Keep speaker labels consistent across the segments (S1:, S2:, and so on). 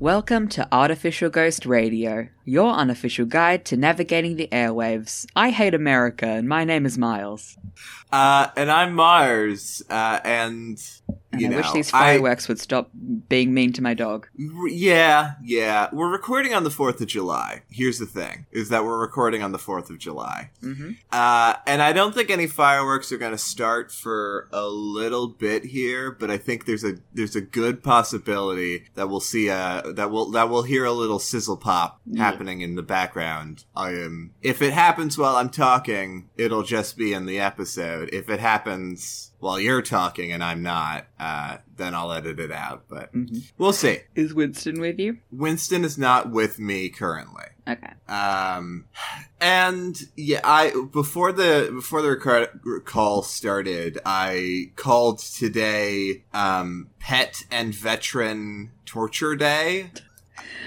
S1: Welcome to Artificial Ghost Radio, your unofficial guide to navigating the airwaves. I hate America, and my name is Miles.
S2: Uh, and I'm Mars, uh, and
S1: And
S2: you
S1: I
S2: know,
S1: wish these
S2: I-
S1: fireworks would stop being mean to my dog.
S2: r- yeah, yeah. We're recording on the Fourth of July. Here's the thing: is that we're recording on the Fourth of July,
S1: hmm
S2: uh, and I don't think any fireworks are going to start for a little bit here. But I think there's a there's a good possibility that we'll see a that will that we'll hear a little sizzle pop
S1: Yeah.
S2: happening in the background. I um, if it happens while I'm talking, it'll just be in the episode. If it happens while you're talking and I'm not, uh, then I'll edit it out. But
S1: hmm
S2: we'll see.
S1: Is Winston with you?
S2: Winston is not with me currently.
S1: Okay.
S2: Um, and yeah, I before the before the record, call started, I called today um, Pet and Veteran Torture Day,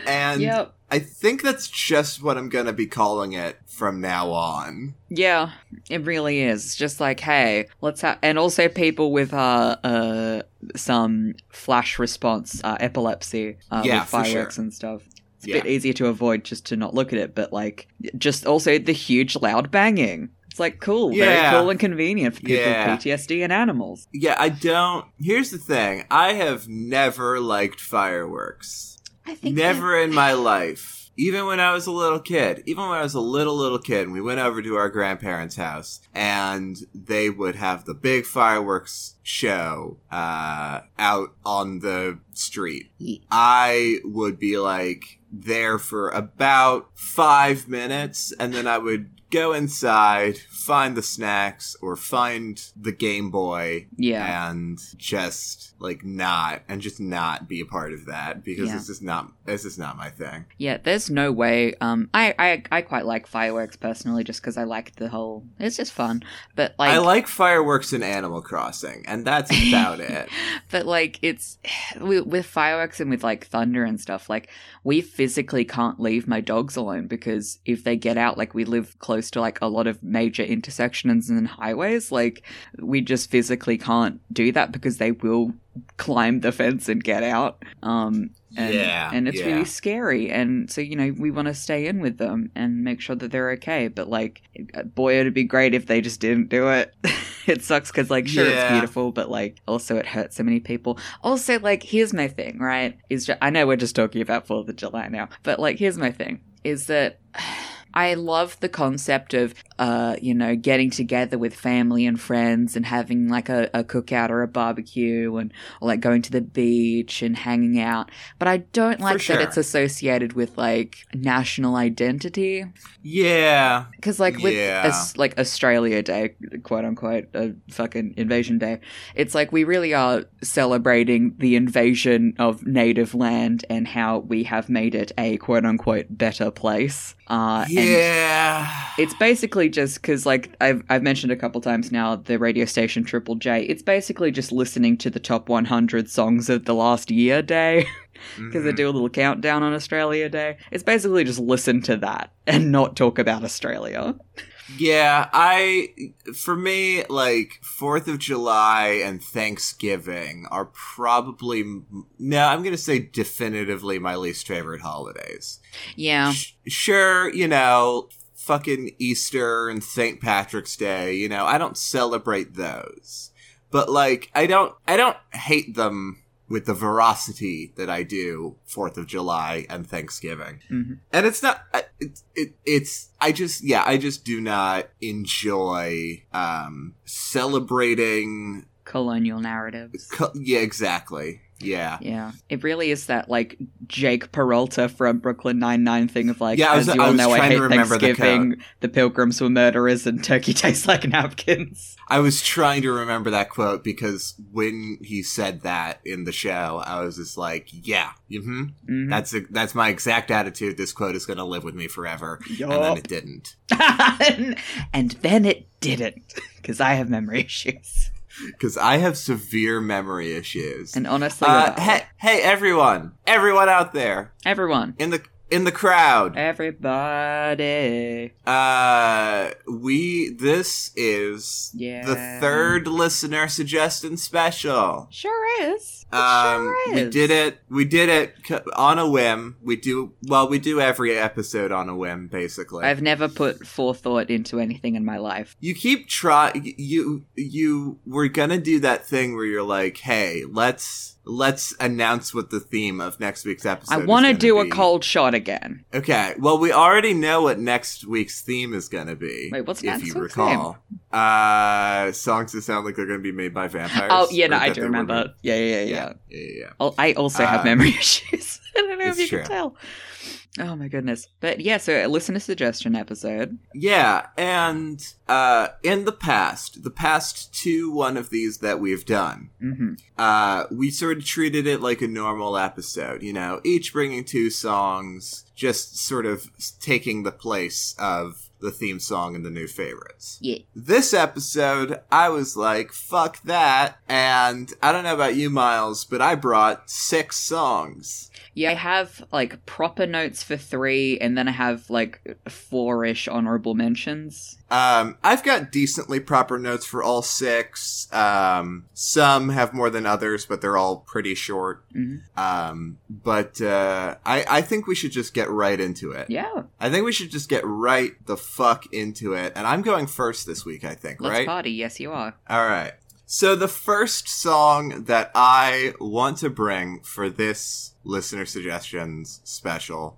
S2: and
S1: yep.
S2: I think that's just what I'm gonna be calling it from now on.
S1: Yeah, it really is. It's just like, hey, let's have, and also people with uh uh some flash response uh, epilepsy, uh,
S2: Yeah,
S1: with
S2: for sure.
S1: fireworks and stuff. It's a bit
S2: Yeah.
S1: easier to avoid just to not look at it, but like, just also the huge loud banging. It's like cool,
S2: Yeah.
S1: very cool and convenient for people
S2: Yeah.
S1: with PTSD and animals.
S2: Yeah, I don't. Here's the thing: I have never liked fireworks.
S1: I think
S2: Never in my life. Even when I was a little kid, even when I was a little, little kid, and we went over to our grandparents' house, and they would have the big fireworks show uh, out on the street.
S1: Ye-
S2: I would be like there for about five minutes, and then I would go inside, find the snacks, or find the Game Boy,
S1: Yeah.
S2: and just like not and just not be a part of that because
S1: Yeah.
S2: this is not this is not my thing.
S1: Yeah, there's no way. Um, I, I, I quite like fireworks personally, just because I like the whole. It's just fun, but like,
S2: I like fireworks in Animal Crossing, and that's about it.
S1: but like, it's with, with fireworks and with like thunder and stuff. Like, we physically can't leave my dogs alone because if they get out, like, we live close to like a lot of major intersections and highways. Like, we just physically can't do that because they will climb the fence and get out. Um, and,
S2: yeah,
S1: and it's
S2: yeah.
S1: really scary and so you know we want to stay in with them and make sure that they're okay but like boy it'd be great if they just didn't do it it sucks because like sure it's
S2: Yeah.
S1: beautiful but like also it hurts so many people also like here's my thing right is ju- i know we're just talking about fourth of july now but like here's my thing is that I love the concept of, uh, you know, getting together with family and friends and having like a, a cookout or a barbecue and or like going to the beach and hanging out. But I don't
S2: For
S1: like
S2: sure.
S1: that it's associated with like national identity
S2: yeah,
S1: because like with
S2: Yeah.
S1: Aus- like Australia Day, quote unquote, uh, fucking invasion day, it's like we really are celebrating the invasion of native land and how we have made it a quote unquote better place. Uh, and
S2: yeah.
S1: it's basically just because, like I've I've mentioned a couple times now, the radio station Triple J. It's basically just listening to the top 100 songs of the last year day because they
S2: Mhm.
S1: do a little countdown on Australia Day. It's basically just listen to that and not talk about Australia.
S2: Yeah, I for me like 4th of July and Thanksgiving are probably no, I'm going to say definitively my least favorite holidays.
S1: Yeah,
S2: Sh- sure, you know, fucking Easter and St. Patrick's Day, you know, I don't celebrate those. But like I don't I don't hate them with the veracity that I do 4th of July and Thanksgiving.
S1: Mhm.
S2: And it's not I- it, it, it's I just yeah, I just do not enjoy um celebrating
S1: colonial narratives.
S2: co- yeah, exactly. Yeah.
S1: Yeah, it really is that like Jake Peralta from Brooklyn Nine Nine thing of like,
S2: Yeah, I was-
S1: as you
S2: I
S1: all
S2: was
S1: know, I
S2: trying to
S1: hate
S2: remember the
S1: Thanksgiving. The, Pilgrims were murderers, and turkey tastes like napkins.
S2: I was trying to remember that quote because when he said that in the show, I was just like, "Yeah, hmm
S1: Mhm.
S2: that's a, that's my exact attitude. This quote is going to live with me forever." And
S1: Oh.
S2: then it didn't.
S1: and, and then it didn't because I have memory issues.
S2: Because I have severe memory issues.
S1: And honestly,
S2: uh,
S1: without-
S2: hey, hey, everyone, everyone out there
S1: everyone,
S2: in the in the crowd.
S1: Everybody.
S2: Uh, we this is
S1: Yeah.
S2: the third listener suggestion special.
S1: Sure is. It
S2: Um,
S1: sure
S2: we
S1: is.
S2: did it. We did it c- on a whim. We do well. We do every episode on a whim, basically.
S1: I've never put forethought into anything in my life.
S2: you keep try. You you were gonna do that thing where you're like, hey, let's let's announce what the theme of next week's episode.
S1: I want to
S2: is gonna
S1: do a
S2: be.
S1: cold shot again.
S2: Okay. Well, we already know what next week's theme is going to be.
S1: Wait, what's
S2: if
S1: next
S2: you
S1: week's
S2: recall? Uh, songs that sound like they're going to be made by vampires.
S1: Oh, yeah, no,
S2: or
S1: I
S2: that
S1: do
S2: they were
S1: remember. Yeah, yeah, yeah. yeah.
S2: made- Yeah, yeah, yeah.
S1: Al- I also have
S2: Uh,
S1: memory issues. I don't know if
S2: it's
S1: you
S2: true.
S1: can tell. Oh my goodness. But yeah, so a listener suggestion episode.
S2: Yeah, and uh, in the past, the past two one of these that we've done,
S1: hmm
S2: uh, we sort of treated it like a normal episode, you know, each bringing two songs, just sort of taking the place of the theme song and the new favorites.
S1: Yeah.
S2: This episode, I was like, fuck that. And I don't know about you, Miles, but I brought six songs.
S1: Yeah, I have like proper notes for three, and then I have like four ish honorable mentions.
S2: Um, I've got decently proper notes for all six. Um, some have more than others, but they're all pretty short.
S1: Mhm.
S2: Um, but uh, I, I think we should just get right into it.
S1: Yeah,
S2: I think we should just get right the fuck into it. And I'm going first this week, I think,
S1: let's
S2: right?
S1: party. Yes, you are.
S2: All right. So the first song that I want to bring for this listener suggestions special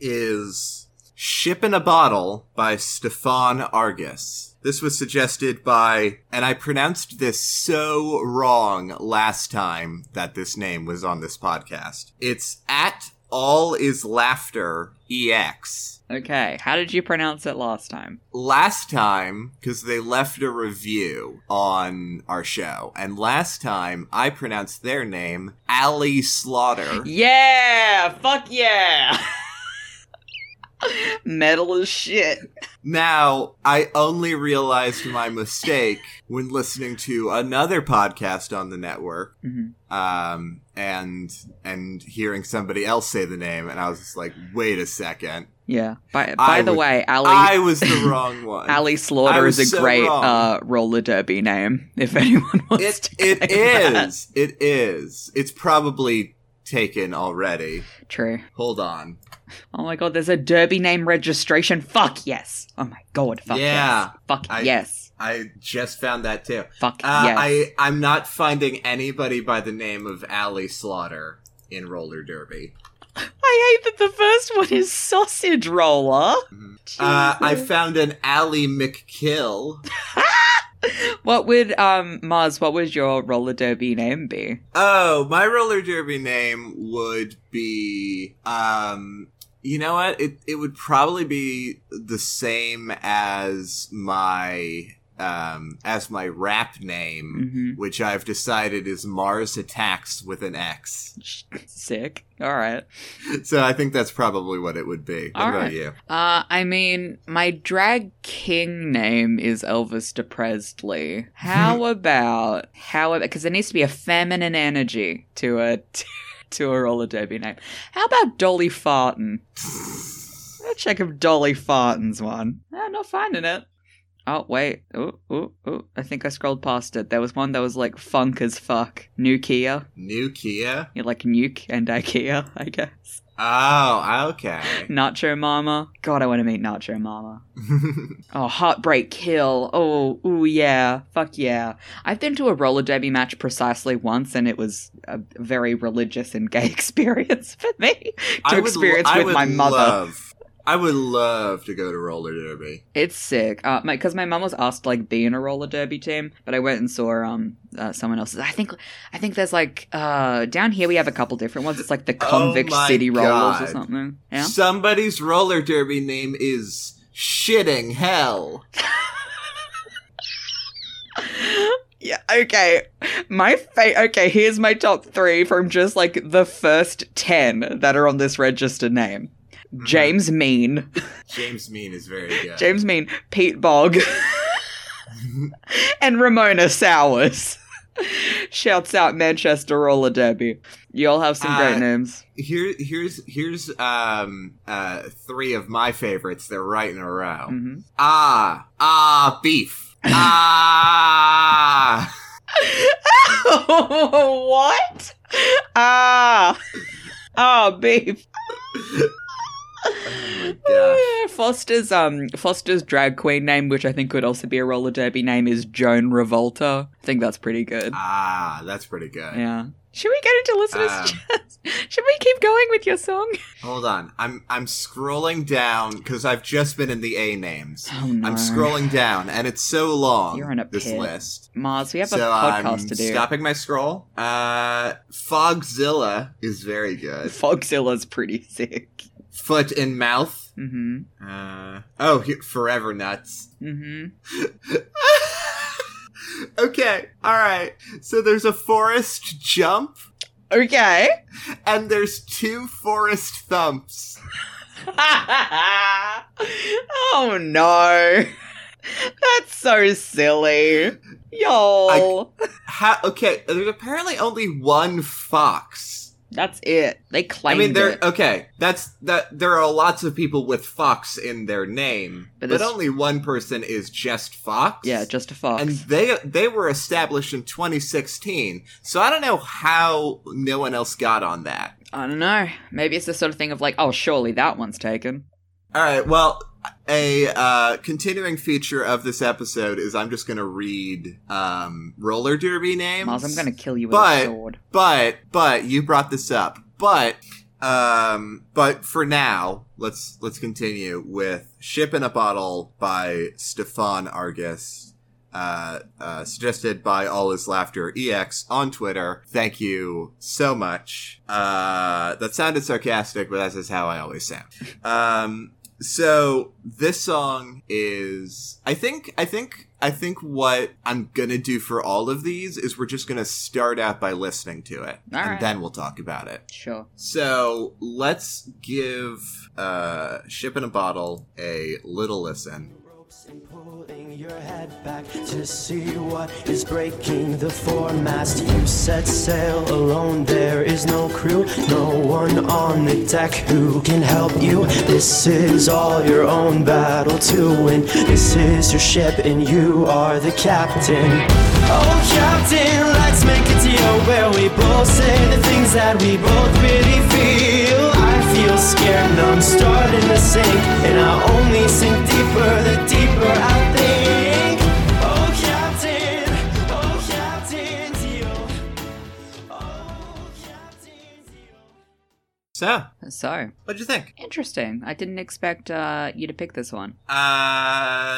S2: is Ship in a Bottle by Stefan Argus. This was suggested by, and I pronounced this so wrong last time that this name was on this podcast. It's at all is laughter E EX
S1: Okay, how did you pronounce it last time?
S2: last time because they left a review on our show and last time i pronounced their name ali slaughter
S1: Yeah, fuck yeah. Metal as shit.
S2: now i only realized my mistake when listening to another podcast on the network
S1: Mhm.
S2: um and and hearing somebody else say the name and i was just like wait a second
S1: Yeah. By by
S2: I
S1: the
S2: was-
S1: way, Ali
S2: i was the wrong one
S1: Ali
S2: I
S1: Slaughter
S2: was
S1: is a
S2: so
S1: great
S2: wrong.
S1: uh, roller derby name. If anyone wants
S2: it
S1: to
S2: it
S1: claim that.
S2: is it is it's probably taken already
S1: true.
S2: Hold on.
S1: Oh my god, there's a derby name registration. Fuck yes. Oh my god. Fuck
S2: Yeah.
S1: yes. Fuck
S2: I-
S1: yes.
S2: I just found that too.
S1: Fuck
S2: Uh,
S1: yes.
S2: I I'm not finding anybody by the name of Ally Slaughter in roller derby.
S1: I hate that the first one is sausage roller.
S2: Mhm. Uh,
S1: Mm-hmm.
S2: I found an Ally McKill.
S1: what would um Mars? What would your roller derby name be?
S2: Oh, my roller derby name would be um you know what? It it would probably be the same as my um as my rap name,
S1: hmm
S2: which I've decided is Mars Attacks with an X.
S1: Sick. All right.
S2: So I think that's probably what it would be. What
S1: All
S2: about
S1: right.
S2: you?
S1: Uh, I mean, my drag king name is Elvis de Presley. How about how about because there needs to be a feminine energy to a to a roller derby name. How about Dolly Farton? Let's check if Dolly Farton's one. Ah, I'm not finding it. Oh wait, ooh, ooh, ooh. I think I scrolled past it. There was one that was like funk as fuck. Nukia,
S2: New Kia?
S1: you like nuke and IKEA, I guess.
S2: Oh, okay.
S1: Nacho Mama. God, I want to meet Nacho Mama. Oh, heartbreak kill. Oh, ooh, yeah. Fuck yeah. I've been to a roller derby match precisely once, and it was a very religious and gay experience for me to experience
S2: I
S1: with
S2: would
S1: my mother.
S2: Love, I would love to go to roller derby.
S1: It's sick. Uh, my because my mum was asked to, like be in a roller derby team, but I went and saw um uh, someone else's. I think I think there's like uh down here we have a couple different ones. It's like the
S2: Oh
S1: Convict
S2: my
S1: City Rollers or
S2: God.
S1: something. Yeah.
S2: Somebody's roller derby name is shitting hell.
S1: Yeah, okay. My fa- okay, here's my top 3 from just like the first 10 that are on this registered name. James Mean.
S2: James Mean is very good.
S1: James Mean, Pete Bog, and Ramona Sowers. Shouts out Manchester Roller Derby. You all have some great
S2: Uh,
S1: names.
S2: Here, here's here's um uh three of my favorites. They're right in a row.
S1: hmm
S2: Ah, ah, beef. ah,
S1: what? Ah, ah, beef.
S2: Oh my gosh.
S1: Oh, Foster's um Foster's drag queen name, which I think could also be a roller derby name, is Joan Revolta. I think that's pretty good.
S2: ah. That's pretty good.
S1: Yeah. Should we get into listeners'
S2: Um,
S1: chats? Should we keep going with your song?
S2: Hold on. I'm I'm scrolling down because I've just been in the A names.
S1: Oh no.
S2: I'm scrolling down, and it's so long.
S1: You're in a
S2: this
S1: pit.
S2: list.
S1: Mars, we have
S2: so um,
S1: a podcast
S2: I'm
S1: to do.
S2: stopping my scroll. Uh, Fogzilla is very good.
S1: Fogzilla's pretty sick.
S2: Foot in mouth.
S1: Mm-hmm.
S2: Uh, oh, he- forever nuts.
S1: Mm-hmm.
S2: okay, all right. So there's a forest jump,
S1: Okay.
S2: and there's two forest thumps.
S1: oh no. That's so silly. Y'all.
S2: How? Okay, there's apparently only one fox.
S1: That's it. They
S2: I
S1: claimed
S2: mean, there.
S1: it.
S2: Okay, that's that. There are lots of people with fox in their name,
S1: But
S2: but,
S1: this-
S2: only one person is just fox.
S1: Yeah, just a fox.
S2: And they they were established in 2016, so I don't know how no one else got on that.
S1: I don't know. Maybe it's the sort of thing of like, oh, surely that one's taken.
S2: All right. Well, a uh, continuing feature of this episode is I'm just going to read um, roller derby names.
S1: Mars, I'm gonna kill you with a
S2: But-
S1: sword.
S2: But but you brought this up. But um but for now, let's let's continue with "Ship in a Bottle" by Stefan Argus. Uh, uh, suggested by All Is Laughter EX on Twitter. Thank you so much. Uh, that sounded sarcastic, but that's just how I always sound. Um, so this song is I think I think I think what I'm gonna do for all of these is we're just gonna start out by listening to it.
S1: All
S2: and
S1: right.
S2: then we'll talk about it.
S1: Sure.
S2: So let's give uh Ship in a Bottle a little listen.
S3: ropes and pulling your head back to see what is breaking the foremast. You set sail alone, there is no crew, no one on the deck who can help you. This is all your own battle to win. This is your ship, and you are the captain. Oh, captain, let's make a deal where we both say the things that we both really feel. I feel scared and I'm starting to sink, and I only sink deeper the deeper I think. Oh, captain, oh, captain, deal. Oh, captain, deal.
S2: So,
S1: So
S2: what'd you think?
S1: interesting. I didn't expect uh, you to pick this one.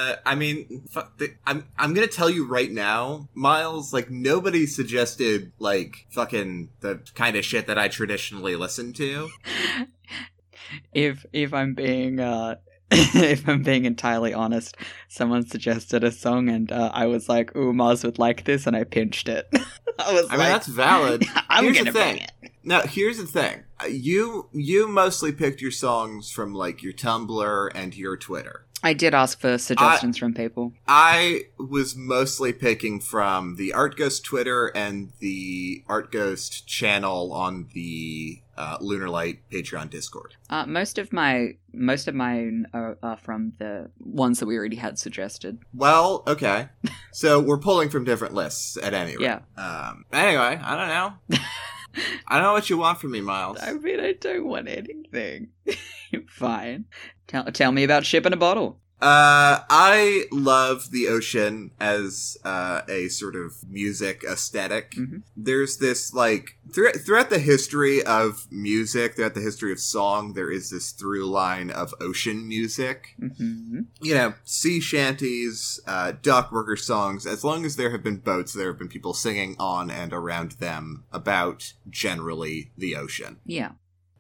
S2: Uh, I mean, fuck the, I'm I'm gonna tell you right now, Miles. Like nobody suggested like fucking the kind of shit that I traditionally listen to.
S1: if if I'm being uh if I'm being entirely honest, someone suggested a song and uh, I was like, "Ooh, Mars would like this," and I pinched it. I was
S2: I mean,
S1: like,
S2: that's valid.
S1: "I'm
S2: Here's
S1: gonna
S2: the
S1: bring
S2: thing.
S1: it."
S2: Now, here's the thing. Uh, You you mostly picked your songs from like your Tumblr and your Twitter.
S1: I did ask for suggestions from people.
S2: I was mostly picking from the Art Ghost Twitter and the Art Ghost channel on the uh, Lunar Light Patreon Discord.
S1: Uh, most of my most of mine are, are from the ones that we already had suggested.
S2: Well, okay. so we're pulling from different lists at any rate.
S1: Yeah,
S2: Um, anyway, I don't know. I don't know what you want from me, Miles.
S1: I mean, I don't want anything. Fine. Tell tell me about ship in a bottle.
S2: Uh, I love the ocean as uh, a sort of music esthetic
S1: Mhm.
S2: There's this like thr- throughout the history of music, throughout the history of song, there is this through line of ocean music.
S1: hmm
S2: You know, sea shanties, uh, dock worker songs. As long as there have been boats, there have been people singing on and around them about generally the ocean.
S1: Yeah.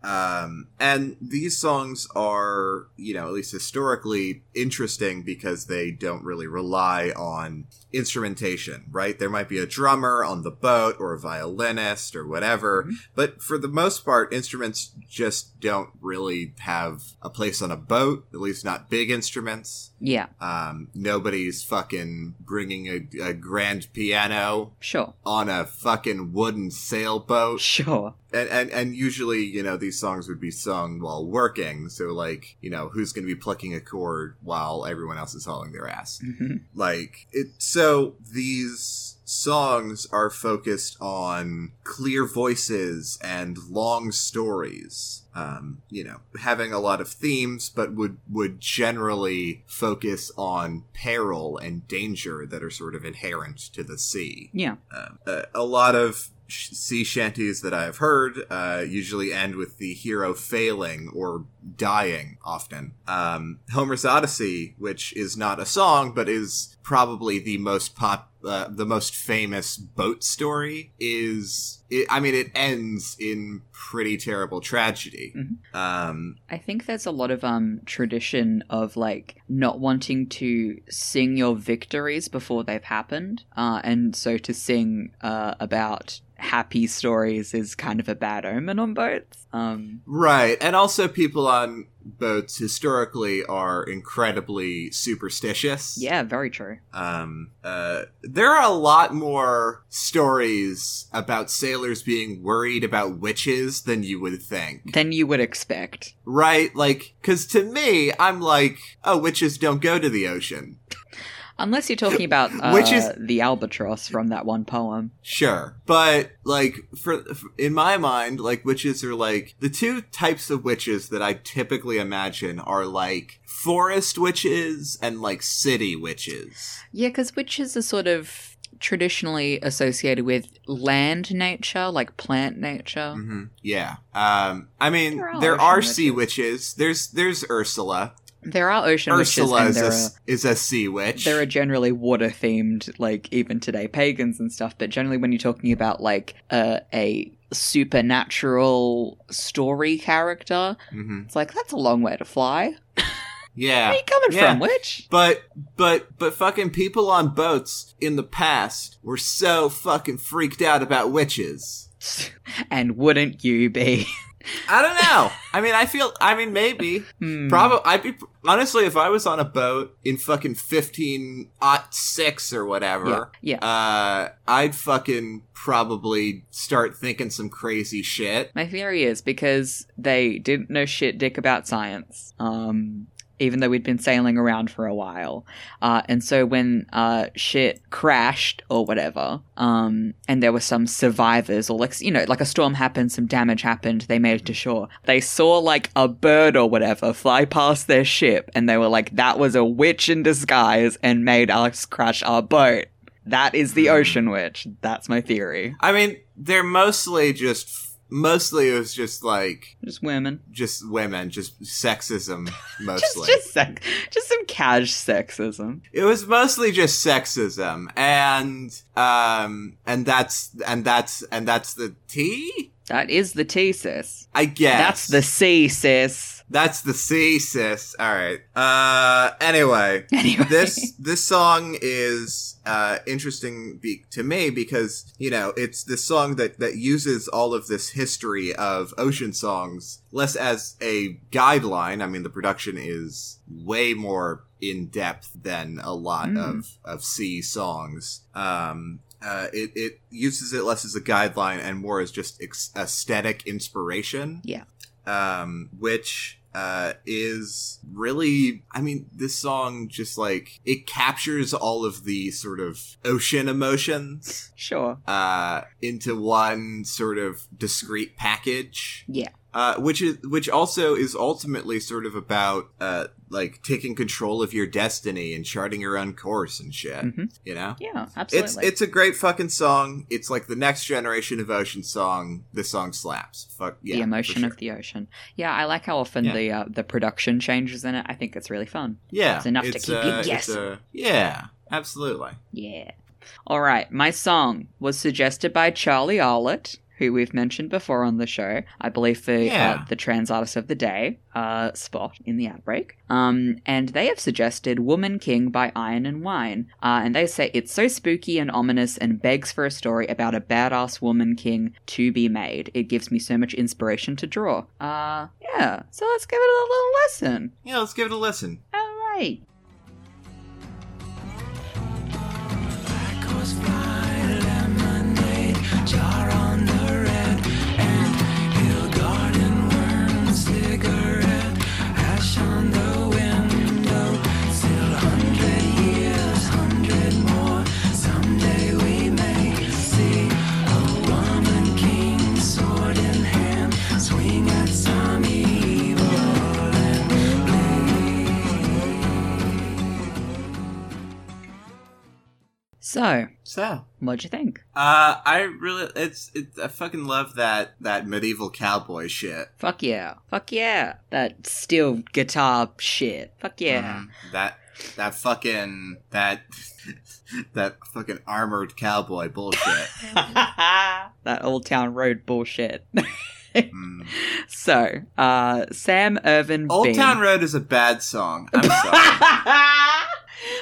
S2: Um, and these songs are, you know, at least historically interesting because they don't really rely on instrumentation, right? There might be a drummer on the boat or a violinist or whatever,
S1: Mhm.
S2: but for the most part, instruments just don't really have a place on a boat, at least not big instruments.
S1: Yeah,
S2: Um, nobody's fucking bringing a, a grand piano
S1: sure.
S2: on a fucking wooden sailboat
S1: Sure.
S2: and, and and usually you know these songs would be sung while working so like you know who's going to be plucking a chord while everyone else is hauling their ass
S1: hmm
S2: like it so these songs are focused on clear voices and long stories um you know having a lot of themes but would would generally focus on peril and danger that are sort of inherent to the sea
S1: Yeah.
S2: um, a, a lot of sh- sea shanties that I've heard uh, usually end with the hero failing or dying often. Um, Homer's Odyssey, which is not a song but is probably the most pop. Uh, the most famous boat story is, it, I mean, it ends in pretty terrible tragedy. Um,
S1: I think there's a lot of um tradition of like not wanting to sing your victories before they've happened, uh, and so to sing uh, about happy stories is kind of a bad omen on boats. Um,
S2: Right. And also, people on boats historically are incredibly superstitious.
S1: yeah, very true.
S2: Um, uh, there are a lot more stories about sailors being worried about witches than you would think.
S1: Than you would expect.
S2: Right? Like, because to me, I'm like, oh, witches don't go to the ocean.
S1: Unless you're talking about uh,
S2: Which is-
S1: the albatross from that one poem.
S2: Sure. But, like, for, f in my mind, like, witches are like, the two types of witches that I typically imagine are like forest witches and like city witches.
S1: Yeah, because witches are sort of traditionally associated with land nature, like plant nature.
S2: hmm Yeah. Um, I mean,
S1: There are
S2: there
S1: Oh. ocean
S2: are sea
S1: witches.
S2: witches. There's there's Ursula.
S1: There are ocean
S2: Ursula
S1: witches, and
S2: is a,
S1: there are
S2: s- is a sea witch.
S1: there are generally water themed, like even today, pagans and stuff. But generally, when you're talking about like uh, a supernatural story character,
S2: Mhm.
S1: it's like that's a long way to fly. Where
S2: Yeah.
S1: are you coming
S2: Ah, Yeah.
S1: from, witch?
S2: But but but fucking people on boats in the past were so fucking freaked out about witches.
S1: and wouldn't you be?
S2: I don't know. I mean, I feel. I mean, maybe.
S1: Hmm.
S2: Probably. I'd be honestly if I was on a boat in fucking fifteen ot six or whatever.
S1: Yeah. yeah.
S2: Uh, I'd fucking probably start thinking some crazy shit.
S1: My theory is because they didn't know shit dick about science, um, even though we'd been sailing around for a while. Uh, and so when uh, shit crashed or whatever, um, and there were some survivors, or like, you know, like a storm happened, some damage happened, they made it to shore. They saw like a bird or whatever fly past their ship, and they were like, that was a witch in disguise and made us crash our boat. That is the
S2: Hmm.
S1: ocean witch. That's my theory.
S2: I mean, they're mostly just mostly it was just like
S1: Just women.
S2: just women, just sexism
S1: just
S2: mostly.
S1: just sex, just some cash sexism.
S2: It was mostly just sexism and um and that's and that's and that's the T?
S1: That is the T sis.
S2: I guess.
S1: That's the C sis.
S2: That's the C sis. Alright. Uh anyway.
S1: Anyway,
S2: this this song is uh, interesting be- to me because you know it's this song that that uses all of this history of ocean songs less as a guideline. I mean, the production is way more in depth than a lot
S1: Mm.
S2: of of sea songs. Um, uh, it, it uses it less as a guideline and more as just ex- aesthetic inspiration um, which uh, is really, I mean, this song just like it captures all of the sort of ocean emotions
S1: sure.
S2: uh, into one sort of discrete package.
S1: Yeah.
S2: Uh, which is which also is ultimately sort of about uh, like taking control of your destiny and charting your own course and shit.
S1: Mhm.
S2: You know,
S1: Yeah,
S2: it's
S1: absolutely.
S2: it's a great fucking song. It's like the next generation of ocean song. This song slaps. Fuck yeah,
S1: the
S2: for
S1: emotion
S2: sure.
S1: of the ocean. Yeah, I like how often
S2: Yeah.
S1: the uh, the production changes in it. I think it's really fun.
S2: Yeah,
S1: It's enough to keep you
S2: it's
S1: guessing.
S2: a- yeah, absolutely.
S1: Yeah. All right, my song was suggested by Charlie Arlett, who we've mentioned before on the show, I believe the
S2: Yeah.
S1: uh, the trans artist of the day, uh, Spot in the outbreak. Um, and they have suggested "Woman King" by Iron and Wine, uh, and they say it's so spooky and ominous and begs for a story about a badass woman king to be made. It gives me so much inspiration to draw. Uh, yeah. So let's give it a little lesson.
S2: Yeah, let's give it a listen.
S1: All right. So,
S2: So,
S1: what'd you think?
S2: uh, I really, it's, it, I fucking love that, that medieval cowboy shit.
S1: Fuck yeah. Fuck yeah. That steel guitar shit. Fuck yeah.
S2: Mhm. That, that fucking, that, that fucking armored cowboy bullshit.
S1: that Old Town Road bullshit.
S2: Mm.
S1: so, uh, Sam Irvin
S2: Old
S1: Bean-
S2: Town Road is a bad song. I'm sorry.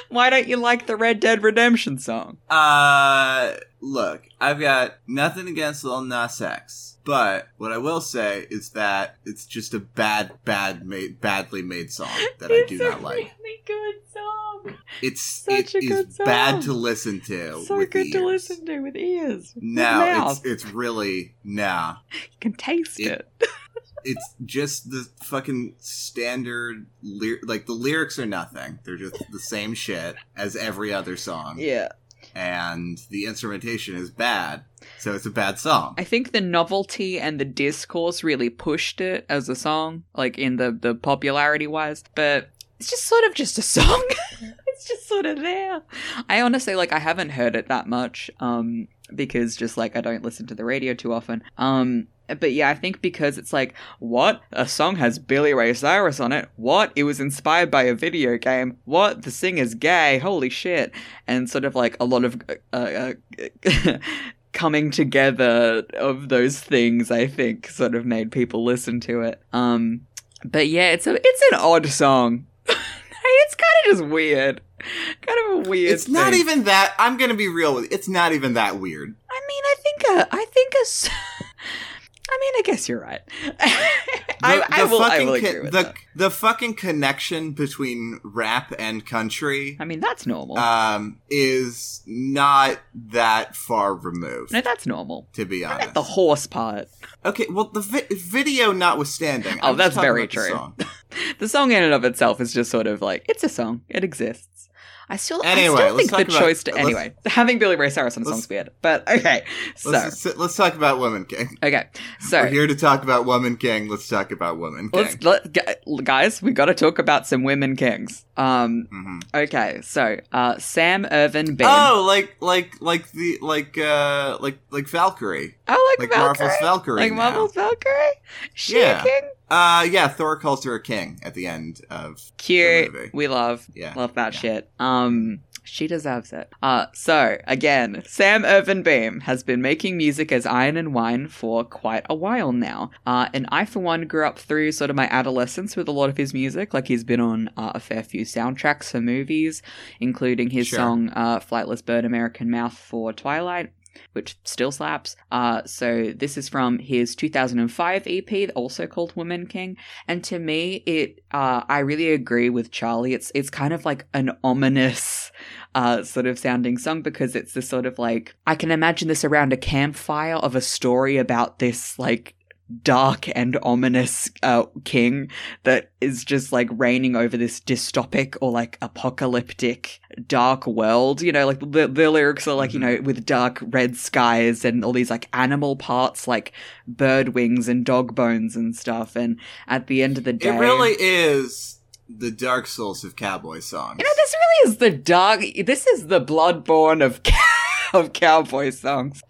S1: Why don't you like the Red Dead Redemption song?
S2: Uh, look, I've got nothing against Lil Nas X, but what I will say is that it's just a bad, bad, made, badly made song that I do not like.
S1: really good song.
S2: It's
S1: such
S2: it
S1: a
S2: is
S1: good song.
S2: bad to listen to.
S1: so
S2: with
S1: good
S2: the
S1: to
S2: ears.
S1: listen to with ears.
S2: No,
S1: mouth.
S2: it's it's really nah.
S1: You can taste
S2: It-
S1: it.
S2: It's just the fucking standard lyr- like the lyrics are nothing. They're just the same shit as every other song.
S1: Yeah.
S2: and the instrumentation is bad, so it's a bad song.
S1: I think the novelty and the discourse really pushed it as a song, like in the the popularity wise. But it's just sort of just a song. it's just sort of there. I honestly like I haven't heard it that much, um, because just like I don't listen to the radio too often. Um, but yeah, I think because it's like what a song has Billy Ray Cyrus on it. What it was inspired by a video game. What the singer's gay. Holy shit! And sort of like a lot of. Uh, uh, coming together of those things i think sort of made people listen to it um but yeah it's a it's an odd song it's kind of just weird kind of a weird
S2: it's not
S1: thing.
S2: even that. I'm gonna be real with you. It's not even that weird.
S1: i mean i think a, i think a s- i mean i guess you're right I, I will i will
S2: co-
S1: agree with
S2: the,
S1: that
S2: the fucking connection between rap and country
S1: i mean that's normal
S2: um, is not that far removed.
S1: no that's normal
S2: to be
S1: I meant
S2: honest,
S1: the horse part
S2: okay. Well, the vi- video notwithstanding.
S1: Oh,
S2: I'm
S1: that's
S2: just talking
S1: very
S2: about the
S1: true.
S2: song.
S1: the song in and of itself is just sort of like it's a song. It exists. I still,
S2: Anyway,
S1: I still think
S2: let's
S1: the
S2: talk about-
S1: choice to
S2: let's-
S1: anyway having Billy Ray Cyrus on a
S2: let's-
S1: song's weird. But okay, so
S2: Let's, just- let's talk about Woman King.
S1: okay,
S2: We're
S1: so
S2: here to talk about Woman King. Let's talk about Woman King.
S1: let's let gu- guys, we got to talk about some women kings. Um,
S2: Mhm.
S1: okay, so uh, Sam Irvin Bean.
S2: Oh, like like like the like uh like like Valkyrie,
S1: I like,
S2: like
S1: Valkyrie.
S2: Marvel's Valkyrie.
S1: like
S2: now.
S1: Marvel's Valkyrie. She
S2: Yeah.
S1: a king.
S2: Uh, yeah, Thor calls her a king at the end of movie.
S1: Cute. We love
S2: yeah.
S1: Love that
S2: Yeah.
S1: shit. Um, she deserves it. Uh, so again, Sam Irvin Beam has been making music as Iron and Wine for quite a while now. Uh, and I, for one, grew up through sort of my adolescence with a lot of his music. Like he's been on uh, a fair few soundtracks for movies, including his
S2: Sure.
S1: song uh, "Flightless Bird, American Mouth" for Twilight which still slaps. Uh, so this is from his 2005 EP, E also called Woman King. And to me, it uh, I really agree with Charlie. It's it's kind of like an ominous uh, sort of sounding song because it's the sort of like I can imagine this around a campfire of a story about this like dark and ominous uh, king that is just like reigning over this dystopic or like apocalyptic dark world. You know, like the, the lyrics are like, you
S2: Mm-hmm.
S1: know, with dark red skies and all these like animal parts, like bird wings and dog bones and stuff. And at the end of the day,
S2: It really is the Dark Souls of cowboy songs.
S1: you know, this really is the dark. This is the bloodborne of cow- of cowboy songs.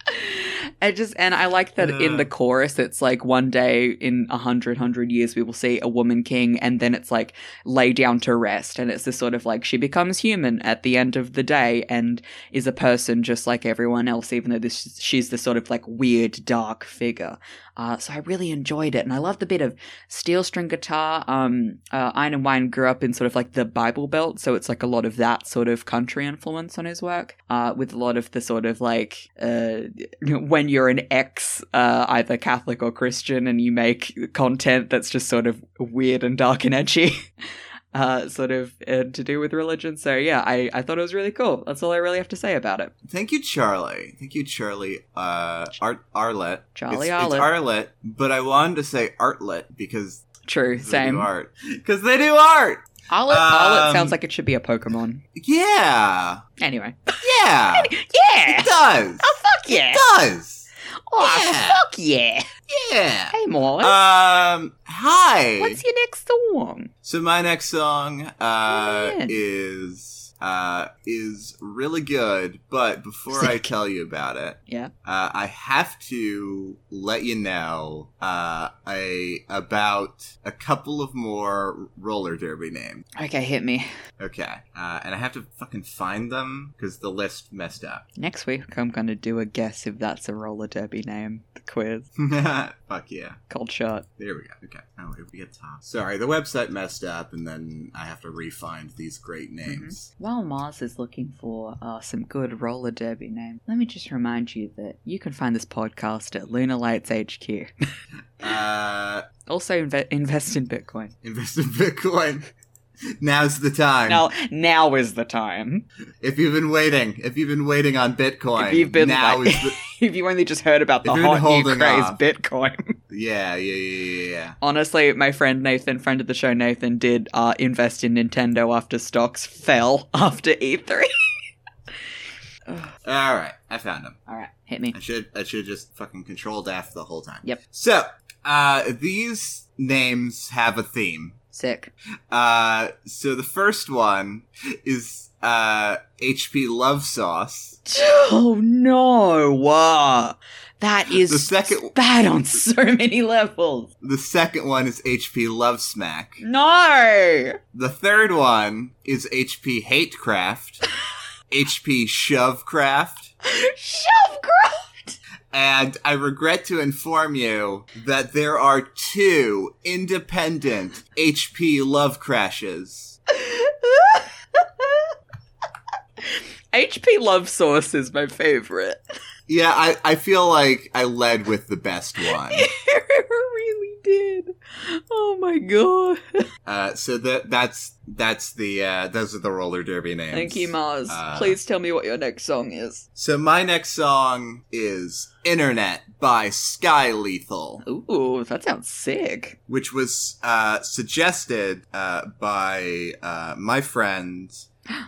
S1: I just and I like that in the chorus it's like one day in a hundred hundred years we will see a woman king and then it's like lay down to rest and it's this sort of like she becomes human at the end of the day and is a person just like everyone else even though this she's this sort of like weird dark figure. Uh, so I really enjoyed it and I love the bit of steel string guitar. Um, uh, Iron and Wine grew up in sort of like the Bible Belt, so it's like a lot of that sort of country influence on his work, uh, with a lot of the sort of like uh, when you're an ex, uh, either Catholic or Christian, and you make content that's just sort of weird and dark and edgy. Uh, sort of uh, to do with religion. So, yeah, I, I thought it was really cool. That's all I really have to say about it.
S2: Thank you, Charlie. Thank you, Charlie. Uh, Art Arlet.
S1: Charlie
S2: it's, It's
S1: Arlett.
S2: Arlet, but I wanted to say Artlet because
S1: True,
S2: they do
S1: same.
S2: art. Because they do art.
S1: Arlet, Arlet
S2: Um,
S1: sounds like it should be a Pokemon.
S2: Yeah,
S1: Anyway.
S2: yeah.
S1: Yeah!
S2: it does.
S1: fuck yeah!
S2: It does.
S1: Oh,
S2: Yeah.
S1: fuck yeah!
S2: Yeah.
S1: Hey, Morris.
S2: Um. Hi.
S1: What's your next song?
S2: So my next song uh,
S1: Yeah.
S2: is uh, is really good, but before I tell you about it,
S1: Yeah.
S2: uh, I have to let you know uh, a about a couple of more roller derby names.
S1: Okay, hit me.
S2: Okay, uh, and I have to fucking find them because the list messed up.
S1: Next week, I'm going to do a guess if that's a roller derby name. The quiz.
S2: Fuck yeah.
S1: Cold shot.
S2: There we go. Okay. Oh, here we get top. Sorry, the website messed up, and then I have to re-find these great names.
S1: While Mars is looking for uh, some good roller derby name, let me just remind you that you can find this podcast at Lunar Lights HQ. Mm-hmm.
S2: Uh,
S1: also, inve- invest in Bitcoin.
S2: invest in Bitcoin. Now's the time.
S1: Now, now is the time.
S2: If you've been waiting, if you've been waiting on Bitcoin,
S1: If you've been
S2: now
S1: like-
S2: is the
S1: if you only just heard about the
S2: If you've been
S1: hot new
S2: holding
S1: craze,
S2: off.
S1: Bitcoin.
S2: yeah, yeah, yeah, yeah, yeah.
S1: Honestly, my friend Nathan, friend of the show Nathan, did uh, invest in Nintendo after stocks fell after E E3.
S2: All right, I found them.
S1: All right, hit me.
S2: I should, I should just fucking control F the whole time.
S1: Yep.
S2: So, uh, these names have a theme.
S1: Sick.
S2: Uh, so the first one is uh HP Love Sauce.
S1: Oh no! Wow. That is
S2: The second-
S1: bad on so many levels.
S2: The second one is HP Love Smack.
S1: No.
S2: The third one is HP Hatecraft, HP Shovecraft,
S1: Shovecraft.
S2: and I regret to inform you that there are two independent HP Love Crashes.
S1: HP Love Sauce is my favorite.
S2: Yeah, I, I feel like I led with the best one.
S1: it really did. Oh my god.
S2: Uh, so that that's that's the uh, those are the roller derby names.
S1: Thank you, Mars.
S2: Uh,
S1: Please tell me what your next song is.
S2: So my next song is Internet by Sky Lethal.
S1: Ooh, that sounds sick.
S2: which was uh, suggested uh, by uh, my friend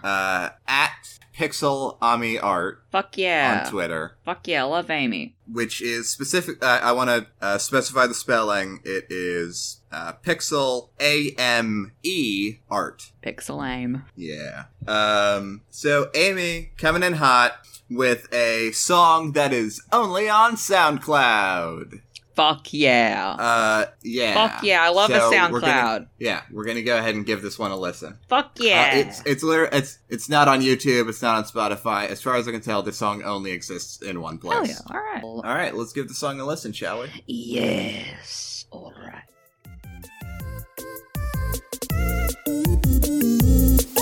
S2: uh, at Pixel Ami Art
S1: Fuck yeah.
S2: on Twitter,
S1: Fuck yeah, I love Amy.
S2: which is specific. Uh, I want to uh, specify the spelling. It is uh, Pixel A M E Art.
S1: Pixel aim.
S2: Yeah. Um, so Amy coming in hot with a song that is only on SoundCloud.
S1: Fuck yeah.
S2: Uh, yeah.
S1: Fuck yeah, I love a
S2: So
S1: SoundCloud.
S2: we're gonna- Yeah, we're gonna go ahead and give this one a listen.
S1: Fuck yeah.
S2: Uh, it's it's liter- it's it's not on YouTube. It's not on Spotify. As far as I can tell, this song only exists in one
S1: Hell
S2: place.
S1: yeah. All right.
S2: All right, let's give the song a listen, shall we?
S1: Yes. All right.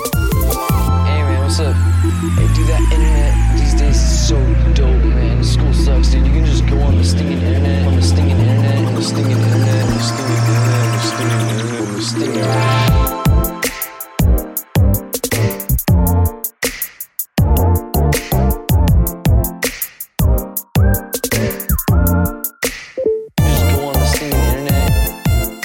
S4: Hey man, what's up? Hey, dude, that internet these days is so dope, man. School sucks, dude. You can just go on the stinging internet, on the stinging internet, on the stinging internet, on the stinging internet, on the stinging internet, on the stinging internet. Just go on the stinging internet.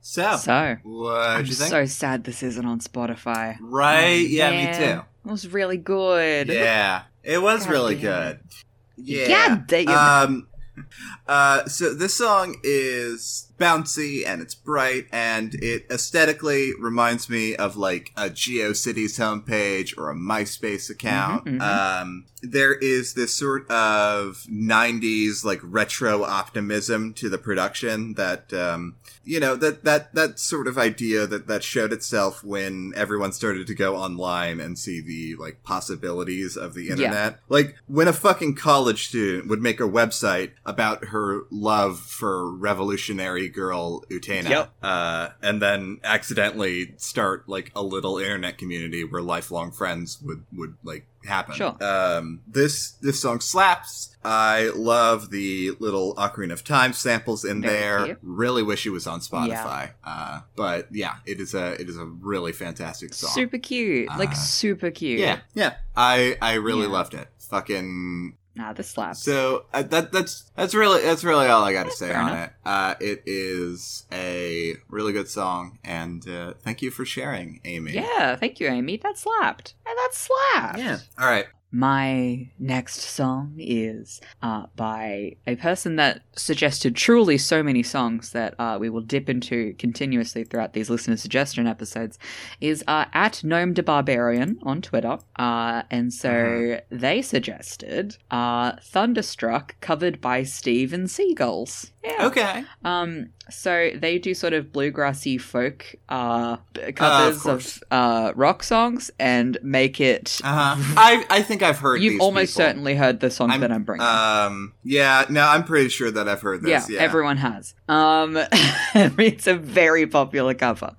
S2: So,
S1: So,
S2: what
S1: I'm
S2: do Oh. you think?
S1: so sad this isn't on Spotify. Um,
S2: Right? Yeah, me
S1: It was really good.
S2: too. Yeah, it was
S1: God
S2: really
S1: damn
S2: good. Yeah. Uh,
S1: God damn.
S2: Um. Uh. So this song is bouncy and it's bright and it aesthetically reminds me of like a GeoCities homepage or a MySpace account.
S1: Mhm, mhm.
S2: Um, there is this sort of 90s like retro optimism to the production that um, you know that that that sort of idea that that showed itself when everyone started to go online and see the like possibilities of the internet like when a fucking college student would make a website about her love for revolutionary girl utena
S5: Yep.
S2: uh, and then accidentally start like a little internet community where lifelong friends would would like happen
S1: Sure.
S2: um, this this song slaps. I love the little Ocarina of Time samples in
S1: Very
S2: there.
S1: cute.
S2: Really wish it was on Spotify. Uh, but yeah, it is a it is a really fantastic song.
S1: Super cute.
S2: Uh,
S1: like super cute.
S2: Yeah, yeah. I I really
S1: Yeah.
S2: loved it. Fucking
S1: Nah, this slaps.
S2: so uh, that that's that's really that's really all I got to say
S1: fair
S2: on
S1: enough.
S2: it. Uh, it is a really good song, and uh, thank you for sharing, Amy.
S1: yeah, thank you, Amy. That slapped. And that slapped.
S2: Yeah. All right.
S1: My next song is uh, by a person that suggested truly so many songs that uh, we will dip into continuously throughout these listener suggestion episodes. Is uh, at Gnome de Barbarian on Twitter, uh, and so they suggested uh, "Thunderstruck" covered by Steve and Seagulls. Yeah.
S2: Okay.
S1: Um, so they do sort of bluegrassy folk uh, b- covers
S2: course.
S1: of uh, rock songs and make it.
S2: Uh huh. I I think I've heard
S1: You've
S2: these
S1: almost
S2: people.
S1: certainly heard the song
S2: I'm-
S1: that I'm bringing.
S2: Um. Yeah. No, I'm pretty sure that I've heard
S1: yeah,
S2: this. Yeah.
S1: everyone has. Um, it's a very popular cover.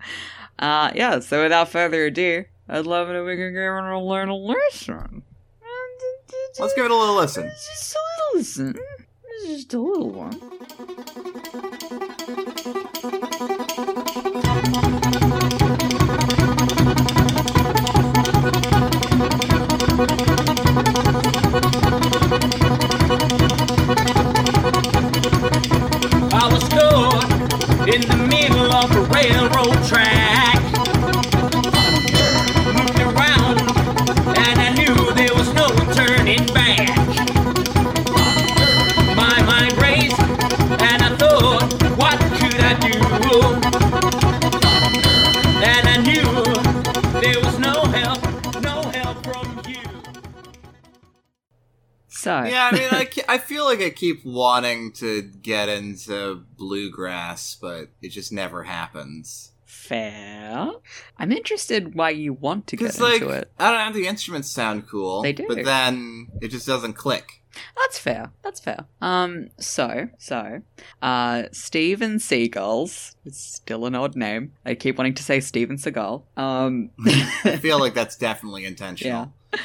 S1: Uh, yeah. So without further ado, I'd love it if we could give it a little listen. uh,
S2: Let's give it a little listen.
S1: Just a little listen. Just a little one.
S6: I was caught in the middle of the railroad track. Moved around, and I knew there was no turning back. My mind raced, and I thought, what could I do? And I knew there was no help, no help from you.
S1: So
S2: Yeah, I mean, I, ke- I feel like I keep wanting to get into bluegrass, but it just never happens.
S1: fair. I'm interested why you want to get
S2: Because, like,
S1: into it.
S2: I don't know, the instruments sound cool.
S1: They do.
S2: But then it just doesn't click.
S1: That's fair. That's fair. Um, so, so, uh, Steven Seagulls, it's still an odd name. I keep wanting to say Steven Seagal. Um,
S2: I feel like that's definitely intentional.
S1: uh,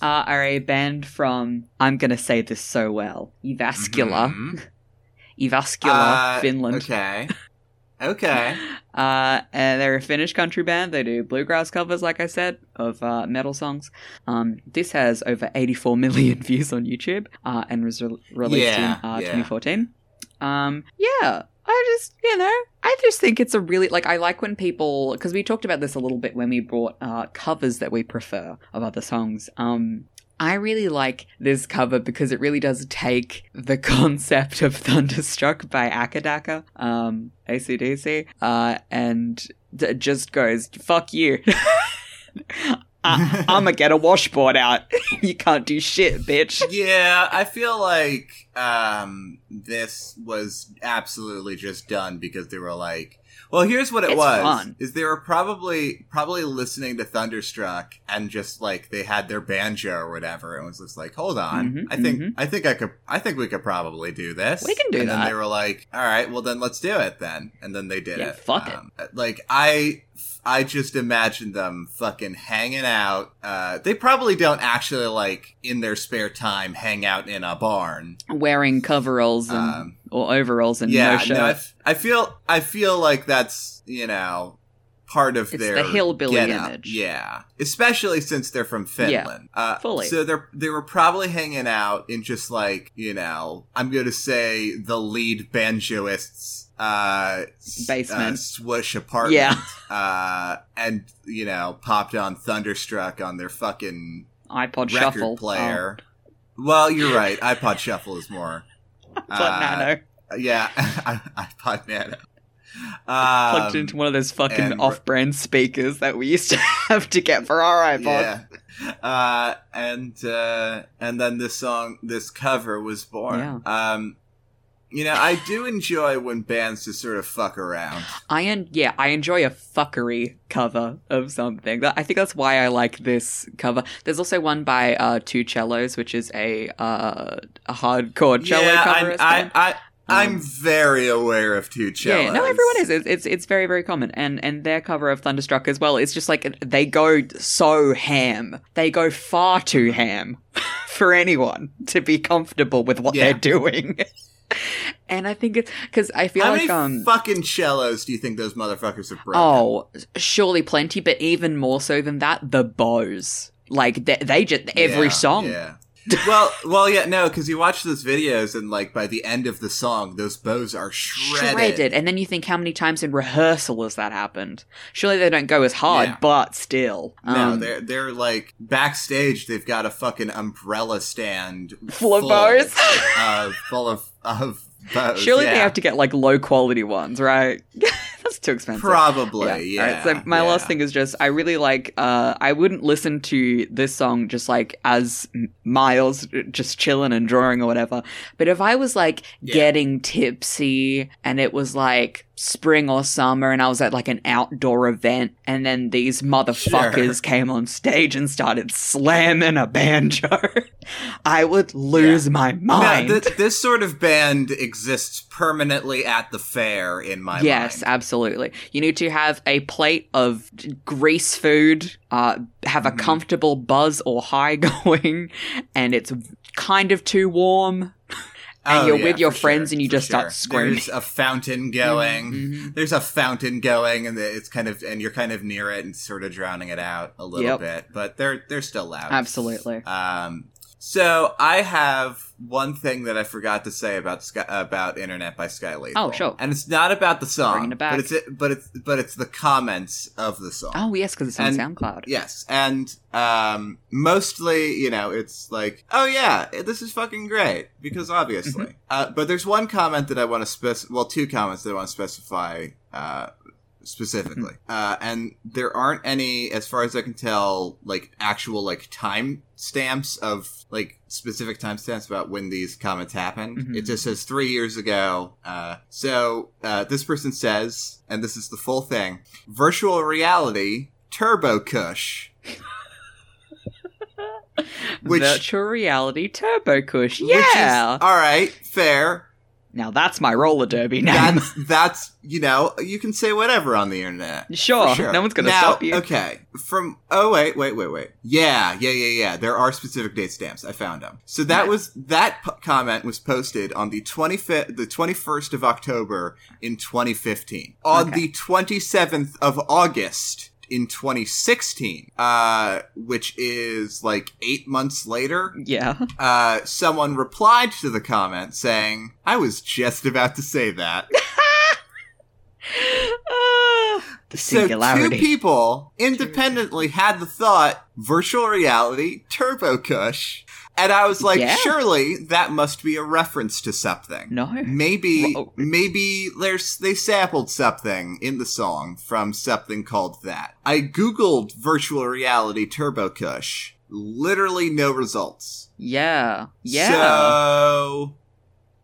S1: are a band from, I'm gonna say this so well, Evascular.
S2: Mhm.
S1: Evascular,
S2: Uh,
S1: Finland.
S2: Okay. Okay.
S1: Uh, and they're a Finnish country band. They do bluegrass covers, like I said, of uh, metal songs. Um, this has over 84 million views on YouTube uh, and was re- released
S2: Yeah,
S1: in uh,
S2: yeah.
S1: 2014. Um, yeah, I just, you know, I just think it's a really, like, I like when people, because we talked about this a little bit when we brought uh, covers that we prefer of other songs. Um, I really like this cover because it really does take the concept of Thunderstruck by Akadaka, um, ACDC, uh, and d- just goes, fuck you. I- I'ma get a washboard out. you can't do shit, bitch.
S2: yeah, I feel like um, this was absolutely just done because they were like, well, here's what it
S1: It's
S2: was:
S1: fun.
S2: is they were probably probably listening to Thunderstruck and just like they had their banjo or whatever, and was just like, hold on,
S1: Mhm,
S2: I think
S1: mhm.
S2: I think I could I think we could probably do this.
S1: We can do
S2: and Then
S1: that.
S2: they were like, all right, well then let's do it then, and then they did
S1: Yeah,
S2: it. Um,
S1: fuck it.
S2: Like I. I just imagine them fucking hanging out. Uh, they probably don't actually like in their spare time hang out in a barn.
S1: Wearing coveralls and,
S2: Um,
S1: or overalls and
S2: yeah,
S1: no shirt.
S2: I, f- I feel I feel like that's you know part of
S1: It's
S2: their
S1: the hillbilly
S2: getup.
S1: image.
S2: Yeah, especially since they're from Finland. Uh,
S1: fully.
S2: So they're they were probably hanging out in just like you know I'm going to say the lead banjoist's uh, s-
S1: Basement.
S2: uh, swoosh apartment.
S1: yeah,
S2: Uh, and you know popped on Thunderstruck on their fucking
S1: iPod
S2: record
S1: shuffle Oh.
S2: player. Well, you're right. iPod Shuffle is more.
S1: Oh, but
S2: uh,
S1: nano.
S2: Yeah, iPod Nano. Um,
S1: plugged into one of those fucking
S2: and-
S1: off-brand speakers that we used to have to get for our iPod.
S2: Yeah. Uh, and uh, and then this song, this cover was born.
S1: Yeah.
S2: Um, you know, I do enjoy when bands just sort of fuck around.
S1: I en- yeah, I enjoy a fuckery cover of something. That- I think that's why I like this cover. There's also one by uh, Two Cellos, which is a uh, a hardcore cello
S2: yeah,
S1: cover.
S2: I'm,
S1: as well.
S2: I, I, I'm
S1: Um,
S2: very aware of two cellos.
S1: Yeah, no, everyone is. It's, it's it's very very common, and and their cover of Thunderstruck as well. It's just like they go so ham. They go far too ham for anyone to be comfortable with what
S2: Yeah.
S1: they're doing. and I think it's because I feel
S2: How
S1: like
S2: many
S1: um
S2: fucking cellos do you think those motherfuckers have broken?
S1: oh surely plenty, but even more so than that, the bows. Like they, they just every
S2: Yeah,
S1: song.
S2: Yeah. well, well, yeah, no, because you watch those videos and like by the end of the song, those bows are shredded.
S1: Shredded, and then you think how many times in rehearsal has that happened? Surely they don't go as hard,
S2: Yeah.
S1: but still,
S2: No,
S1: Um,
S2: they're they're like backstage. They've got a fucking umbrella stand
S1: Full of
S2: full,
S1: bows.
S2: uh, full of of bows.
S1: Surely they
S2: yeah.
S1: have to get like low quality ones, right? That's too expensive.
S2: Probably, yeah.
S1: All right, so my
S2: yeah.
S1: last thing is just I really like. Uh, I wouldn't listen to this song just like as M- Miles uh, just chilling and drawing or whatever. But if I was like
S2: Yeah.
S1: getting tipsy and it was like spring or summer and I was at like an outdoor event and then these motherfuckers came on stage and started slamming a banjo, I would lose my
S2: No,
S1: mind.
S2: Ah, th- this sort of band exists permanently at the fair in my
S1: yes,
S2: mind.
S1: absolutely. You need to have a plate of grease food, uh, have a
S2: Mhm.
S1: comfortable buzz or high going, and it's kind of too warm. and you're with your
S2: Oh, for
S1: friends and you
S2: for
S1: just start screaming. Mm-hmm,
S2: There's a fountain going.
S1: Mhm.
S2: There's a fountain going, and it's kind of and you're kind of near it and sort of drowning it out a little
S1: Yep.
S2: bit, but they're they're still loud.
S1: Absolutely.
S2: Um, so I have one thing that I forgot to say about Sky, about Internet by Sky Lethal.
S1: Oh, sure.
S2: And it's not about the song,
S1: Bringing it back.
S2: but it's but it's but it's the comments of the song.
S1: Oh, yes, because it's on
S2: And-
S1: SoundCloud.
S2: Yes, and um, mostly, you know, it's like, oh yeah, this is fucking great because obviously. Uh, but there's one comment that I want to spec. Well, two comments that I want to specify uh, specifically, uh, and there aren't any, as far as I can tell, like actual like time stamps of like specific time stamps about when these comments happened.
S1: Mhm.
S2: It just says three years ago. Uh, so uh, this person says, and this is the full thing virtual reality turbo kush which-
S1: Virtual reality turbo cush.
S2: which is-
S1: Yeah.
S2: all right fair
S1: now that's my roller derby name.
S2: that's that's you know you can say whatever on the internet
S1: Sure.
S2: For sure.
S1: Oh, No one's going to
S2: Now,
S1: stop you.
S2: Okay. From oh wait wait wait wait yeah yeah yeah yeah there are specific date stamps I found them so that
S1: Nice.
S2: was that p- comment was posted on the twenty fifth the twenty first of October in twenty fifteen on
S1: Okay.
S2: the twenty seventh of August in 2016 uh which is like eight months later
S1: Yeah.
S2: uh, someone replied to the comment saying, I was just about to say that.
S1: Ah, the
S2: So two
S1: singularity.
S2: people independently had the thought, virtual reality, turbo cush. And I was like,
S1: Yeah.
S2: surely that must be a reference to something.
S1: no.
S2: Maybe,
S1: Whoa.
S2: maybe there's they sampled something in the song from something called that. I googled virtual reality turbo cush. Literally no results.
S1: Yeah. Yeah.
S2: So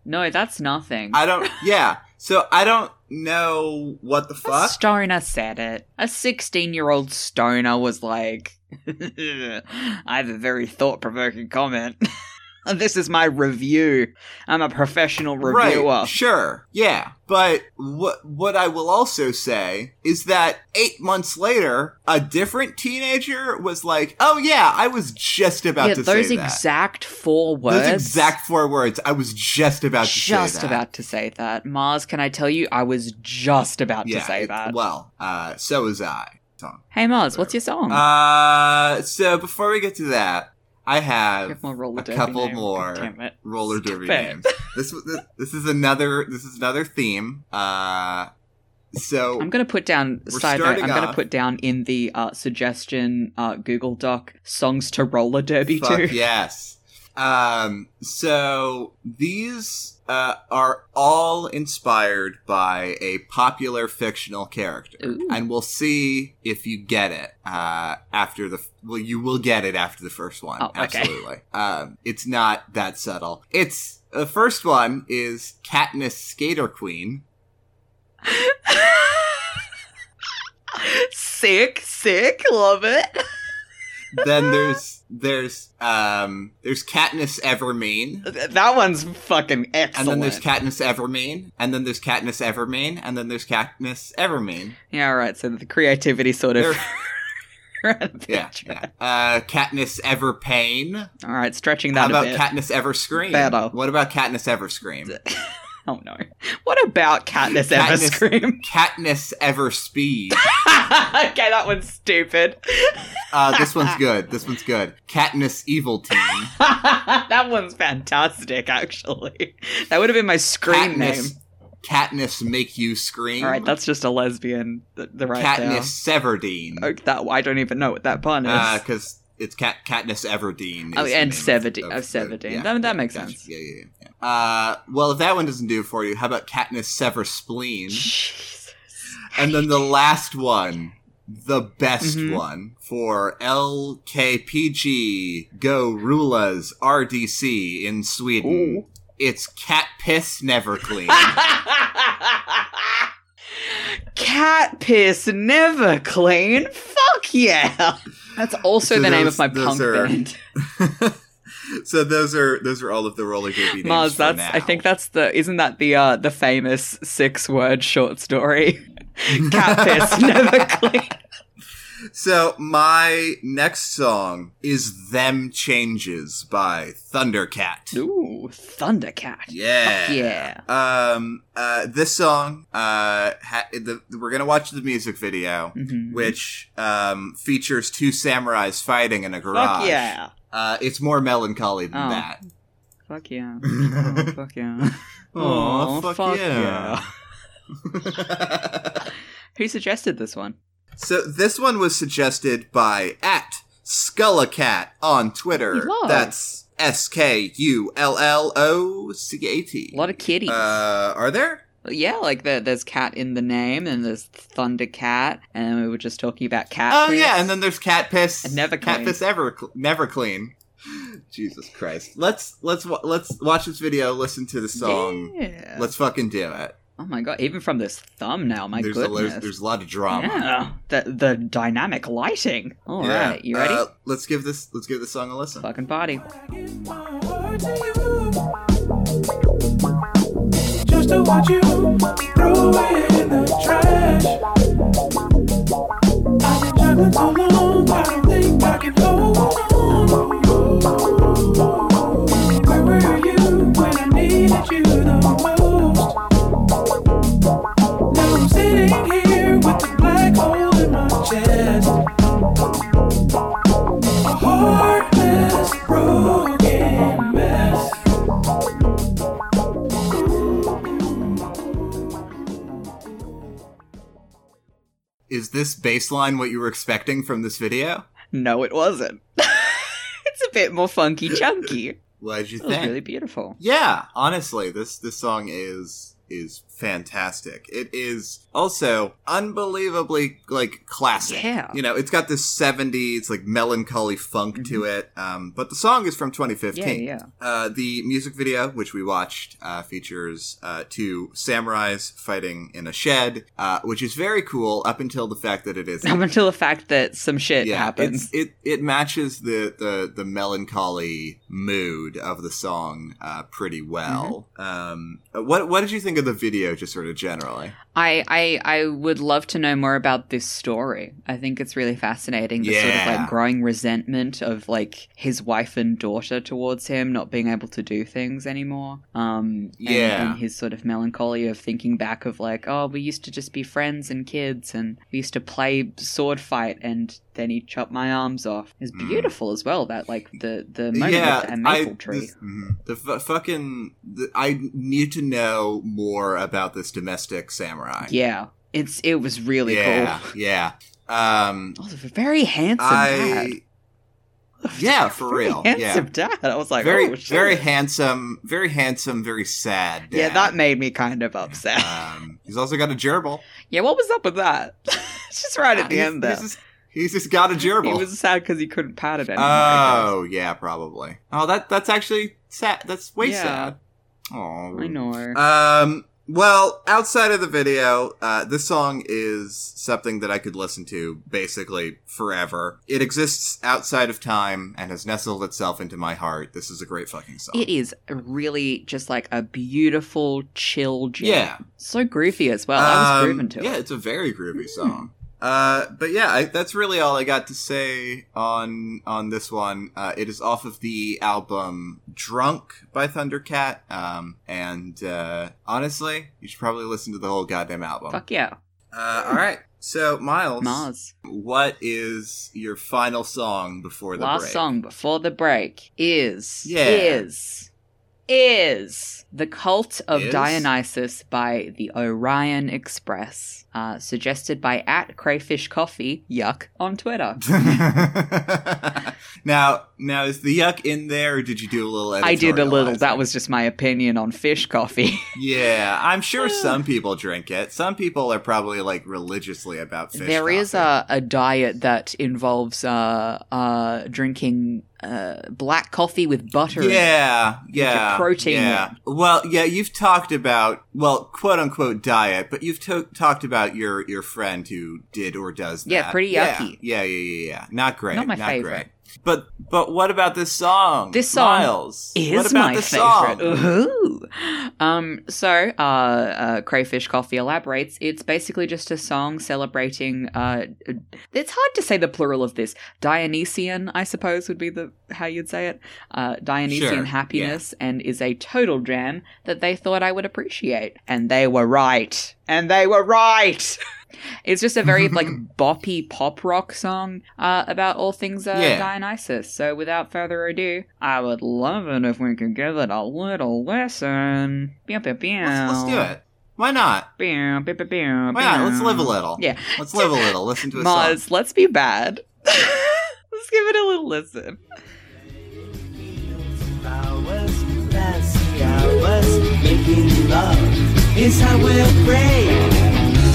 S1: no, that's nothing.
S2: I don't. Yeah. So I don't know what the
S1: A
S2: fuck.
S1: stoner said it. A 16 year old stoner was like, I have a very thought provoking comment. this is my review. I'm a professional reviewer.
S2: Right. Sure. Yeah. But what what I will also say is that eight months later, a different teenager was like, "Oh yeah, I was just about
S1: yeah,
S2: to
S1: those
S2: say that."
S1: exact four words.
S2: Those exact four words. I was just about to
S1: Just
S2: say that.
S1: about to say that. Mars, can I tell you, I was just about
S2: yeah,
S1: to say that.
S2: Well, uh, so was I. Song.
S1: hey, Mars, what's your song?
S2: Uh, so before we get to that, I
S1: You
S2: have
S1: have more roller
S2: a
S1: derby
S2: couple
S1: name.
S2: more.
S1: God damn it.
S2: roller derby
S1: Stupid.
S2: names. This, this this is another this is another theme. Uh, so
S1: I'm gonna put down
S2: We're
S1: side note.
S2: starting
S1: I'm gonna
S2: off-
S1: put down in the uh, suggestion uh, Google Doc songs to roller derby
S2: fuck
S1: too.
S2: yes. Um, so these uh, are all inspired by a popular fictional character,
S1: Ooh.
S2: and we'll see if you get it uh, after the. Well, you will get it after the first one.
S1: Oh, okay.
S2: Absolutely. Um, it's not that subtle. It's the first one is Katniss Skater Queen.
S1: sick, sick, love it.
S2: then there's there's um there's Katniss Evermean.
S1: That one's fucking
S2: And
S1: excellent.
S2: then there's Katniss Evermean, and then there's Katniss Evermean, and then there's Katniss Evermean.
S1: yeah, all right. So the creativity sort of.
S2: There-
S1: yeah,
S2: Yeah, yeah. Uh, Katniss Ever Pain.
S1: All right, stretching
S2: How
S1: that a
S2: about
S1: bit.
S2: Katniss Ever Scream?
S1: Better.
S2: What about Katniss Ever Scream?
S1: oh no! What about Katniss ever
S2: Katniss-
S1: scream?
S2: Katniss Ever Speed.
S1: okay, that one's stupid.
S2: Uh, this one's good. This one's good. Katniss Evil Team.
S1: that one's fantastic, actually. That would have been my scream name.
S2: Katniss, Katniss Make You Scream.
S1: All right, that's just a lesbian. The, the right
S2: Katniss Severdeen.
S1: there. Oh, that I don't even know what that pun is.
S2: because Uh, it's Kat- Katniss Everdeen.
S1: Oh,
S2: is the
S1: and
S2: name
S1: Severdeen- of
S2: the-
S1: Severdeen. That- that makes
S2: gotcha.
S1: sense.
S2: Yeah, yeah, yeah. yeah. Uh, well, if that one doesn't do it for you, how about Katniss Sever Spleen?
S1: Jesus.
S2: and then the last one, the best
S1: Mhm.
S2: one for LKPG Go Rulas RDC in Sweden.
S1: Ooh.
S2: It's Cat Piss Never Clean.
S1: Cat piss never clean. Fuck yeah. That's also
S2: So
S1: the name
S2: those-
S1: of my
S2: those
S1: punk
S2: are-
S1: band.
S2: so those are those are all of the roller derby names.
S1: Mars,
S2: for
S1: that's
S2: now.
S1: I think that's the isn't that the uh the famous six word short story? Cat piss never clean.
S2: So my next song is "Them Changes" by Thundercat.
S1: Ooh, Thundercat.
S2: Yeah,
S1: Fuck yeah.
S2: Um, uh, this song, uh, ha- the, we're gonna watch the music video,
S1: Mhm.
S2: which um features two samurais fighting in a garage.
S1: Fuck yeah.
S2: Uh, it's more melancholy than
S1: Oh.
S2: that.
S1: Fuck yeah. Oh, fuck yeah.
S2: Aw,
S1: Oh, Who suggested this one?
S2: So this one was suggested by at Skullacat on Twitter.
S1: Whoa.
S2: That's S K U L L O C A T.
S1: A lot of kitties.
S2: Uh, are there?
S1: yeah, like the, there's cat in the name, and there's Thundercat, and we were just talking about cat.
S2: Oh
S1: piss.
S2: yeah, and then there's cat piss.
S1: And never
S2: cat
S1: clean.
S2: piss ever cl- never clean. Jesus Christ. Let's let's wa- let's watch this video, listen to the song.
S1: Yeah.
S2: Let's fucking do it.
S1: oh my god! Even from this thumbnail, my
S2: there's a
S1: goodness.
S2: there's, there's a lot of drama.
S1: yeah, the the dynamic lighting. All right,
S2: Yeah.
S1: you ready?
S2: Uh, let's give this let's give this song a listen.
S1: Fucking party.
S5: Just to watch you throw it in the trash. I've been juggling so long, I don't think I can hold on. Where were you when I needed you the most? Now I'm sitting here with a black hole in my chest. A heartless, broken mess.
S2: Is this baseline what you were expecting from this video?
S1: No, it wasn't. it's a bit more funky, chunky.
S2: What did you
S1: It was
S2: think?
S1: really beautiful.
S2: Yeah, honestly, this this song is is fantastic. It is also unbelievably like classic.
S1: Yeah.
S2: You know, it's got this 70s like melancholy funk to it. Um but the song is from 2015.
S1: Mm-hmm. Yeah, yeah.
S2: Uh the music video which we watched uh features uh two samurais fighting in a shed, uh which is very cool up until the fact that it is
S1: Up until the fact that some shit
S2: yeah,
S1: happens.
S2: It's, it it matches the, the the melancholy mood of the song uh, pretty well.
S1: Mm-hmm.
S2: Um, what what did you think of the video, just sort of generally?
S1: I, I I would love to know more about this story. I think it's really fascinating. The sort of
S2: Yeah.
S1: like growing resentment of like his wife and daughter towards him not being able to do things anymore. Um, and-
S2: Yeah.
S1: and his sort of melancholy of thinking back of like, oh, we used to just be friends and kids, and we used to play sword fight, and then he chopped my arms off. It's
S2: Mm.
S1: beautiful as well. That like the the moment with that maple tree.
S2: this- mhm. the fu- fucking. The, I need to know more about this domestic samurai.
S1: yeah, it's it was really
S2: yeah,
S1: cool.
S2: yeah. Um,
S1: Also, very handsome. dad.
S2: I Yeah, for real. Yeah.
S1: Handsome dad. I was like,
S2: Very,
S1: oh, shit.
S2: very handsome, very handsome, very sad.
S1: Yeah,
S2: dad.
S1: that made me kind of upset.
S2: Um, he's also got a gerbil.
S1: yeah, what was up with that? it's just right at the
S2: Uh, He's-
S1: end there.
S2: He's just, he's just got a gerbil.
S1: He was sad because he couldn't pat it anymore. I
S2: oh yeah, probably. Oh, that that's actually sad. That's way
S1: Yeah.
S2: sad. Oh,
S1: guess. I know.
S2: Um, well, outside of the video, uh, this song is something that I could listen to basically forever. It exists outside of time and has nestled itself into my heart. This is a great fucking song.
S1: It is really just like a beautiful, chill jam.
S2: Yeah.
S1: So groovy as well. I was
S2: Um,
S1: grooving to
S2: yeah,
S1: it.
S2: it's a very groovy song. Uh, but yeah, I, that's really all I got to say on on this one. Uh, it is off of the album "Drunk" by Thundercat, um, and uh, honestly, you should probably listen to the whole goddamn album.
S1: Fuck yeah.
S2: Uh, all right, so Miles,
S1: Mars.
S2: what is your final song before the
S1: Last
S2: break?
S1: song before the break is
S2: Yeah.
S1: is is the cult of
S2: Is?
S1: Dionysus by the Orion Express, uh, suggested by at crayfish coffee yuck on Twitter.
S2: now, now is the yuck in there, or did you do a little?
S1: I did a little.
S2: editorializing?
S1: That was just my opinion on fish coffee.
S2: Yeah, I'm sure some people drink it. Some people are probably like religiously about fish.
S1: There is
S2: coffee.
S1: a, a diet that involves uh, uh, drinking uh, black coffee with butter. in it.
S2: yeah, yeah,
S1: protein
S2: Yeah. Well, yeah, you've talked about well, quote unquote diet, but you've to- talked about your your friend who did or does that.
S1: Yeah, pretty yucky.
S2: Yeah, yeah, yeah, yeah. yeah. Not great.
S1: Not my favorite.
S2: Great. But but what about this song?
S1: This song
S2: Miles,
S1: Is
S2: what about
S1: my
S2: this
S1: favorite.
S2: Song?
S1: Ooh. Um, so, uh, uh, Crayfish Coffee elaborates. It's basically just a song celebrating. Uh, it's hard to say the plural of this. Dionysian, I suppose, would be the how you'd say it. Uh, Dionysian
S2: Sure,
S1: happiness, and is a total jam that they thought I would appreciate, and they were right. And they were right. It's just a very like boppy pop rock song uh, about all things uh,
S2: Yeah.
S1: Dionysus. So without further ado, I would love it if we could give it a little listen. Let's, let's
S2: Let's, let's do it. Why not? Why not? Let's live a little.
S1: Mm. Yeah.
S2: Let's live a little. Listen to a song.
S1: Mars, let's be bad. let's give it a little listen.
S3: Hours, fancy hours, making love is how we'll break.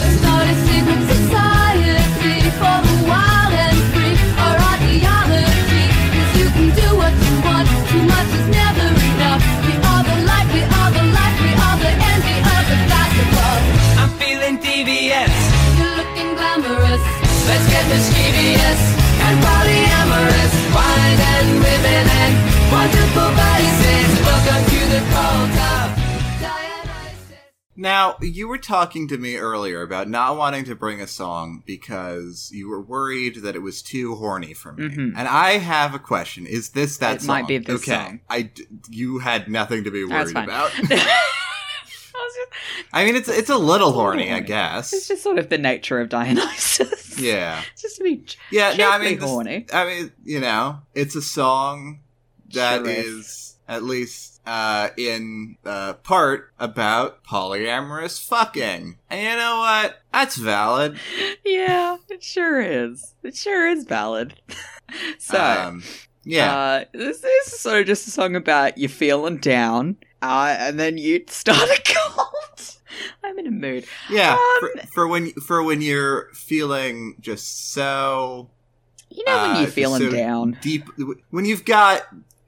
S7: Let's start a secret society for the wild and free. Our ideology is you can do what you want. Too much is never enough. We are the light, we are the light, we are the envy of the gods above.
S8: I'm feeling devious.
S7: You're looking glamorous.
S8: Let's get mischievous and polyamorous. Wine and women and wonderful vices. Welcome to the cult of
S7: Dionysus.
S2: Now, you were talking to me earlier about not wanting to bring a song because you were worried that it was too horny for me.
S1: Mhm.
S2: And I have a question. Is this that
S1: It
S2: song?
S1: might be this
S2: okay.
S1: song.
S2: I d- you had nothing to be
S1: That's fine.
S2: worried about.
S1: I was just-
S2: I mean, it's it's a little horny, I
S1: horny.
S2: guess.
S1: it's just sort of the nature of Dionysus.
S2: yeah.
S1: It's just to be ch-
S2: Yeah, no, I
S1: cheaply
S2: mean, this-
S1: horny.
S2: I mean, you know, it's a song that is
S1: Sure is.
S2: at least uh, in uh, part about polyamorous fucking. And you know what? That's valid.
S1: Yeah, it sure is. It sure is valid. so,
S2: Um, yeah.
S1: uh, this, this is sort of just a song about you feeling down, uh, and then you start a cult. I'm in a mood.
S2: Yeah,
S1: Um,
S2: for, for when for when you're feeling just so
S1: You know when
S2: Uh,
S1: you're feeling
S2: so-
S1: down.
S2: deep, when you've got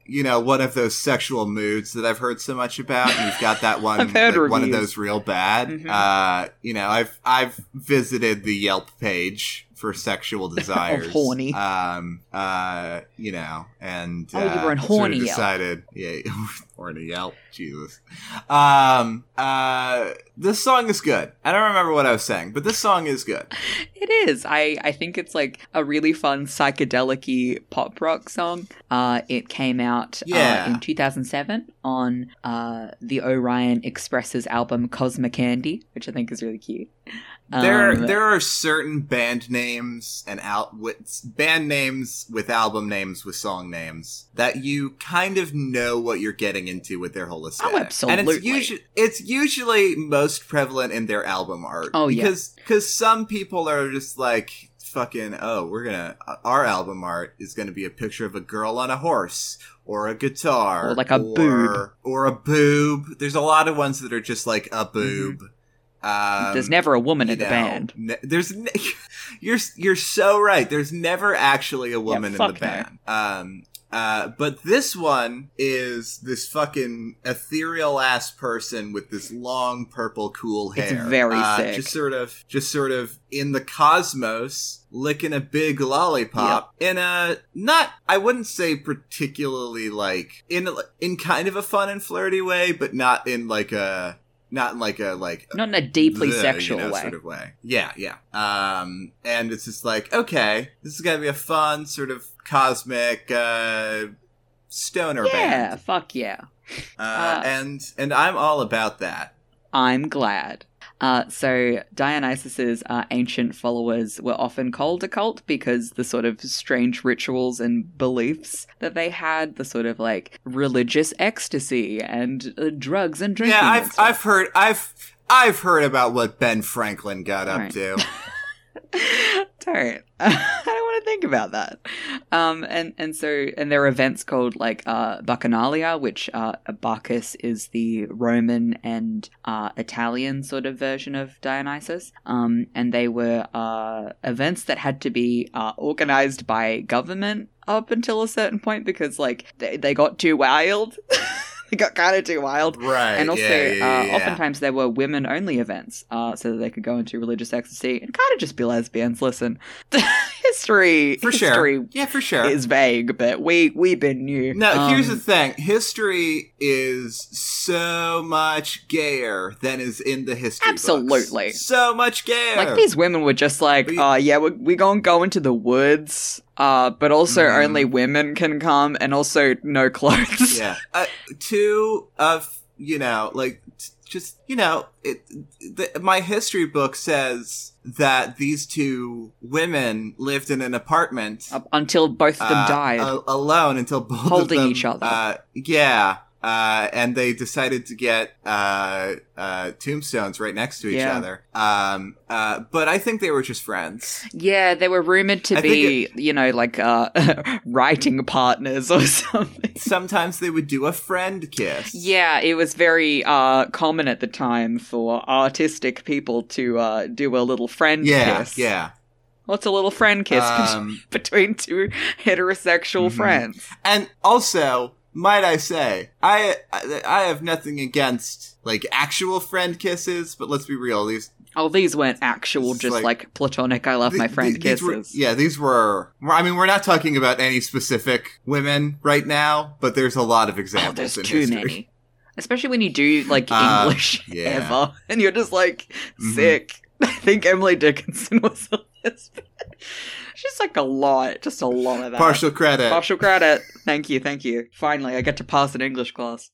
S2: you know one of those sexual moods that I've heard so much about, and you've got that one
S1: I've heard
S2: like, one of
S1: reviews.
S2: those real bad.
S1: Mhm.
S2: Uh, you know, I've I've visited the Yelp page for sexual desires,
S1: Oh, horny.
S2: Um, uh, you know, and
S1: Oh, you
S2: uh,
S1: were on
S2: sort of
S1: horny Yelp.
S2: decided, yeah, horny Yelp, Jesus. Um, uh, this song is good. I don't remember what I was saying, but this song is good.
S1: It is. I, I think it's like a really fun psychedelic pop rock song. Uh, it came out
S2: Yeah.
S1: uh, in 2007 on uh, the Orion Express's album Cosmic Candy, which I think is really cute.
S2: There,
S1: Um,
S2: there are certain band names and out with band names with album names with song names that you kind of know what you're getting into with their whole aesthetic. And it's
S1: Oh, absolutely.
S2: usually it's usually most prevalent in their album art.
S1: Oh, yeah.
S2: because because some people are just like fucking oh, we're gonna our album art is gonna be a picture of a girl on a horse or a guitar
S1: Or like a boob.
S2: or a boob. There's a lot of ones that are just like a boob. Um,
S1: There's never a woman
S2: you
S1: in the
S2: know,
S1: band.
S2: ne- there's ne- you're you're so right. There's never actually a woman in the
S1: fuck no.
S2: band. Um uh but this one is this fucking ethereal ass person with this long purple cool hair.
S1: It's very
S2: uh,
S1: sick.
S2: Just sort of just sort of in the cosmos licking a big lollipop in a not I wouldn't say particularly like in a- in kind of a fun and flirty way, but not in like a not in like a like
S1: Not in a deeply
S2: the, you
S1: sexual
S2: know,
S1: way.
S2: sort of way. Yeah, yeah. Um, and it's just like, okay, this is gonna be a fun sort of cosmic uh, stoner
S1: yeah,
S2: band,
S1: fuck yeah.
S2: uh,
S1: uh,
S2: and and I'm all about that.
S1: I'm glad. Uh, so Dionysus's uh, ancient followers were often called a cult because the sort of strange rituals and beliefs that they had, the sort of like religious ecstasy and uh, drugs and drinking.
S2: Yeah,
S1: and
S2: I've
S1: stuff.
S2: I've heard I've I've heard about what Ben Franklin got up
S1: Right.
S2: to.
S1: Darn. I don't want to think about that. Um, and, and so, and there are events called like uh, Bacchanalia, which uh, Bacchus is the Roman and uh, Italian sort of version of Dionysus. Um, and they were uh, events that had to be uh, organized by government up until a certain point because like they, they got too wild. they got kind of too wild
S2: right,
S1: and also
S2: yeah, yeah,
S1: uh,
S2: yeah.
S1: oftentimes there were women only events uh, so that they could go into religious ecstasy and kind of just be lesbians listen history
S2: for
S1: history
S2: sure, yeah, for sure.
S1: is vague but we we've been new
S2: No, here's the
S1: Um,
S2: thing. History is so much gayer than is in the history. books.
S1: Absolutely.
S2: So much gayer.
S1: like these women were just like
S2: We-
S1: uh yeah we're, we gonna go into the woods uh but also
S2: Mhm.
S1: only women can come and also no clothes
S2: yeah. Uh, two of, you know, like, t- just, you know, it, the, my history book says that these two women lived in an apartment
S1: Up until both of them
S2: uh,
S1: died
S2: a- alone until both of
S1: Holding
S2: them,
S1: each other.
S2: Uh, yeah. Uh, and they decided to get uh, uh, tombstones right next to each
S1: Yeah.
S2: other. Um, uh, but I think they were just friends.
S1: yeah they were rumored to
S2: I think
S1: be you know like uh writing partners or something
S2: Sometimes they would do a friend kiss.
S1: Yeah, it was very uh, common at the time for artistic people to uh, do a little friend
S2: Yeah.
S1: kiss.
S2: Yeah.
S1: What's a little friend kiss bet-
S2: Um,
S1: between two heterosexual
S2: Mhm.
S1: friends?
S2: And also, might I say, I I I have nothing against like actual friend kisses, but let's be real, these
S1: Oh, these weren't actual,
S2: It's
S1: just like,
S2: like-
S1: platonic. I love
S2: th-
S1: my
S2: th-
S1: friend
S2: these were-
S1: kisses.
S2: yeah, these were. I mean, we're not talking about any specific women right now, but there's a lot of
S1: oh,
S2: examples.
S1: there's
S2: in
S1: too
S2: history.
S1: many, especially when you do like
S2: Uh,
S1: English
S2: yeah.
S1: ever, and you're just like
S2: Mhm.
S1: sick. I think Emily Dickinson was on this. She's like a lot, just a lot of that.
S2: Partial credit.
S1: Partial credit. Thank you, thank you. Finally, I get to pass an English class.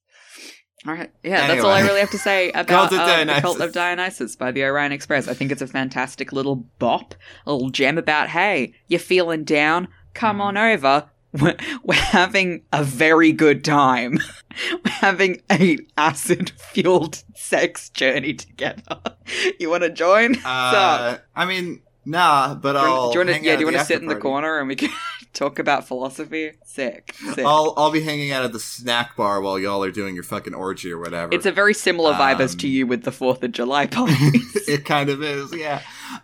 S1: All right. Yeah, that's all I
S2: Anyway.
S1: really have to say about
S2: Cult of
S1: uh, The Cult
S2: Dionysus.
S1: of Dionysus by the Orion Express. I think it's a fantastic little bop, a little gem about, hey, you're feeling down? Come on over. We're, we're having a very good time. we're having a acid-fueled sex journey together. you want to join?
S2: Uh, I mean, nah, but
S1: Do you wanna-
S2: I'll.
S1: do you want
S2: hang
S1: to? Yeah,
S2: out
S1: do you
S2: at
S1: want to
S2: after
S1: sit in the
S2: party.
S1: corner and we can talk about philosophy? Sick. Sick.
S2: I'll I'll be hanging out at the snack bar while y'all are doing your fucking orgy or whatever.
S1: It's a very similar vibe as
S2: Um,
S1: to you with the Fourth of July party.
S2: it kind of is, yeah.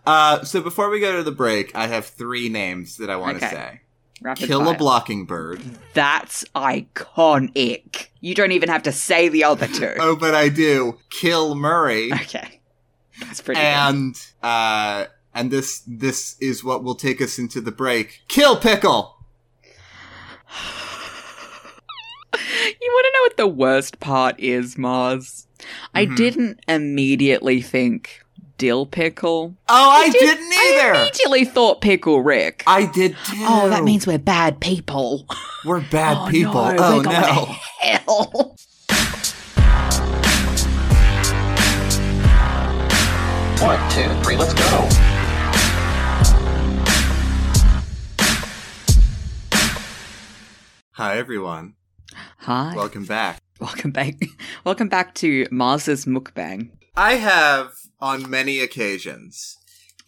S2: Uh, so before we go to the break, I have three names that I want to
S1: Okay.
S2: say.
S1: Rapid
S2: Kill
S1: fire.
S2: a blocking bird.
S1: That's iconic. You don't even have to say the other two.
S2: Oh, but I do. Kill Murray.
S1: Okay, that's pretty. good.
S2: and uh and this this is what will take us into the break. Kill pickle. Oh,
S1: You want to know what the worst part is, Mars? I
S2: Mhm.
S1: didn't immediately think dill pickle.
S2: Oh, I,
S1: did-
S2: didn't either.
S1: I immediately thought pickle Rick.
S2: I did too.
S1: oh, that means we're bad people.
S2: we're bad
S1: Oh,
S2: people.
S1: no, we're
S2: oh
S1: going to
S2: no.
S1: hell.
S9: One, two, three, let's go.
S2: Hi everyone.
S1: Hi,
S2: Welcome back.
S1: welcome back. Welcome back to Mars's mukbang.
S2: I have on many occasions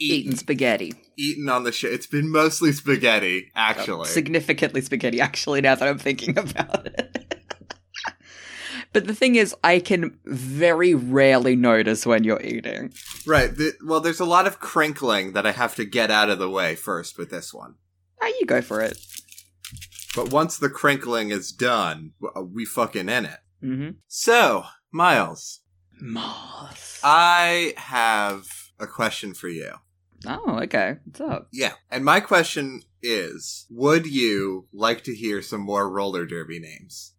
S1: eaten spaghetti.
S2: eaten on the show. It's been mostly spaghetti, actually.
S1: Significantly spaghetti, actually, now that I'm thinking about it. but the thing is, I can very rarely notice when you're eating.
S2: right. th- well, there's a lot of crinkling that I have to get out of the way first with this one.
S1: Ah, you go for it.
S2: But once the crinkling is done, w- uh, we fucking in it.
S1: Mm-hmm.
S2: So, Miles,
S1: Moss.
S2: I have a question for you.
S1: oh, okay. What's up?
S2: Yeah. And my question is Would you like to hear some more roller derby names?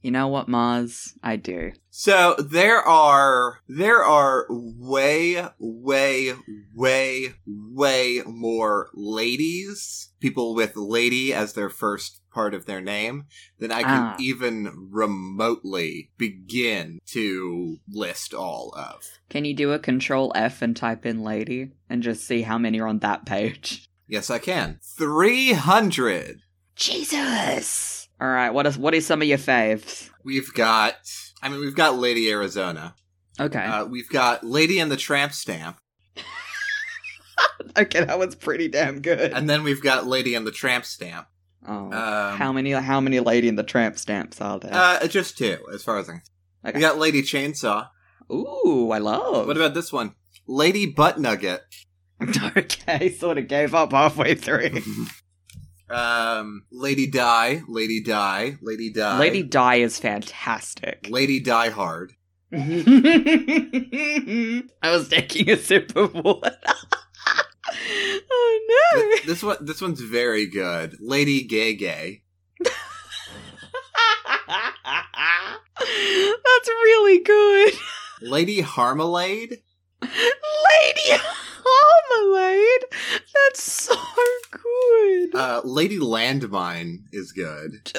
S1: You know what, Mars? I do.
S2: So there are there are way way way way more ladies, people with lady as their first part of their name than I can
S1: Ah.
S2: even remotely begin to list all of.
S1: Can you do a control F and type in lady and just see how many are on that page?
S2: Yes, I can. 300.
S1: Jesus! All right, what is what is some of your faves?
S2: We've got I mean we've got Lady Arizona.
S1: Okay.
S2: Uh, we've got Lady and the Tramp Stamp,
S1: okay, that one's pretty damn good.
S2: and then we've got Lady and the Tramp Stamp.
S1: oh.
S2: Um,
S1: how many how many lady in the tramp stamps are there?
S2: Uh, just two, as far as I can.
S1: Okay. Oh.
S2: We got Lady Chainsaw.
S1: Ooh, I love.
S2: What about this one? Lady Butt Nugget.
S1: okay, sort of gave up halfway through.
S2: Um, Lady Die, Lady Die, Lady Die,
S1: Lady Di is fantastic.
S2: Lady Die Hard.
S1: I was taking a sip of water. oh
S2: Th- this one, this one's very good. Lady Gay Gay.
S1: no. That's really good.
S2: Lady Harmalade.
S1: Lady Marmalade. That's so good.
S2: Uh, Lady Landmine is good.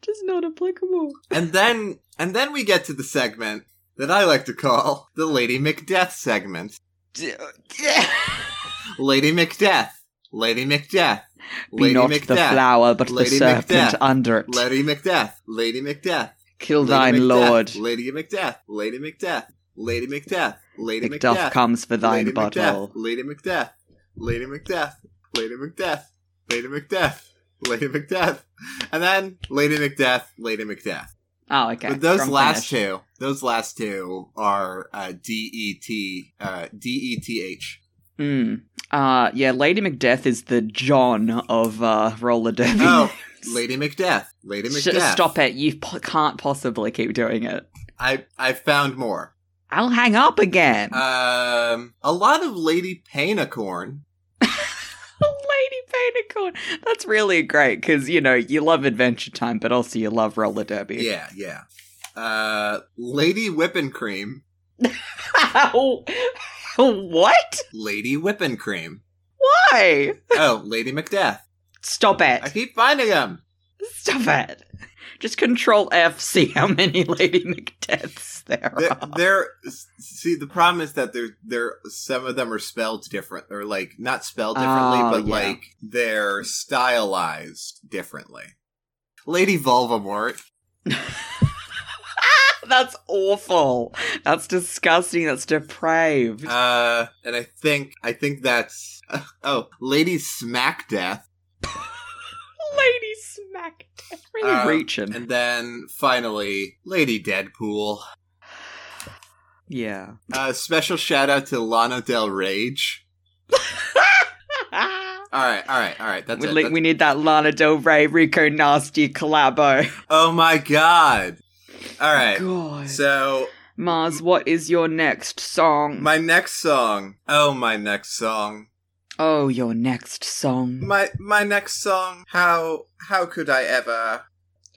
S1: Just not applicable.
S2: And then, and then we get to the segment that I like to call the Lady Macdeath segment. Lady Macdeath. Lady Macdeath.
S1: Be
S2: Lady
S1: not the
S2: Macdeath.
S1: flower, but
S2: Lady
S1: the serpent
S2: Macbeth.
S1: under it.
S2: Lady Macdeath. Lady Macdeath.
S1: Kill
S2: Lady
S1: thine
S2: Macbeth,
S1: lord.
S2: Lady Macbeth. Lady Macbeth. Lady Macbeth. Lady
S1: Macduff
S2: Macbeth.
S1: comes for thine
S2: Lady Macbeth.
S1: bottle.
S2: Lady Macbeth. Lady Macbeth. Lady Macbeth. Lady Macbeth. Lady Macbeth. And then Lady Macbeth. Lady Macbeth.
S1: Oh, okay.
S2: but those
S1: Strong
S2: last
S1: finish.
S2: two, those last two are uh, D E T uh, D E T H.
S1: Mm. Uh, yeah, Lady Macbeth is the John of uh, roller derby.
S2: Oh, Lady Macbeth. Lady
S1: Sh-
S2: Macbeth.
S1: stop it! You po- can't possibly keep doing it.
S2: I I found more.
S1: I'll hang up again.
S2: Um, a lot of Lady Painacorn.
S1: Lady Painticorn. That's really great because you know you love Adventure Time, but also you love roller derby.
S2: Yeah, yeah. Uh, Lady Whippin' Cream.
S1: what?
S2: Lady Whippin' Cream.
S1: Why?
S2: Oh, Lady Macbeth.
S1: Stop it!
S2: I keep finding them.
S1: Stop it. Just control F, see how many Lady Macbeths there
S2: They're,
S1: are.
S2: they're see the problem is that they're they're some of them are spelled different or like not spelled differently,
S1: Oh,
S2: but
S1: yeah.
S2: like they're stylized differently. Lady Volvamort.
S1: Ah, That's awful. That's disgusting. That's depraved.
S2: Uh, and I think I think that's oh, Lady Smack Death.
S1: Lady smacked. Really
S2: Um,
S1: reaching.
S2: And then finally, Lady Deadpool.
S1: yeah.
S2: Uh, special shout out to Lana Del Rage. All right, all right, all right. That's
S1: we,
S2: it.
S1: li-
S2: that's-
S1: we need that Lana Del Rey, Rico Nasty collabo.
S2: oh my god! All right.
S1: God.
S2: So
S1: Mars, what is your next song?
S2: my next song. Oh, my next song.
S1: oh, your next song.
S2: My my next song. How how could I ever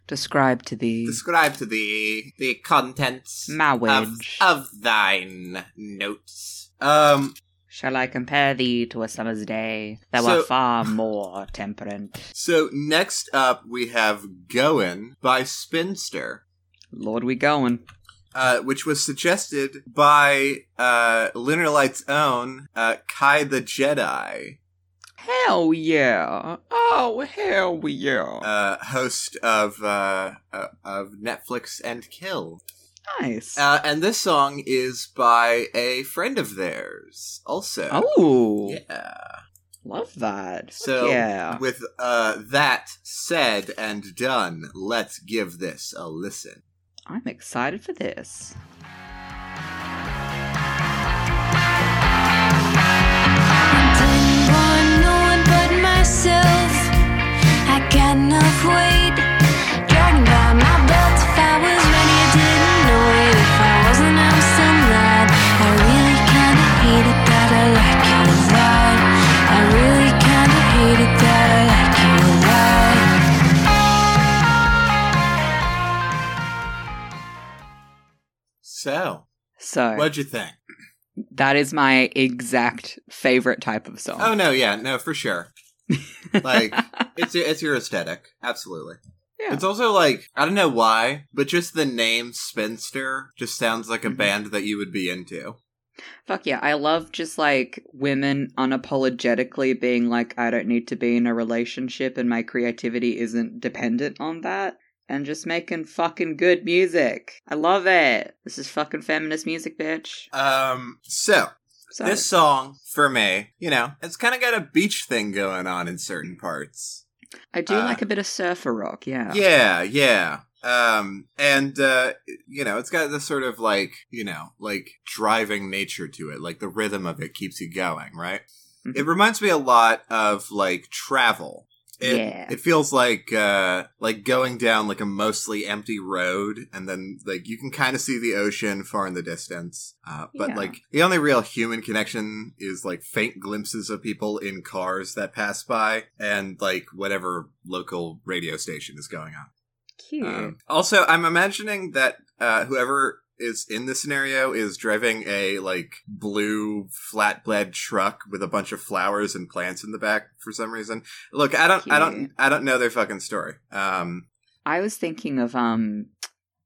S1: Describe to thee.
S2: describe to thee the contents of,
S1: Marriage.
S2: of thine notes? Um.
S1: Shall I compare thee to a summer's day? Thou
S2: So-
S1: art far more temperate.
S2: So next up we have "Goin'" by Spinster.
S1: Lord, we going.
S2: uh, which was suggested by uh, Lunar Light's own uh, Kai the Jedi,
S1: Hell yeah. Oh, hell yeah.
S2: uh, host of uh, uh, of Netflix and Kill.
S1: Nice.
S2: Uh, and this song is by a friend of theirs, also.
S1: oh,
S2: Yeah.
S1: love that.
S2: So,
S1: yeah.
S2: with uh, that said and done, let's give this a listen.
S1: I'm excited for this.
S2: So,
S1: So
S2: what'd you think?
S1: that is my exact favorite type of song.
S2: Oh no, yeah, no, for sure. Like it's your, it's your aesthetic, absolutely.
S1: Yeah.
S2: It's also like I don't know why, but just the name Spinster just sounds like a band that you would be into.
S1: Fuck yeah. I love just like women unapologetically being like, I don't need to be in a relationship and my creativity isn't dependent on that. And just making fucking good music. I love it. This is fucking feminist music, bitch.
S2: Um, so
S1: So,
S2: this song for me, you know, it's kind of got a beach thing going on in certain parts.
S1: I do
S2: uh,
S1: like a bit of surfer rock, yeah.
S2: Yeah, yeah. Um, and uh, you know, it's got this sort of like you know, like driving nature to it. Like the rhythm of it keeps you going, right?
S1: Mhm.
S2: It reminds me a lot of like travel. It,
S1: Yeah.
S2: it feels like uh, like going down like a mostly empty road, and then like you can kind of see the ocean far in the distance. Uh, but
S1: Yeah.
S2: like the only real human connection is like faint glimpses of people in cars that pass by, and like whatever local radio station is going on.
S1: Cute.
S2: Um, also, I'm imagining that uh, whoever is in this scenario is driving a like blue flatbed truck with a bunch of flowers and plants in the back for some reason. Look, I don't, I don't,
S1: Cute.
S2: I don't know their fucking story. Um,
S1: I was thinking of um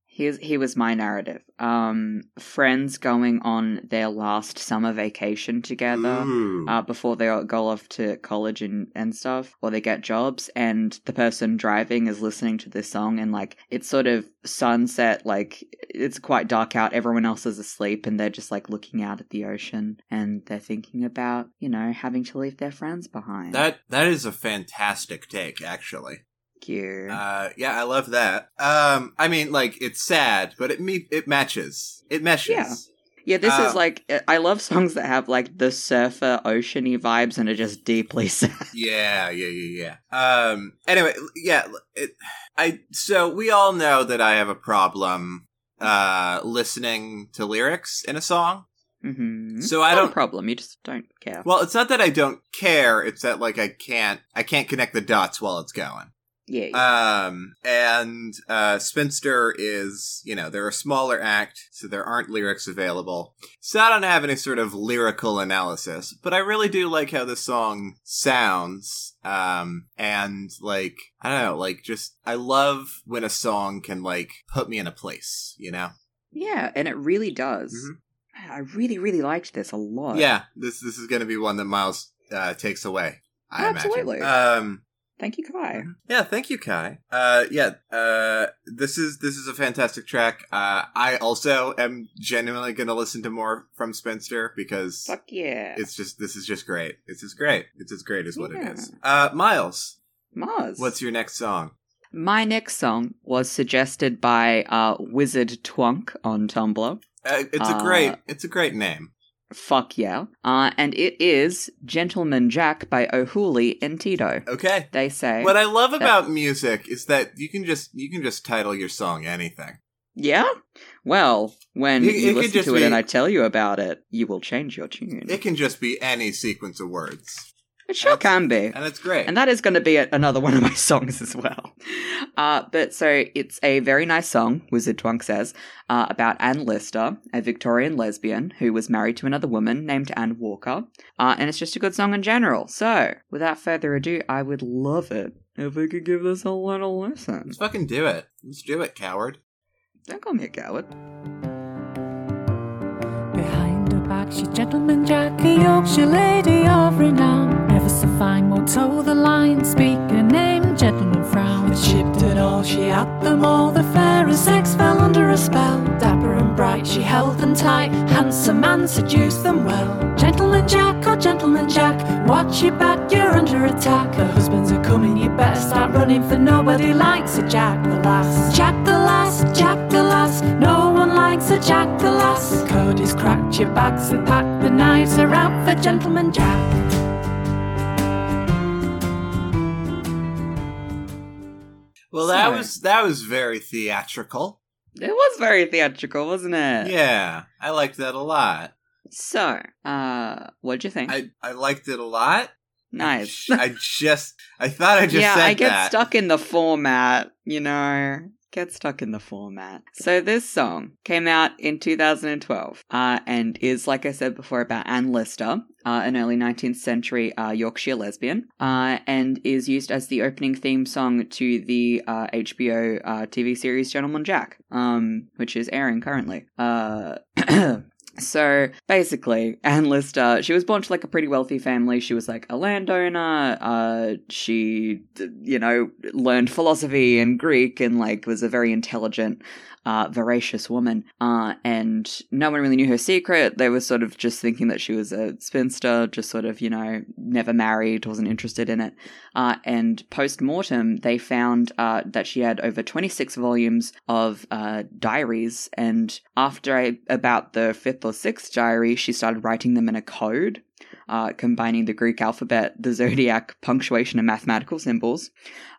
S1: here's here was my narrative. Um friends going on their last summer vacation together.
S2: ooh.
S1: uh, before they all go off to college and, and stuff, or they get jobs, and the person driving is listening to this song, and like it's sort of sunset, like it's quite dark out, everyone else is asleep, and they're just like looking out at the ocean, and they're thinking about, you know, having to leave their friends behind.
S2: that that is a fantastic take, actually.
S1: Thank you.
S2: Uh, yeah, I love that. Um, I mean, like it's sad, but it me it matches. It meshes.
S1: Yeah. yeah, this
S2: uh,
S1: is like, I love songs that have like the surfer, oceany vibes and are just deeply sad.
S2: yeah, yeah, yeah, yeah. Um. Anyway, yeah. It, I so we all know that I have a problem uh listening to lyrics in a song.
S1: hmm
S2: So I
S1: Not a
S2: don't.
S1: problem, you just don't care.
S2: Well, it's not that I don't care. It's that like I can't. I can't connect the dots while it's going.
S1: yeah.
S2: Um, and uh, Spinster is, you know, they're a smaller act, so there aren't lyrics available. So I don't have any sort of lyrical analysis, but I really do like how this song sounds. Um, and like, I don't know, like, just I love when a song can like put me in a place, you know?
S1: Yeah, and it really does. Man, I really, really liked this a lot.
S2: mm-hmm. Yeah, this this is going to be one that Miles uh, takes away. I
S1: Absolutely.
S2: Imagine. Um,
S1: Thank you, Kai.
S2: Yeah, thank you, Kai. Uh, yeah, uh, this is this is a fantastic track. Uh, I also am genuinely going to listen to more from Spencer because
S1: Fuck yeah.
S2: it's just this is just great. It's just great. It's as great as what
S1: Yeah.
S2: it is. Uh, Miles,
S1: Mars.
S2: what's your next song?
S1: My next song was suggested by uh, Wizard Twunk on Tumblr.
S2: Uh, it's a
S1: Uh,
S2: great it's a great name.
S1: Fuck yeah. Uh, and it is Gentleman Jack by O'Hooley and Tito.
S2: Okay.
S1: They say.
S2: What I love about music is that you can just you can just title your song anything.
S1: yeah? Well, when
S2: It-
S1: you,
S2: it could
S1: listen
S2: just
S1: to it and
S2: be-
S1: I tell you about it, you will change your tune.
S2: It
S1: It,
S2: can just be any sequence of words,
S1: sure can be.
S2: and it's great.
S1: And that is going to be a- another one of my songs as well. Uh, but so it's a very nice song, Wizard Twunk says, uh, about Anne Lister, a Victorian lesbian who was married to another woman named Anne Walker. Uh, and it's just a good song in general. So without further ado, I would love it if we could give this a little listen.
S2: Let's fucking do it. Let's do it, coward.
S1: Don't call me a coward.
S10: Behind her back, she gentleman Jack, a Yorkshire lady of renown. Ever so fine, will toe the line, speak her name, gentleman frown. But shipped and all, she had them all. The fairest sex fell under a spell. Dapper Jack. Watch your back, you're under attack. The husbands are coming, you better start running, for nobody likes a Jack the Lass. Jack the Lass, Jack the Lass, no one likes a Jack the Lass. Code is cracked, your bags are packed, the knives are out for Gentleman Jack.
S2: Well, that
S1: Sorry.
S2: was that was very theatrical.
S1: It was very theatrical, wasn't it?
S2: Yeah, I liked that a lot.
S1: So, uh, what'd you think?
S2: I I liked it a lot.
S1: nice.
S2: I just I thought I just
S1: yeah,
S2: said
S1: I get
S2: that.
S1: stuck in the format, you know. Get stuck in the format. So this song came out in 2012, uh, and is like I said before about Anne Lister, uh, an early 19th century uh, Yorkshire lesbian, uh, and is used as the opening theme song to the uh, HBO uh, TV series Gentleman Jack, um, which is airing currently. Uh, So basically, Anne Lister, she was born to like a pretty wealthy family. She was like a landowner. Uh, she, d- you know, learned philosophy and Greek and like was a very intelligent, uh, voracious woman. Uh, and no one really knew her secret. They were sort of just thinking that she was a spinster, just sort of, you know, never married, wasn't interested in it. Uh, and post mortem, they found uh, that she had over 26 volumes of uh, diaries. And after I, about the fifth or sixth diary, she started writing them in a code, uh, combining the Greek alphabet, the zodiac, punctuation, and mathematical symbols.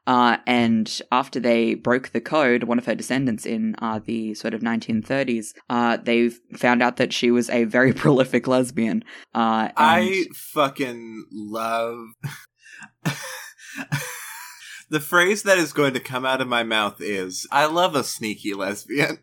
S1: Uh, and after they broke the code, one of her descendants in uh, the sort of 1930s, uh, they found out that she was a very prolific lesbian. Uh, and
S2: I fucking love the phrase that is going to come out of my mouth is I love a sneaky lesbian.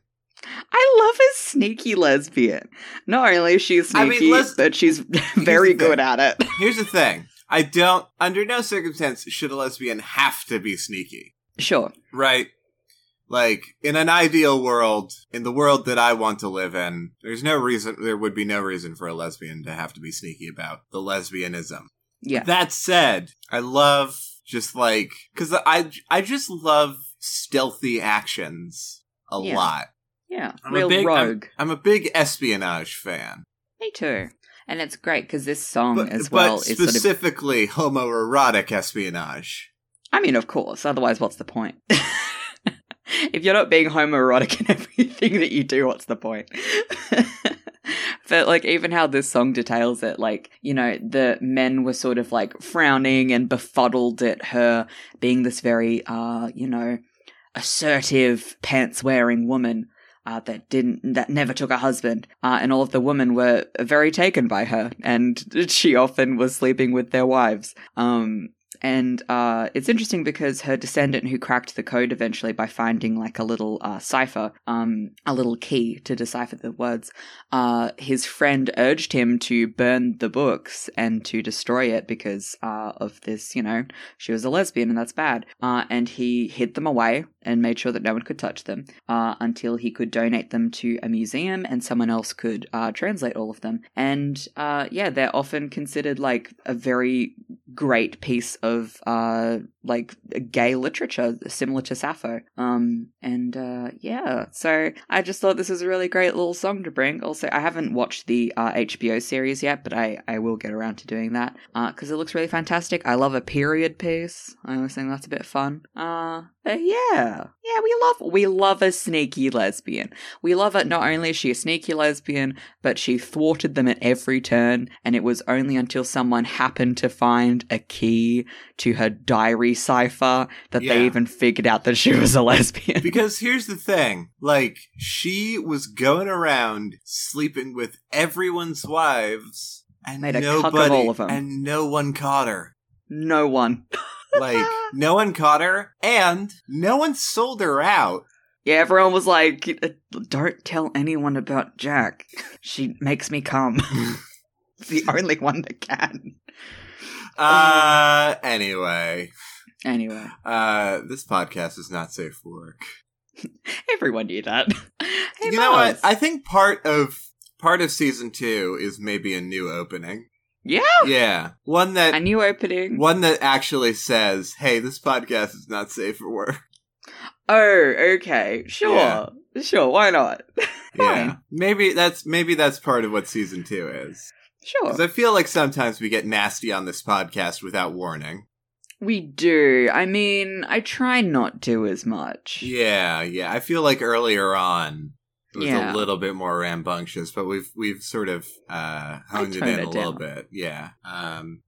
S1: I love a sneaky lesbian. Not only is she
S2: I mean,
S1: sneaky,
S2: les-
S1: but she's very
S2: the thing.
S1: good at it.
S2: Here's the thing. I don't under no circumstance should a lesbian have to be sneaky.
S1: Sure.
S2: Right? Like, in an ideal world, in the world that I want to live in, there's no reason there would be no reason for a lesbian to have to be sneaky about the lesbianism.
S1: Yeah.
S2: That said, I love just like because I I just love stealthy actions a
S1: Yeah.
S2: lot.
S1: yeah.
S2: I'm
S1: Real
S2: a big I'm-
S1: rogue.
S2: I'm, a big espionage fan,
S1: Me too. And it's great because this song
S2: but,
S1: Um, as
S2: but
S1: well is sort of.
S2: specifically homoerotic espionage.
S1: I mean, of course. Otherwise, what's the point? if you're not being homoerotic in everything that you do, what's the point? But like even how this song details it, like, you know, the men were sort of like frowning and befuddled at her being this very uh, you know, assertive pants wearing woman uh, that didn't that never took a husband uh, and all of the women were very taken by her and she often was sleeping with their wives um and uh, it's interesting because her descendant who cracked the code eventually by finding like a little uh, cipher um, a little key to decipher the words uh, his friend urged him to burn the books and to destroy it because uh, of this you know she was a lesbian and that's bad. Uh, and he hid them away and made sure that no one could touch them uh, until he could donate them to a museum and someone else could uh, translate all of them. And uh, yeah, they're often considered like a very great piece of uh, like gay literature, similar to Sappho. Um, and uh, yeah, so I just thought this was a really great little song to bring. Also, I haven't watched the uh, HBO series yet, but I, I will get around to doing that because it looks really fantastic. I love a period piece. I always think that's a bit fun. Uh, but yeah, yeah, we love we love a sneaky lesbian. We love it. Not only is she a sneaky lesbian, but she thwarted them at every turn, and it was only until someone happened to find a key to her diary cipher that
S2: Yeah.
S1: they even figured out that she was a lesbian.
S2: Because here's the thing, like she was going around sleeping with everyone's wives, and
S1: Made a cuck of
S2: nobody,
S1: all of 'em.
S2: and no one caught her.
S1: no one.
S2: Like no one caught her, and no one sold her out.
S1: Yeah, everyone was like, "Uh, "Don't tell anyone about Jack. She makes me come." the only one that can.
S2: Uh, anyway,
S1: Anyway,
S2: uh, this podcast is not safe for work.
S1: everyone knew that. Hey,
S2: you know what?
S1: Miles.
S2: I think part of part of season two is maybe a new opening.
S1: yeah,
S2: Yeah, one
S1: a
S2: that
S1: new opening.
S2: one that actually says, "Hey, this podcast is not safe for work."
S1: Oh, okay, sure,
S2: Yeah.
S1: sure. Why not?
S2: Yeah,
S1: Fine.
S2: maybe that's maybe that's part of what season two is.
S1: Sure.
S2: Because I feel like sometimes we get nasty on this podcast without warning.
S1: We do. I mean, I try not to as much.
S2: Yeah, yeah. I feel like earlier on it was
S1: Yeah.
S2: a little bit more rambunctious, but we've we've sort of uh, honed it in
S1: toned
S2: a
S1: it
S2: little
S1: down.
S2: bit. Yeah. Um,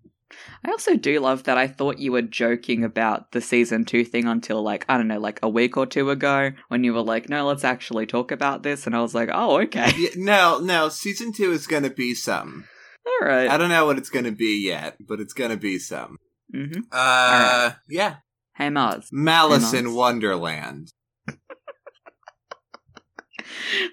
S1: I also do love that I thought you were joking about the season two thing until like, I don't know, like a week or two ago when you were like, no, let's actually talk about this. And I was like, oh, okay.
S2: yeah, no, no. Season two is going to be something.
S1: All right.
S2: I don't know what it's going to be yet, but it's going to be something.
S1: mm-hmm.
S2: Uh, Yeah.
S1: Hey, Mars.
S2: Malice
S1: Hey, Mars.
S2: in Wonderland.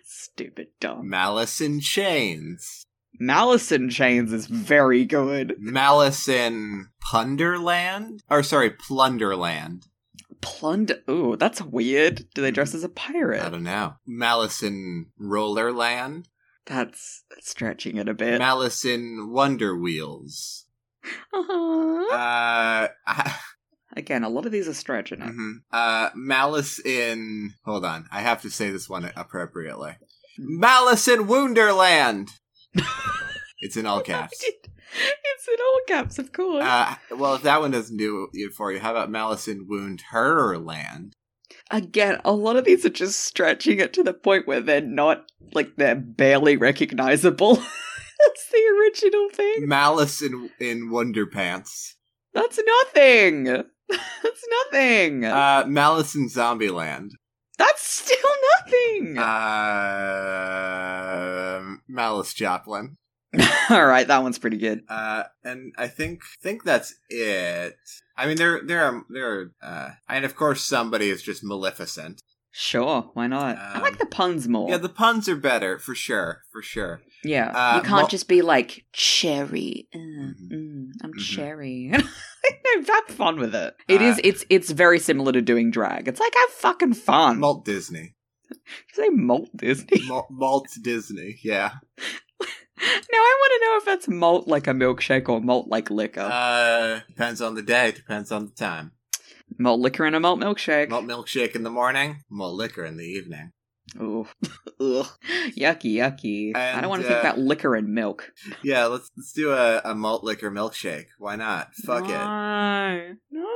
S1: Stupid dumb.
S2: Malice in Chains.
S1: Malice in Chains is very good.
S2: Malice in Punderland? Or sorry, Plunderland.
S1: Plunder. Ooh, that's weird. Do they dress as a
S2: Mm. I
S1: pirate?
S2: don't know. Malice in Rollerland.
S1: That's stretching it a bit.
S2: Malice in Wonder Wheels.
S1: Uh-huh.
S2: Uh,
S1: Again, a lot of these are stretching it.
S2: mhm. uh, Malice in. Hold on, I have to say this one appropriately. Malice in Wonderland. it's in all caps.
S1: it's in all caps, of course.
S2: Uh, well, if that one doesn't do it for you, how about Malice in Wound Her Land?
S1: Again, a lot of these are just stretching it to the point where they're not, like, they're barely recognizable. That's the original thing.
S2: Malice in in Wonder Pants.
S1: That's nothing. That's nothing.
S2: Uh, Malice in Zombieland.
S1: That's still nothing.
S2: Uh, Malice Joplin.
S1: all right, that one's pretty good.
S2: Uh, and I think think that's it. I mean, there there are there are, uh, and of course somebody is just Maleficent.
S1: Sure, why not? I
S2: Um,
S1: like the puns more.
S2: Yeah, the puns are better for sure, for sure.
S1: Yeah.
S2: Uh,
S1: you can't
S2: mo-
S1: just be like, cherry. Uh,
S2: Mhm.
S1: mm, I'm
S2: Mhm.
S1: cherry. no, have fun with it. It is.
S2: Uh,
S1: it's it's very similar to doing drag. It's like have fucking fun.
S2: Malt Disney,
S1: You say malt Disney.
S2: Malt, malt Disney. Yeah.
S1: now I want to know if that's malt like a milkshake or malt like liquor.
S2: Uh, depends on the day. Depends on the time.
S1: malt liquor and a malt milkshake.
S2: Malt milkshake in the morning. Malt liquor in the evening.
S1: Ooh. Ugh. Yucky, yucky. I
S2: And,
S1: don't want to
S2: uh,
S1: think about liquor and milk.
S2: Yeah, let's let's do a, a malt liquor milkshake. Why not? Fuck it.
S1: no. No.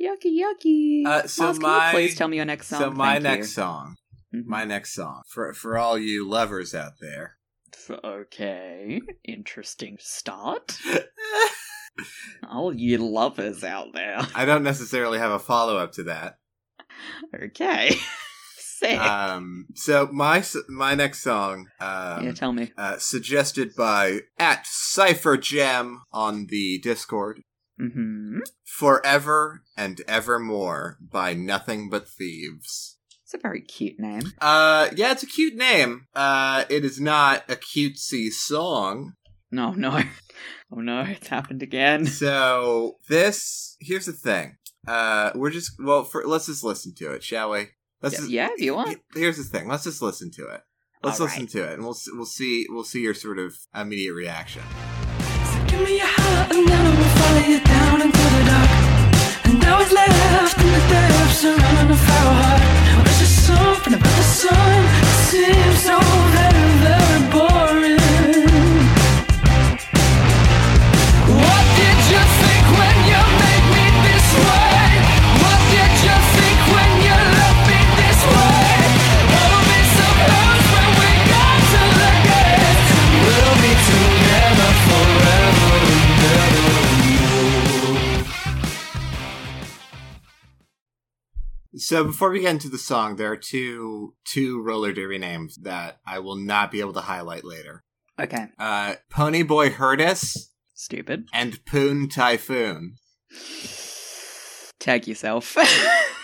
S1: Yucky, yucky.
S2: Uh, so
S1: Mars, can
S2: my-
S1: you please tell me your next song.
S2: So my
S1: Thank you.
S2: next song,
S1: Mhm.
S2: my next song for for all you lovers out there.
S1: F- Okay, interesting start. All you lovers out there.
S2: I don't necessarily have a follow up to that.
S1: Okay. Sick.
S2: Um, so my s- my next song, um,
S1: yeah, tell me.
S2: uh, suggested by at Cipher Gem on the Discord,
S1: hmm
S2: "Forever and Evermore" by Nothing But Thieves.
S1: It's a very cute name.
S2: Uh, yeah, it's a cute name. Uh, it is not a cutesy song.
S1: No, no. Oh no, it's happened again.
S2: So this here's the thing. Uh, we're just well, for, let's just listen to it, shall we? Let's
S1: Yeah,
S2: just-
S1: yeah, if you want.
S2: Here's the thing. Let's just listen to it. Let's
S1: All
S2: listen
S1: right.
S2: to it, and we'll s- we'll see we'll see your sort of immediate reaction.
S10: So give me your heart and then I will follow you down into the dark. And now it's left in the depths surrounding a feral heart. There's just something about the sun that seems so very, very boring. What did you think when you made me this way? What did you think when you loved me this way? What will be supposed when we got to look at it? We'll be together forever and ever.
S2: So before we get into the song, there are two two roller derby names that I will not be able to highlight later.
S1: Okay.
S2: Uh, Ponyboy Hurtis
S1: Stupid.
S2: and Poon Typhoon.
S1: Tag yourself.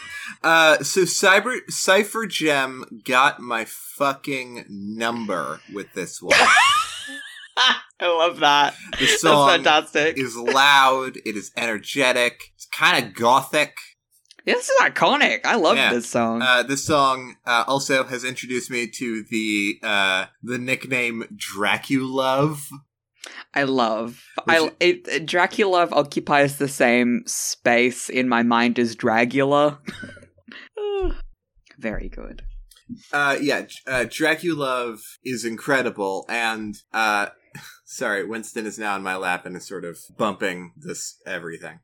S2: Uh, so Cyber Cipher Gem got my fucking number with this one.
S1: I love that.
S2: The song
S1: That's fantastic.
S2: is loud. It is energetic. It's kind of gothic.
S1: This is iconic. I love
S2: Yeah.
S1: this song.
S2: Uh, this song uh, also has introduced me to the uh, the nickname Draculove.
S1: I love.
S2: Which-
S1: I it, it- Dracula occupies the same space in my mind as Dragula. Very good.
S2: Uh, yeah, J- uh, Draculove is incredible, and uh, Sorry, Winston is now in my lap and is sort of bumping this everything.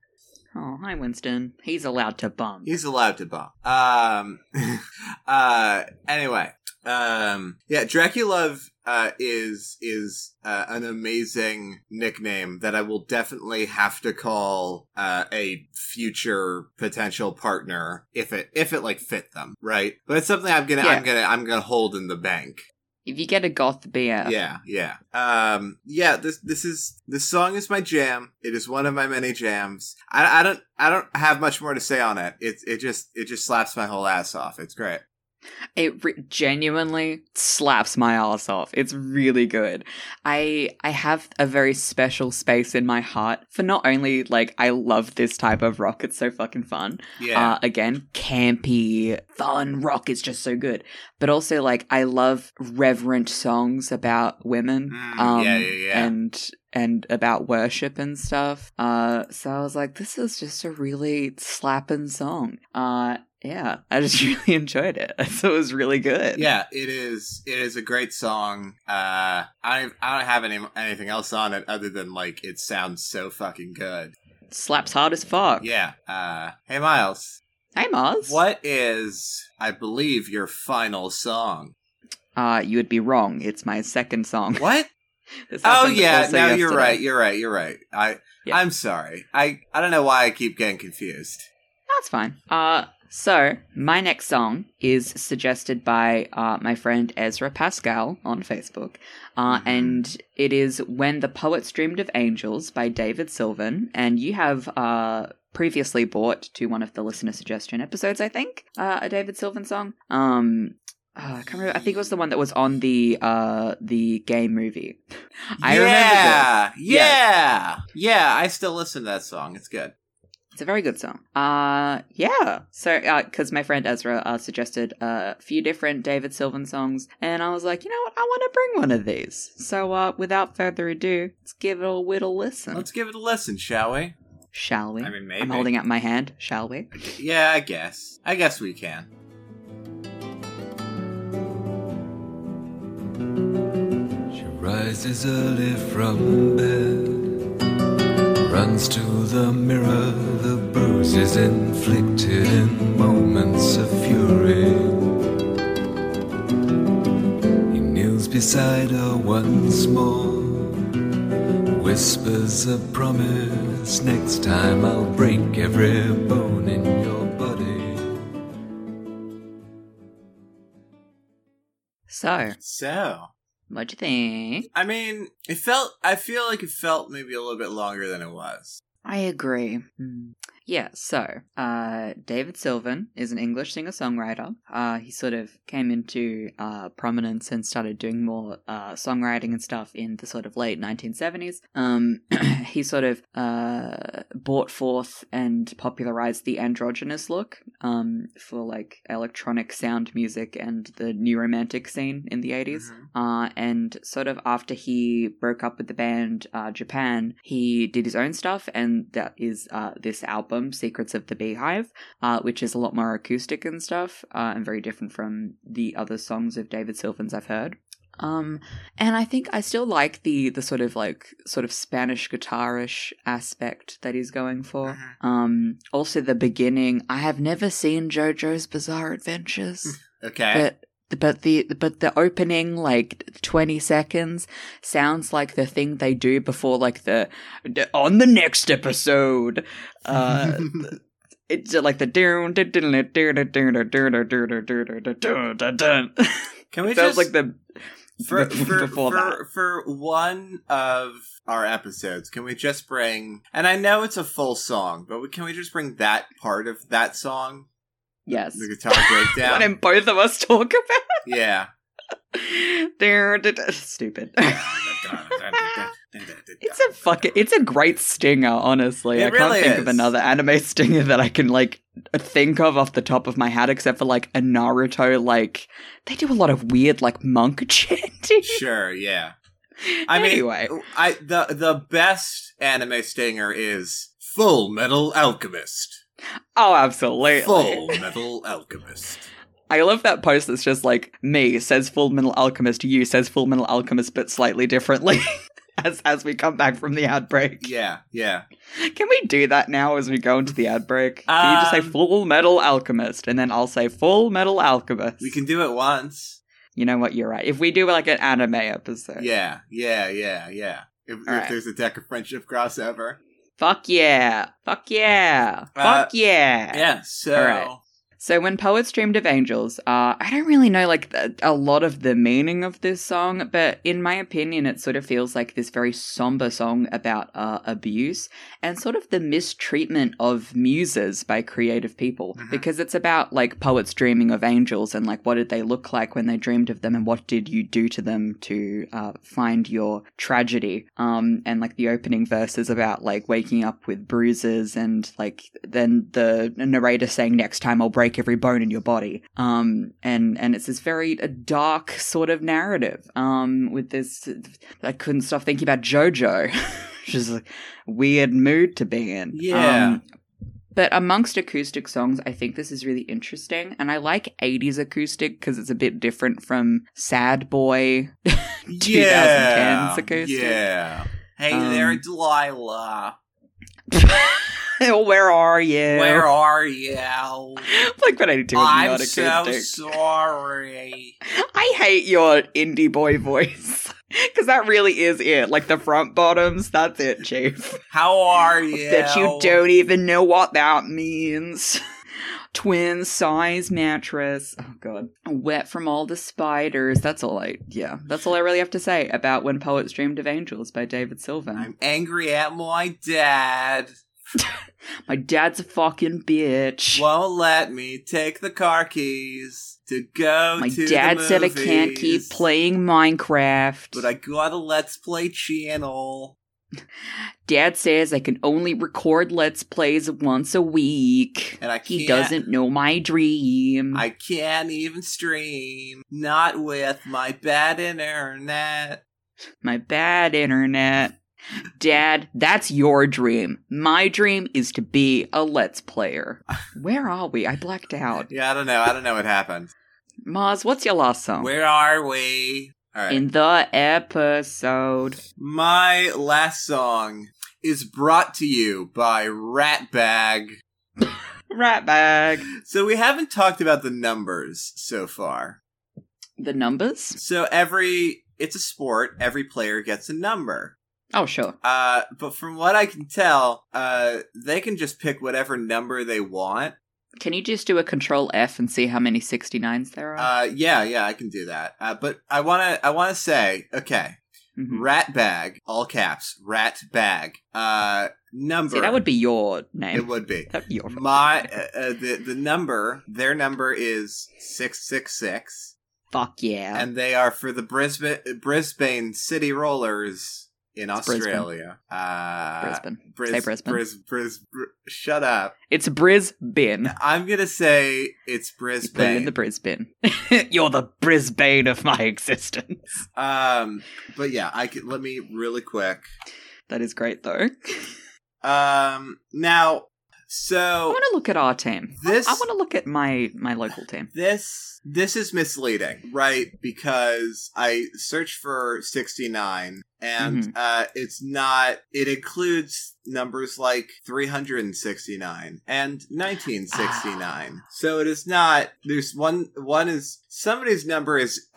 S1: Oh, hi, Winston. He's allowed to bump.
S2: He's allowed to bump. Um, uh, anyway, um, yeah, Draculov uh, is is uh, an amazing nickname that I will definitely have to call uh, a future potential partner if it if it like fit them right. But it's something I'm gonna I'm gonna I'm gonna hold in the bank.
S1: If you get a goth beer,
S2: Yeah, yeah. Um yeah, this this is this song is my jam. It is one of my many jams. I I don't I don't have much more to say on it. It it just it just slaps my whole ass off. It's great.
S1: it re- genuinely slaps my ass off. It's really good. I I have a very special space in my heart for not only like I love this type of rock. It's so fucking fun.
S2: Yeah.
S1: Uh, again, campy, fun rock is just so good. But also, like, I love reverent songs about women. um,
S2: Mm, yeah, yeah, yeah.
S1: And and about worship and stuff. Uh, so I was like, this is just a really slapping song. Uh, yeah, I just really enjoyed it. I thought it was really good.
S2: yeah, it is it is a great song. Uh I I don't have any anything else on it other than like it sounds so fucking good.
S1: slaps hard as fuck.
S2: Yeah. Uh hey Miles.
S1: Hey, Mars.
S2: What is I believe your final song?
S1: Uh, you would be wrong. It's my second song.
S2: What?
S1: This
S2: Oh
S1: happened
S2: yeah,
S1: also
S2: no, you're
S1: yesterday.
S2: right. You're right. You're right. I
S1: Yeah.
S2: I'm sorry. I I don't know why I keep getting confused.
S1: That's fine. Uh, so my next song is suggested by uh, my friend Ezra Pascal on Facebook, uh, and it is "When the Poets Dreamed of Angels" by David Sylvan, and you have uh previously bought to one of the listener suggestion episodes, I think, uh, a David Sylvan song. Um. uh, I can't remember. I think it was the one that was on the uh the gay movie. I
S2: yeah,
S1: remember this.
S2: yeah, yeah. I still listen to that song. It's good.
S1: It's a very good song. Uh, yeah. So, because my friend Ezra uh, suggested a few different David Sylvan songs, and I was like, you know what? I want to bring one of these. So, uh, without further ado, let's give it a little listen,
S2: Let's give it a listen, shall we?
S1: shall we?
S2: I mean, maybe.
S1: I'm holding out my hand. Shall we?
S2: Yeah, I guess. I guess we can.
S11: She rises early from bed, runs to the mirror, the bruises inflicted in moments of fury. He kneels beside her once more, whispers a promise next time I'll break every bone in your body.
S1: So,
S2: So,
S1: what'd you think?
S2: I mean, it felt. I feel like it felt maybe a little bit longer than it was.
S1: I agree. Hmm. Yeah, so uh, David Sylvan is an English singer songwriter. Uh, he sort of came into uh, prominence and started doing more uh, songwriting and stuff in the sort of late 1970s. Um, he sort of uh, brought forth and popularized the androgynous look um, for like electronic sound music and the new romantic scene in the 80s. Uh, and sort of after he broke up with the band uh, Japan, he did his own stuff, and that is uh, this album, Secrets of the Beehive, uh, which is a lot more acoustic and stuff, uh, and very different from the other songs of David Sylvan's I've heard. Um, and I think I still like the the sort of like sort of Spanish guitarish aspect that he's going for. Um, also the beginning. I have never seen JoJo's Bizarre Adventures
S2: Okay.
S1: but but the but the opening like 20 seconds sounds like the thing they do before like the the- on the next episode uh it's like the dun dun dun dun dun dun dun dun dun dun dun dun dun dun dun dun
S2: Can we
S1: sounds
S2: just
S1: like the
S2: for for
S1: before
S2: for,
S1: that.
S2: for one of our episodes can we just bring and i know it's a full song but we, can we just bring that part of that song
S1: yes
S2: the guitar
S1: what
S2: breakdown
S1: did both of us talk
S2: yeah
S1: about Dun, dun, dun. stupid it's a fucking it's a great stinger honestly
S2: It
S1: i can't
S2: really
S1: think of
S2: is.
S1: another anime stinger that i can like think of off the top of my head except for like a naruto like they do a lot of weird like monk chanting
S2: sure yeah i mean
S1: anyway
S2: i the the best anime stinger is full metal alchemist
S1: oh absolutely
S2: full metal alchemist
S1: i love that post that's just like me says full metal alchemist you says full metal alchemist but slightly differently as as we come back from the ad break.
S2: Yeah, yeah.
S1: Can we do that now as we go into the ad break? Can you just say
S2: Um,
S1: Full Metal Alchemist, and then I'll say Full Metal Alchemist.
S2: We can do it once.
S1: You know what? You're right. If we do like an anime episode,
S2: Yeah, yeah, yeah, yeah. If, if
S1: Alright.
S2: there's a deck of friendship crossover.
S1: Fuck yeah. Fuck yeah.
S2: Uh,
S1: Fuck yeah.
S2: Yeah, so.
S1: Alright. So when poets dreamed of angels, uh, I don't really know like the, a lot of the meaning of this song, but in my opinion, it sort of feels like this very somber song about uh, abuse and sort of the mistreatment of muses by creative people, because it's about like poets dreaming of angels and like what did they look like when they dreamed of them, and what did you do to them to uh, find your tragedy? Um, and like the opening verse is about like waking up with bruises and like then the narrator saying next time I'll break every bone in your body. Um, and and it's this very uh, dark sort of narrative. Um, with this, I couldn't stop thinking about JoJo, which is a weird mood to be in.
S2: Yeah.
S1: Um, but amongst acoustic songs, I think this is really interesting. And I like 80s acoustic because it's a bit different from Sad Boy 2010's acoustic.
S2: Yeah. Hey
S1: Um,
S2: there, Delilah.
S1: Where are you?
S2: Where are you?
S1: Like what I do
S2: I'm
S1: not
S2: so
S1: acoustic.
S2: sorry.
S1: I hate your indie boy voice. Because that really is it. Like the front bottoms, that's it, Chief.
S2: How are you?
S1: That you don't even know what that means. Twin size mattress. Oh, God. Wet from all the spiders. That's all I, yeah. That's all I really have to say about When Poets Dreamed of Angels by David Sylvan.
S2: Angry at my dad.
S1: My dad's a fucking bitch.
S2: Won't let me take the car keys to go
S1: My
S2: to the
S1: dad said I can't keep
S2: movies,
S1: playing Minecraft.
S2: But I got a Let's Play channel.
S1: Dad says I can only record Let's Plays once a week.
S2: And I
S1: He
S2: can't-
S1: doesn't know my dream.
S2: I can't even stream. Not with my bad internet.
S1: My bad internet. Dad, that's your dream. My dream is to be a Let's Player. Where are we? I blacked out.
S2: Yeah, I don't know. I don't know what happened.
S1: Maz, what's your last song?
S2: Where are we? All right.
S1: Oh. In the episode.
S2: My last song is brought to you by Ratbag.
S1: Ratbag.
S2: So we haven't talked about the numbers so far.
S1: The numbers?
S2: So every it's a sport, every player gets a number.
S1: Oh, sure.
S2: Uh but from what I can tell, uh they can just pick whatever number they want.
S1: Can you just do a control F and see how many 69s there are?
S2: Uh yeah, yeah, I can do that. Uh but I want to I want to say, okay,
S1: Mhm.
S2: rat bag, all caps, rat bag. Uh number
S1: See, that would be your name.
S2: It would be.
S1: That'd be your
S2: My uh, uh, the the number, their number is 666.
S1: Fuck yeah.
S2: and they are for the Brisbane Brisbane City Rollers in
S1: Brisbane.
S2: Australia. Uh,
S1: Brisbane.
S2: Bris-
S1: Say Brisbane.
S2: Bris, Bris, Br- shut up.
S1: it's Brisbane.
S2: I'm gonna say it's
S1: You put it in
S2: Brisbane.
S1: the Brisbane. You're the Brisbane of my existence.
S2: um, but yeah, I could let me really quick.
S1: That is great, though.
S2: Um, now,
S1: I
S2: so
S1: want to look at our team. I-
S2: Oh. This-
S1: I, want to look at my my local team.
S2: this this is misleading, right? Because I searched for 69 and
S1: Mhm.
S2: uh it's not it includes numbers like 369 and 1969. so it is not there's one one is somebody's number is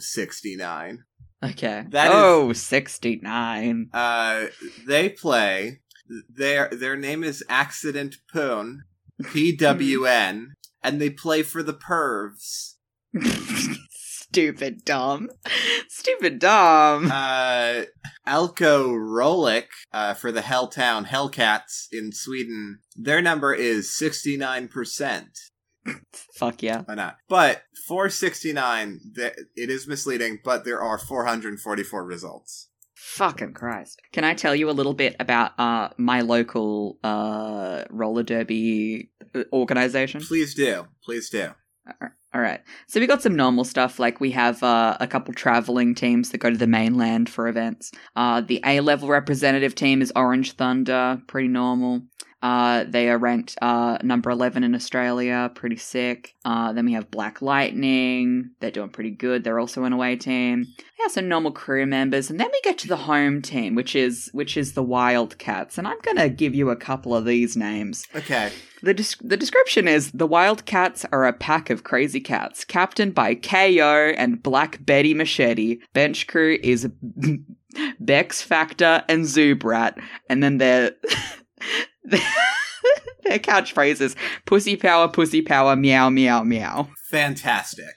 S2: 069.
S1: Okay.
S2: That is-
S1: oh, 69.
S2: Uh they play their their name is Accident Poon, P W N, and they play for the Pervs.
S1: Stupid dumb. Stupid dumb.
S2: uh, Alko Rolik uh, for the Helltown Hellcats in Sweden. Their number is 69%.
S1: Fuck yeah.
S2: Why not? But for 69, th- it is misleading, but there are 444 results.
S1: Fucking Christ. Can I tell you a little bit about uh my local uh roller derby uh, organization?
S2: Please do. Please do.
S1: All right. So we got some normal stuff like we have uh, a couple traveling teams that go to the mainland for events. Uh, the A level representative team is Orange Thunder, pretty normal. Uh, they are ranked uh, number 11 in Australia, pretty sick. Uh, then we have Black Lightning, they're doing pretty good. They're also an away team. They have some normal crew members, and then we get to the home team, which is which is the Wildcats. And I'm gonna give you a couple of these names.
S2: Okay.
S1: The, des- the description is the Wildcats are a pack of crazy cats, captained by KO and Black Betty Machete. Bench crew is Bex Factor and Zubrat, and then their their catchphrase is "Pussy power, pussy power, meow, meow, meow."
S2: Fantastic.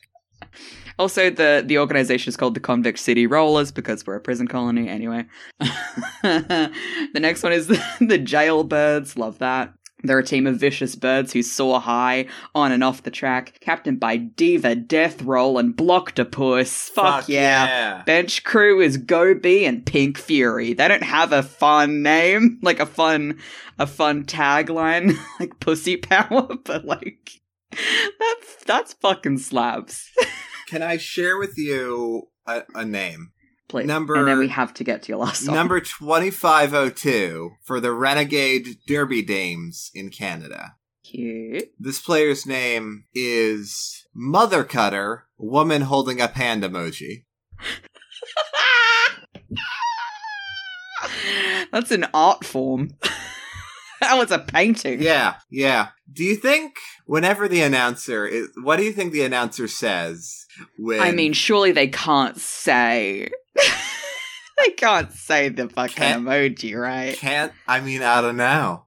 S1: Also, the the organization is called the Convict City Rollers because we're a prison colony anyway. the next one is the, the Jailbirds. Love that. They're a team of vicious birds who soar high on and off the track, captained by Diva Death Roll and Blocktopus. Fuck,
S2: Fuck
S1: yeah.
S2: yeah.
S1: Bench crew is Gobi and Pink Fury. They don't have a fun name, like a fun a fun tagline, like pussy power, but like that's that's fucking slaps.
S2: Can I share with you a, a name?
S1: Please.
S2: Number
S1: and then we have to get to your last song.
S2: number twenty five oh two for the Renegade Derby Dames in Canada.
S1: Cute.
S2: This player's name is Mother Cutter, woman holding a hand emoji.
S1: That's an art form. that was a painting.
S2: Yeah, yeah. Do you think whenever the announcer is, what do you think the announcer says? When
S1: I mean, surely they can't say they can't say the fucking
S2: Can't-
S1: emoji, right?
S2: can't I mean I don't know.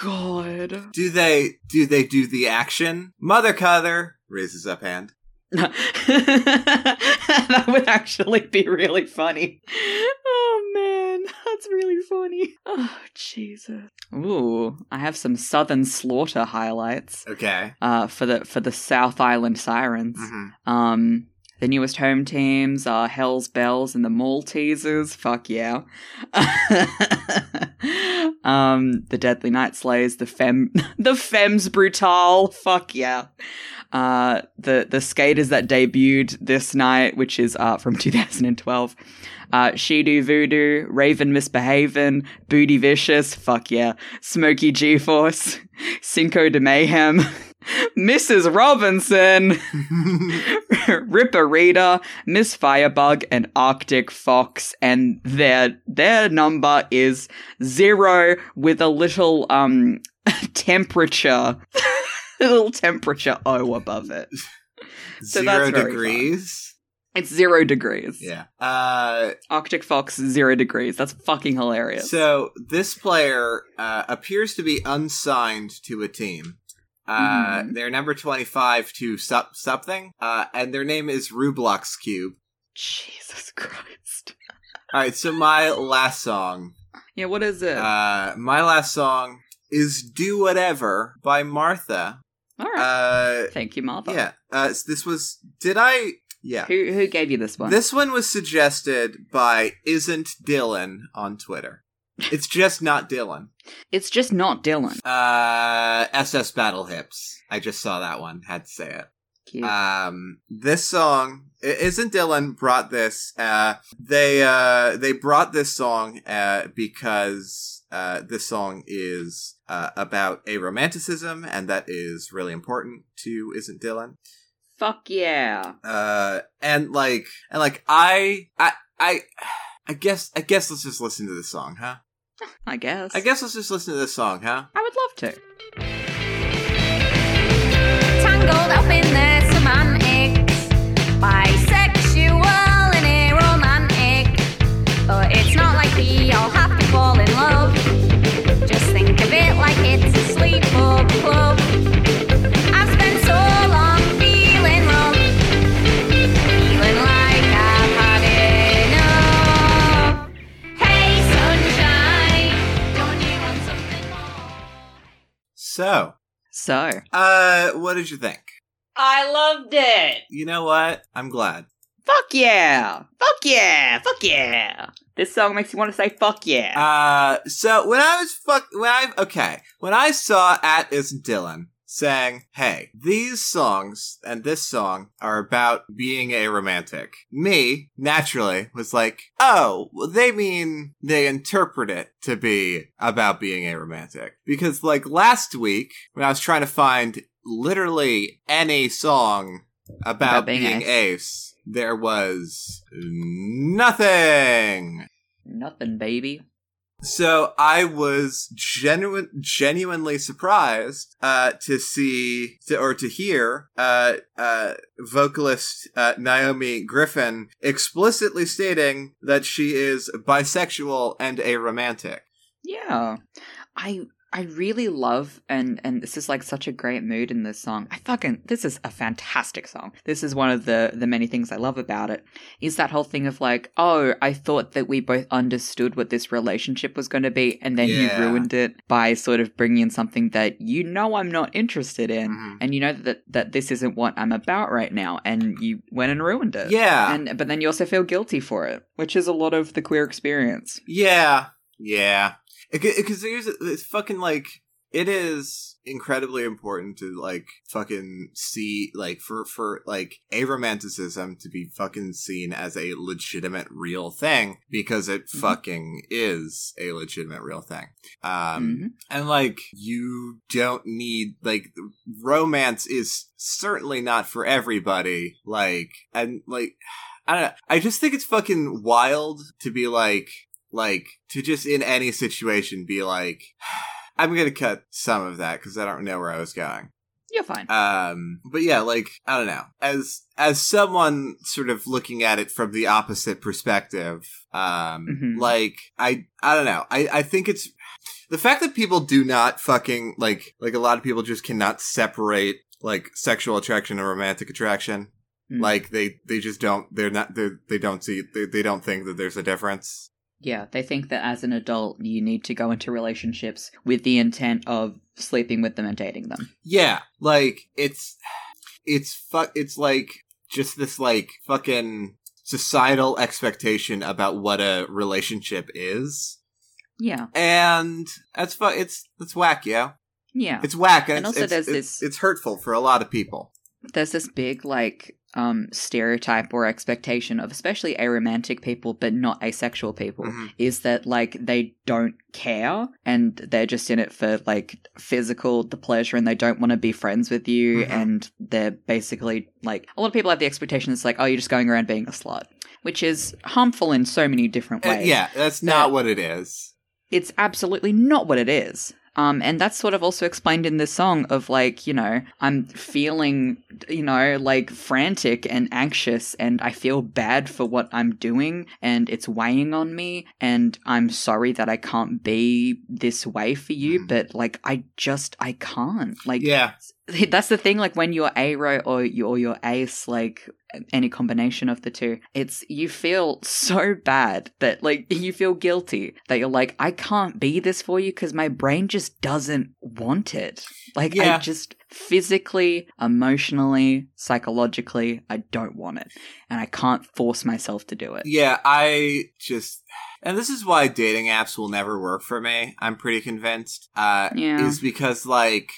S1: God.
S2: Do they do they do the action? Mother Cutter raises up hand.
S1: that would actually be really funny. Oh man, that's really funny. Oh Jesus. Ooh, I have some Southern Slaughter highlights
S2: Okay.
S1: uh, for the for the South Island Sirens.
S2: Mhm.
S1: Um, the newest home teams are Hell's Bells and the Maltesers. Fuck yeah. um, the Deadly Night Slayers, the Fem, the Femmes Brutale. Fuck yeah. Uh, the the skaters that debuted this night, which is uh, from 2012. Uh, Shidu Voodoo, Raven Misbehavin', Booty Vicious, fuck yeah, Smoky G Force, Cinco de Mayhem, Mrs. Robinson, Ripper Rita, Miss Firebug, and Arctic Fox, and their their number is zero with a little um temperature, a little temperature O above it. So
S2: Zero
S1: that's very
S2: degrees.
S1: It's zero degrees.
S2: Yeah. Uh
S1: Arctic Fox zero degrees. That's fucking hilarious.
S2: So this player uh, appears to be unsigned to a team. Uh,
S1: Mm-hmm.
S2: They're number twenty-five to sup- something, uh, and their name is Rublox Cube.
S1: Jesus Christ.
S2: All right, so my last song,
S1: Yeah, what is it?
S2: uh, my last song is "Do Whatever" by Martha.
S1: All right.
S2: Uh,
S1: Thank you, Martha.
S2: yeah, uh, so this was. Did I? Yeah,
S1: Who who gave you this one?
S2: this one was suggested by isn't Dylan on Twitter. It's just not Dylan.
S1: It's just not Dylan.
S2: Uh, SS Battle Hips. I just saw that one. Had to say it.
S1: Cute.
S2: Um, this song i- isn't Dylan brought this. Uh, they uh they brought this song uh because uh this song is uh about a romanticism and that is really important to isn't Dylan
S1: Fuck yeah.
S2: uh and like and like i i i i guess i guess let's just listen to this song huh
S1: I guess.
S2: i guess let's just listen to this song huh
S1: I would love to.
S7: Tangled up in their semantics. Bisexual and aromantic. But it's not like we all have to fall in love. Just think of it like it's a sleepwalk club. I've spent so long feeling wrong. Feeling like I've had enough. Hey, sunshine, don't you want something more?
S2: so
S1: So
S2: uh what did you think
S1: I loved it.
S2: you know what i'm glad
S1: Fuck yeah. Fuck yeah. Fuck yeah. This song makes you want to say fuck yeah.
S2: uh so when i was fuck when i okay when i saw at isn't dylan saying, hey, these songs and this song are about being a romantic. Me, naturally, was like, oh, well, they mean they interpret it to be about being a romantic. Because, like, last week, when I was trying to find literally any song about,
S1: About
S2: being,
S1: being
S2: ace. there was nothing.
S1: Nothing, baby.
S2: So I was genuine, genuinely surprised uh, to see to, or to hear uh, uh, vocalist uh, Naomi Griffin explicitly stating that she is bisexual and a romantic.
S1: Yeah. I I really love and and this is like such a great mood in this song. I fucking this is a fantastic song. This is one of the the many things I love about it is that whole thing of like, oh, I thought that we both understood what this relationship was going to be and then
S2: Yeah.
S1: you ruined it by sort of bringing in something that you know I'm not interested in
S2: Mhm.
S1: and you know that that this isn't what I'm about right now and you went and ruined it.
S2: Yeah.
S1: And but then you also feel guilty for it, which is a lot of the queer experience.
S2: Yeah, yeah. Because there's it's fucking like it is incredibly important to like fucking see like for for like aromanticism to be fucking seen as a legitimate real thing because it fucking is a legitimate real thing. Um,
S1: Mhm.
S2: and like you don't need like romance is certainly not for everybody like and like i don't know i just think it's fucking wild to be like like to just in any situation be like i'm gonna cut some of that because i don't know where i was going
S1: You're fine.
S2: um but yeah like i don't know as as someone sort of looking at it from the opposite perspective um
S1: Mhm.
S2: like i i don't know i i think it's the fact that people do not fucking like like a lot of people just cannot separate like sexual attraction and romantic attraction
S1: Mm.
S2: like they they just don't they're not they're, they don't see they, they don't think that there's a difference
S1: Yeah, they think that as an adult, you need to go into relationships with the intent of sleeping with them and dating them.
S2: Yeah, like it's it's fu- it's like just this like fucking societal expectation about what a relationship is.
S1: Yeah,
S2: And that's fu- it's it's whack, yeah.
S1: yeah.
S2: It's whack and,
S1: And
S2: it's,
S1: also
S2: it's,
S1: there's
S2: it's-
S1: this-
S2: it's hurtful for a lot of people.
S1: There's this big like um stereotype or expectation of especially aromantic people, but not asexual people,
S2: Mhm.
S1: is that like they don't care and they're just in it for like physical the pleasure and they don't want to be friends with you
S2: Mhm.
S1: and they're basically like a lot of people have the expectation it's like oh you're just going around being a slut, which is harmful in so many different
S2: Uh,
S1: ways.
S2: yeah, that's not
S1: That-
S2: what it is.
S1: it's absolutely not what it is. Um, and that's sort of also explained in this song of like, you know, I'm feeling, you know, like frantic and anxious and I feel bad for what I'm doing and it's weighing on me and I'm sorry that I can't be this way for you,
S2: Mhm.
S1: but like, I just, I can't. Like,
S2: yeah.
S1: that's the thing like when you're aro or you or your ace like any combination of the two it's you feel so bad that like you feel guilty that you're like i can't be this for you because my brain just doesn't want it like
S2: Yeah.
S1: i just physically emotionally psychologically i don't want it and i can't force myself to do it
S2: Yeah, I just and this is why dating apps will never work for me. I'm pretty convinced. Uh
S1: Yeah.
S2: is because like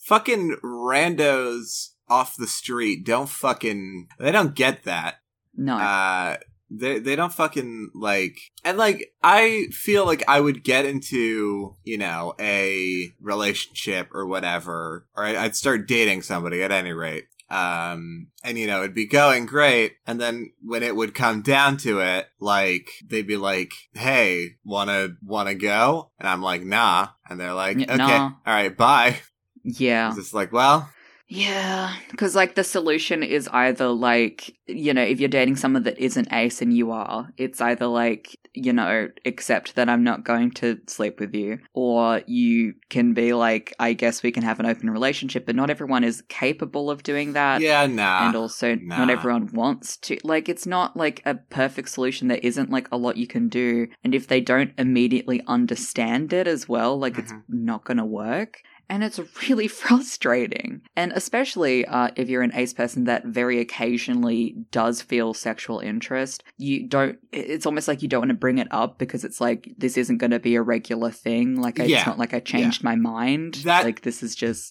S2: fucking randos off the street don't fucking they don't get that.
S1: no
S2: Uh they they don't fucking like and like I feel like I would get into, you know, a relationship or whatever, or I- I'd start dating somebody at any rate. Um and you know, it'd be going great and then when it would come down to it, like they'd be like, "Hey, want to want to go?" And I'm like, "Nah." And they're like,
S1: N-
S2: "Okay.
S1: nah. Oh.
S2: All right, bye."
S1: yeah
S2: It's just like, "Well,
S1: Yeah, because like the solution is either like you know if you're dating someone that isn't ace and you are, it's either like you know accept that I'm not going to sleep with you, or you can be like I guess we can have an open relationship, but not everyone is capable of doing that.
S2: yeah, nah."
S1: And also, not
S2: nah.
S1: everyone wants to. Like, it's not like a perfect solution. There isn't like a lot you can do. And if they don't immediately understand it as well, like, it's
S2: Mhm.
S1: not going to work. And it's really frustrating. And especially uh, if you're an ace person that very occasionally does feel sexual interest, you don't, it's almost like you don't want to bring it up because it's like, this isn't going to be a regular thing. Like, I,
S2: Yeah.
S1: it's not like I changed my mind.
S2: That-
S1: like, this is just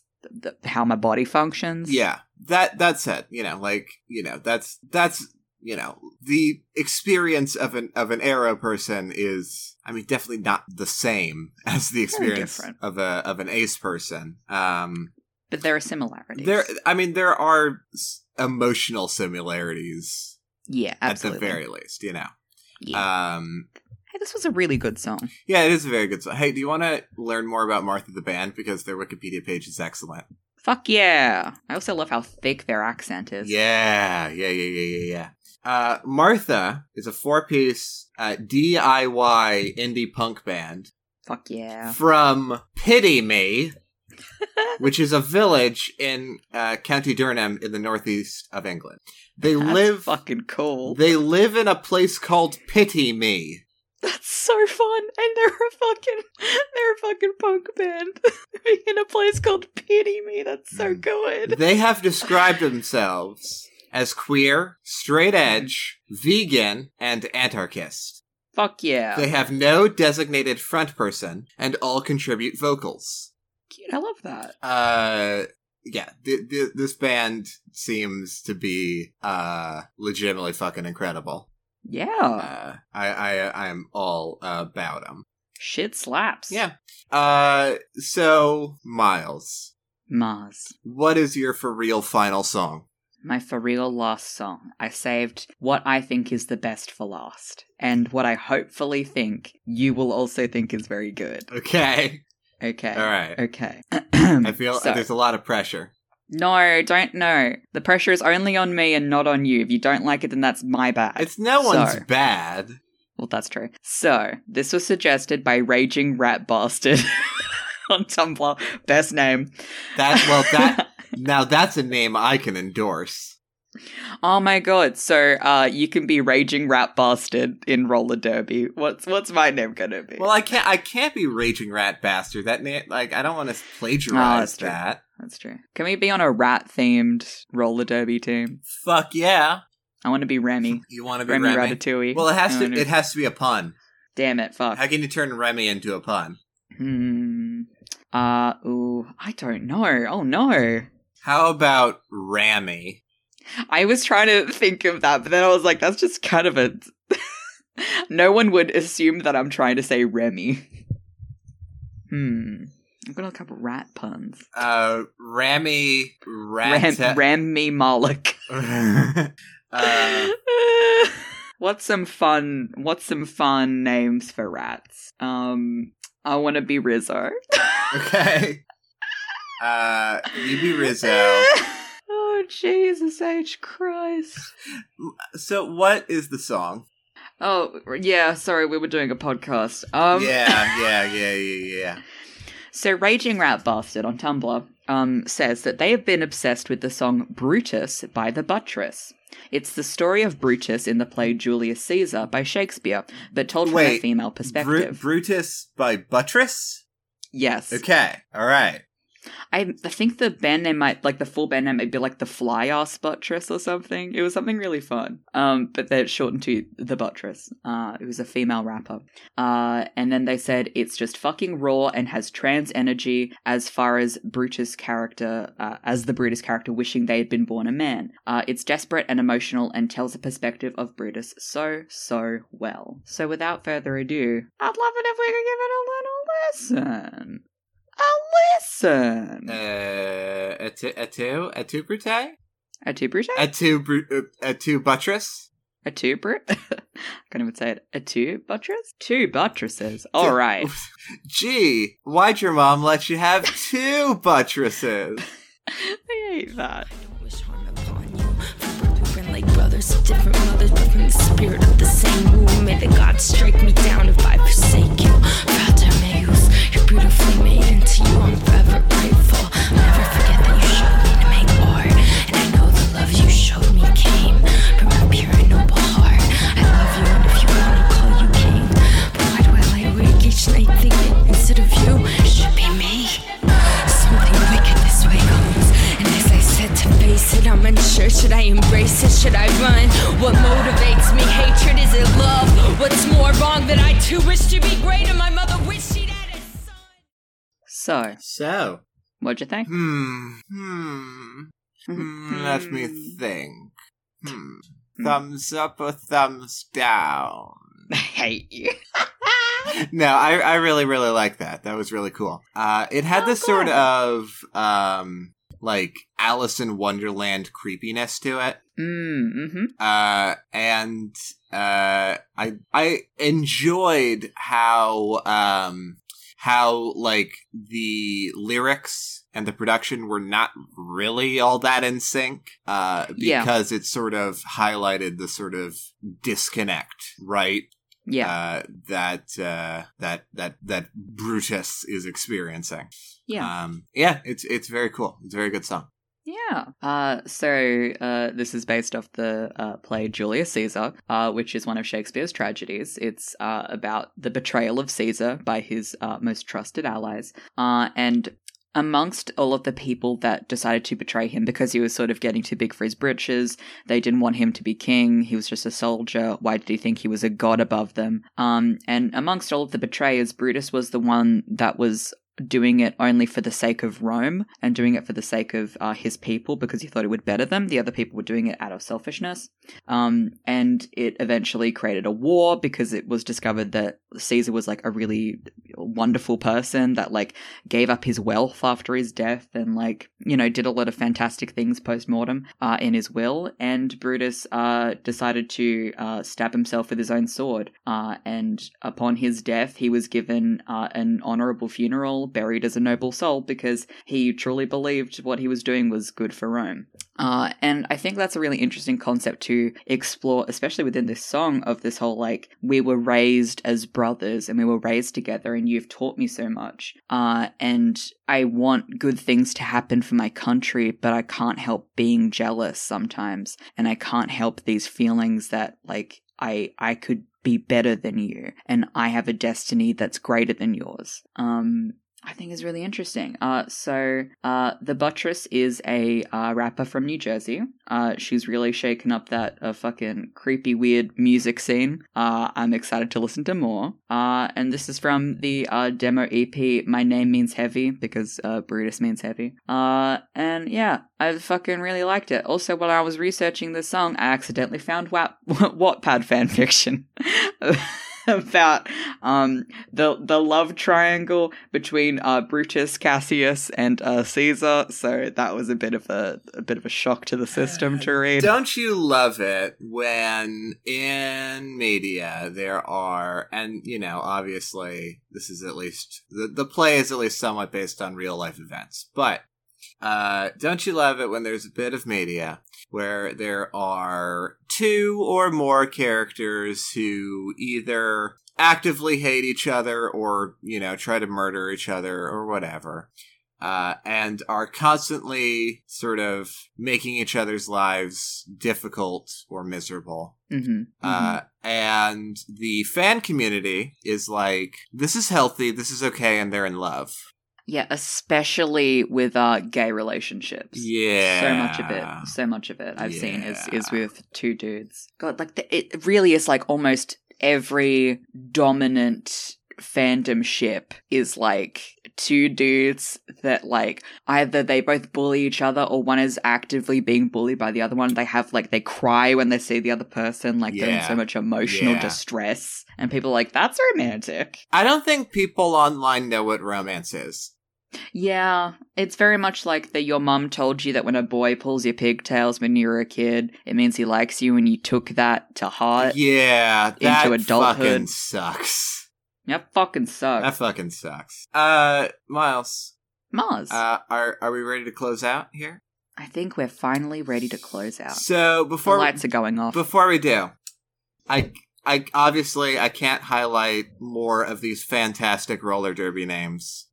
S1: the, how my body functions.
S2: Yeah, that that said, you know, like you know, that's that's you know, the experience of an of an arrow person is, I mean, definitely not the same as the experience
S1: different.
S2: of a of an ace person. Um,
S1: But there are similarities.
S2: there, I mean, there are s- emotional similarities
S1: yeah, absolutely.
S2: at the very least, you know. Um,
S1: hey, this was a really good song.
S2: yeah, it is a very good song. Hey, do you want to learn more about Martha the band because their Wikipedia page is excellent?
S1: Fuck yeah! I also love how thick their accent is.
S2: Yeah, yeah, yeah, yeah, yeah, yeah. Uh, Martha is a four-piece uh, DIY indie punk band
S1: Fuck yeah!
S2: from Pity Me, which is a village in uh, County Durham in the northeast of England. They
S1: That's
S2: live
S1: fucking cool.
S2: They live in a place called Pity Me.
S1: That's so fun, and they're a fucking they're a fucking punk band in a place called Pity Me. That's so
S2: Mm.
S1: good.
S2: They have described themselves as queer, straight edge, vegan, and anarchist.
S1: Fuck yeah!
S2: They have no designated front person and all contribute vocals.
S1: Cute. I love that.
S2: Uh yeah, th- th- this band seems to be uh legitimately fucking incredible.
S1: Yeah,
S2: Uh, I I I'm all about them.
S1: shit slaps.
S2: Yeah. Uh so Miles,
S1: Mars.
S2: what is your for real final song?
S1: my for real last song. I saved what I think is the best for last, and what I hopefully think you will also think is very good.
S2: Okay.
S1: Okay.
S2: All right.
S1: Okay.
S2: I feel
S1: So-
S2: there's a lot of pressure.
S1: no, don't no. The pressure is only on me and not on you. If you don't like it, then that's my bad.
S2: It's no one's
S1: So-
S2: bad.
S1: Well, that's true. So, this was suggested by Raging Rat Bastard on Tumblr. Best name.
S2: That well that now that's a name I can endorse.
S1: Oh my god. So, uh, you can be Raging Rat Bastard in roller derby. What's what's my name gonna be?
S2: Well, I can't. I can't be raging rat bastard. That name, like, I don't want to
S1: Oh,
S2: plagiarize
S1: that's true.
S2: that.
S1: That's true. Can we be on a rat themed roller derby team?
S2: Fuck yeah!
S1: I want to be Remy.
S2: You want to be
S1: Remy,
S2: Remy?
S1: Ratatouille.
S2: Well, it has
S1: I
S2: to.
S1: wanna-
S2: It has to be a pun.
S1: Damn it! Fuck.
S2: How can you turn Remy into a pun?
S1: Hmm. Uh. Ooh. I don't know. Oh no.
S2: How about Rammy?
S1: I was trying to think of that, but then I was like, that's just kind of a. no one would assume that I'm trying to say Remy. Hmm. I'm gonna look up rat puns.
S2: Uh, Rammy
S1: Ram,
S2: Rat.
S1: Remy Malik.
S2: uh,
S1: what's some fun what's some fun names for rats? Um I wanna be Rizzo.
S2: okay. Uh, you be Rizzo.
S1: oh Jesus H Christ.
S2: So, what is the song?
S1: Oh yeah, sorry, we were doing a podcast. Um
S2: yeah, yeah, yeah, yeah, yeah.
S1: So Raging Rat Bastard on Tumblr um, says that they have been obsessed with the song Brutus by The Buttress. It's the story of Brutus in the play Julius Caesar by Shakespeare, but told from a
S2: Wait,
S1: female
S2: Bru-
S1: perspective.
S2: Brutus by Buttress.
S1: yes.
S2: Okay, all right.
S1: I, I think the band name might, like the full band name, might be like the Fly Ass Buttress or something. It was something really fun. Um, but they shortened to the Buttress. Uh, it was a female rapper. Uh, and then they said it's just fucking raw and has trans energy as far as Brutus character, uh, as the Brutus character wishing they had been born a man. Uh, it's desperate and emotional and tells the perspective of Brutus so, so well. So without further ado, I'd love it if we could give it a little listen. A listen!
S2: Uh, a two, a two, a two brute,
S1: A two brute?
S2: a two bru- uh, a two buttress.
S1: A two brute? I can't even say it. A two buttress? Two buttresses. All right.
S2: Gee, why'd your mom let you have two buttresses?
S1: I hate that.
S12: wish harm upon you. For we're different like brothers, different mothers, but from the spirit of the same womb. May the gods strike me down if I forsake you. Frater meus, you're beautifully made, and to you I'm forever grateful. I'll never forget that you showed me to make art, and I know the love you showed me came from a pure and noble heart. I love you, and if you wanna call you king, but why do I lie awake each night thinking instead of you it should be me? Something wicked this way comes. And as I set to face it, I'm unsure. Should I embrace it? Should I run? What motivates me? Hatred? Is it love? What's more wrong that I too wish to be great? And my mother wished she'd had a son.
S1: So,
S2: So,
S1: What'd you think?
S2: Hmm. Hmm. Hmm, Let me think. Hmm. Thumbs up or thumbs down? I
S1: hate you.
S2: no, I, I really, really like that. That was really cool. Uh, it had this sort of um, like Alice in Wonderland creepiness to it.
S1: Mm-hmm.
S2: Uh, and uh, I I enjoyed how um, how like the lyrics and the production were not really all that in sync uh,
S1: Yeah.
S2: because it sort of highlighted the sort of disconnect, right?
S1: Yeah.
S2: uh, that uh, that that that Brutus is experiencing.
S1: Yeah.
S2: Um, yeah, it's it's very cool. It's a very good song.
S1: Yeah. Uh, so uh, this is based off the uh, play Julius Caesar, uh, which is one of Shakespeare's tragedies. It's uh, about the betrayal of Caesar by his uh, most trusted allies. Uh, and amongst all of the people that decided to betray him because he was sort of getting too big for his britches, they didn't want him to be king. He was just a soldier. Why did he think he was a god above them? Um, and amongst all of the betrayers, Brutus was the one that was doing it only for the sake of Rome and doing it for the sake of uh, his people because he thought it would better them. The other people were doing it out of selfishness. Um, and it eventually created a war because it was discovered that Caesar was like a really wonderful person that like gave up his wealth after his death and like, you know, did a lot of fantastic things post mortem uh, in his will. And Brutus uh, decided to uh, stab himself with his own sword. Uh, and upon his death, he was given uh, an honorable funeral, buried as a noble soul, because he truly believed what he was doing was good for Rome. Uh, and I think that's a really interesting concept to explore, especially within this song of this whole like, we were raised as brothers and we were raised together, and you've taught me so much. Uh, and I want good things to happen for my country, but I can't help being jealous sometimes. And I can't help these feelings that like, I, I could be better than you and I have a destiny that's greater than yours. Um, I think is really interesting. Uh, so uh, the buttress is a uh, rapper from New Jersey. Uh, she's really shaken up that uh, fucking creepy, weird music scene. Uh, I'm excited to listen to more. Uh, and this is from the uh, demo EP. My name means heavy because uh, Brutus means heavy. Uh, and yeah, I fucking really liked it. Also, while I was researching this song, I accidentally found Wat- Wattpad fanfiction. about um the the love triangle between uh Brutus, Cassius, and uh Caesar. So that was a bit of a a bit of a shock to the system to read.
S2: Don't you love it when in media there are, and you know, obviously this is at least the, the play is at least somewhat based on real life events, but uh, don't you love it when there's a bit of media where there are two or more characters who either actively hate each other or you know try to murder each other or whatever uh, and are constantly sort of making each other's lives difficult or miserable.
S1: Mm-hmm.
S2: Uh, and the fan community is like, this is healthy, this is okay, and they're in love.
S1: yeah, especially with uh gay relationships.
S2: Yeah.
S1: So much of it, so much of it I've seen is is with two dudes. God, like the, it really is like almost every dominant fandom ship is like two dudes that like either they both bully each other or one is actively being bullied by the other one. They have like they cry when they see the other person, like they're in
S2: Yeah.
S1: so much emotional
S2: Yeah.
S1: distress, and people are like that's romantic.
S2: I don't think people online know what romance is.
S1: Yeah, it's very much like that your mum told you that when a boy pulls your pigtails when you were a kid, it means he likes you and you took that to heart.
S2: yeah, that
S1: into
S2: fucking
S1: adulthood.
S2: sucks.
S1: That fucking sucks.
S2: That fucking sucks. Uh, Miles.
S1: Mars,
S2: Uh, are are we ready to close out here?
S1: I think we're finally ready to close out.
S2: So before
S1: the lights are going off.
S2: Before we do, I I obviously I can't highlight more of these fantastic roller derby names.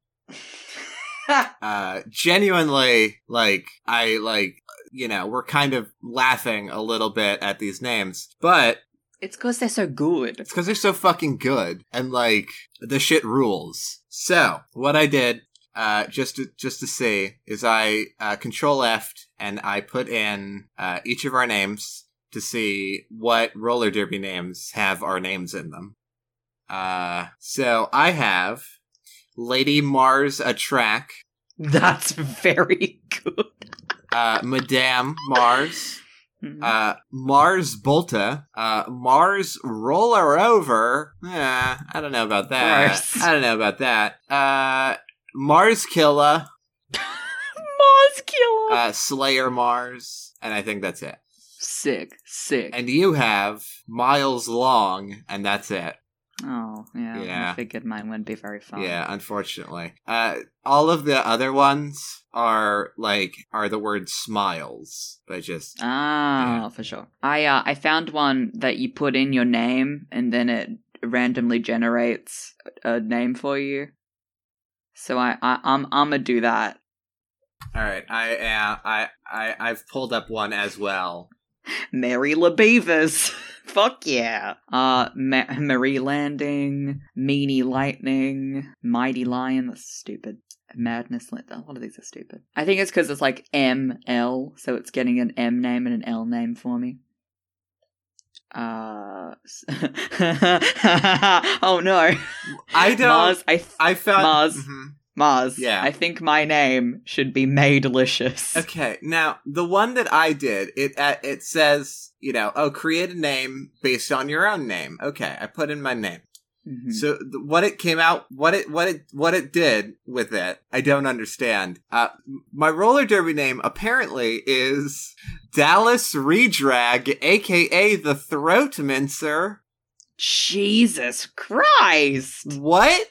S2: uh genuinely like I like you know, we're kind of laughing a little bit at these names, but
S1: it's because they're so good.
S2: It's because they're so fucking good, and like the shit rules. So what I did, uh, just to, just to see, is I uh, control left and I put in uh, each of our names to see what roller derby names have our names in them. Uh, so I have Lady Mars a track,
S1: That's very good.
S2: uh, Madame Mars,
S1: Mm-hmm.
S2: uh, Mars Bolta, uh, Mars Roller Over. Eh, I don't know about that.
S1: Mars.
S2: I don't know about that. Uh, Mars Killa,
S1: Mars killer.
S2: uh, Slayer Mars, and I think that's it.
S1: Sick, sick.
S2: And you have Miles Long, and that's it.
S1: oh, yeah.
S2: Yeah.
S1: I figured mine wouldn't be very fun.
S2: Yeah, unfortunately. Uh, all of the other ones are like are the word smiles, but just
S1: Ah, for sure. I uh, I found one that you put in your name and then it randomly generates a name for you. So I, I I'm I'm gonna do that.
S2: all right. I uh, I I I've pulled up one as well.
S1: Mary LaBeavers. Fuck yeah. Uh, Ma- Marie Landing, Meanie Lightning, Mighty Lion. That's stupid. Madness. Li- A lot of these are stupid. I think it's because it's like M L, so it's getting an M name and an L name for me. Uh, s- oh no.
S2: I don't-
S1: Mars, I, th-
S2: I found
S1: Mars.
S2: Mhm.
S1: Mars.
S2: Yeah.
S1: I think my name should be Maydelicious.
S2: Okay, now the one that I did it uh, it says you know oh create a name based on your own name. Okay, I put in my name.
S1: Mhm.
S2: So th- what it came out, what it what it what it did with it, I don't understand. Uh, m- my roller derby name apparently is Dallas Redrag, aka the Throat Mincer.
S1: Jesus Christ!
S2: What?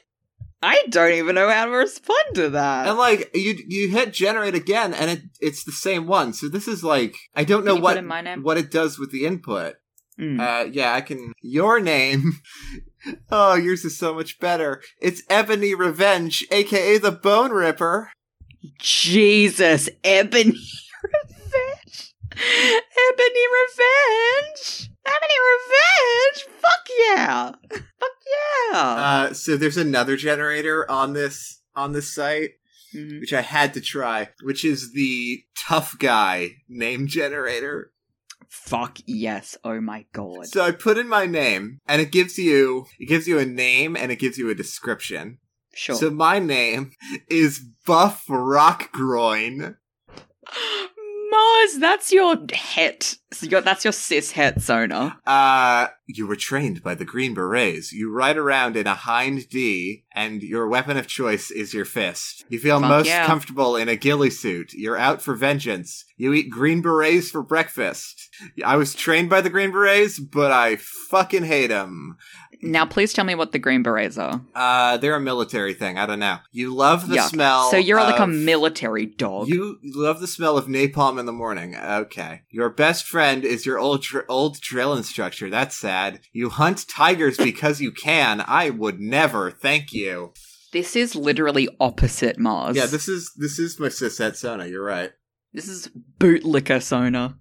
S1: I don't even know how to respond to that.
S2: And like you you hit generate again, and it it's the same one. So this is like I don't
S1: Can
S2: know
S1: you put
S2: what
S1: in my name?
S2: what it does with the input.
S1: Mm.
S2: Uh, yeah, I can. Your name. Oh, yours is so much better. It's Ebony Revenge, aka the Bone Ripper.
S1: Jesus, Ebony Revenge. Ebony Revenge. Ebony Revenge. Fuck yeah. Fuck yeah.
S2: Uh, so there's another generator on this on this site,
S1: Mhm.
S2: which I had to try, which is the tough guy name generator.
S1: Fuck yes. Oh my god.
S2: So I put in my name, and it gives you it gives you a name and it gives you a description.
S1: Sure.
S2: So my name is Buff Rock Groin.
S1: Mars, that's your het. So your- that's your cis het sonar.
S2: Uh, you were trained by the Green Berets. You ride around in a hind D, and your weapon of choice is your fist. You feel
S1: Fuck
S2: most
S1: yeah.
S2: comfortable in a ghillie suit. You're out for vengeance. You eat Green Berets for breakfast. I was trained by the Green Berets, but I fucking hate them.
S1: Now, please tell me what the green berets are.
S2: Uh, they're a military thing. I don't know. You love the
S1: Yuck.
S2: smell.
S1: So you're like a
S2: of-
S1: military dog.
S2: You love the smell of napalm in the morning. Okay. Your best friend is your old dr- old drill instructor. That's sad. You hunt tigers because you can. I would never. Thank you.
S1: This is literally opposite Mars.
S2: Yeah, this is this is my sis at Sona. You're right.
S1: this is bootlicker sonar.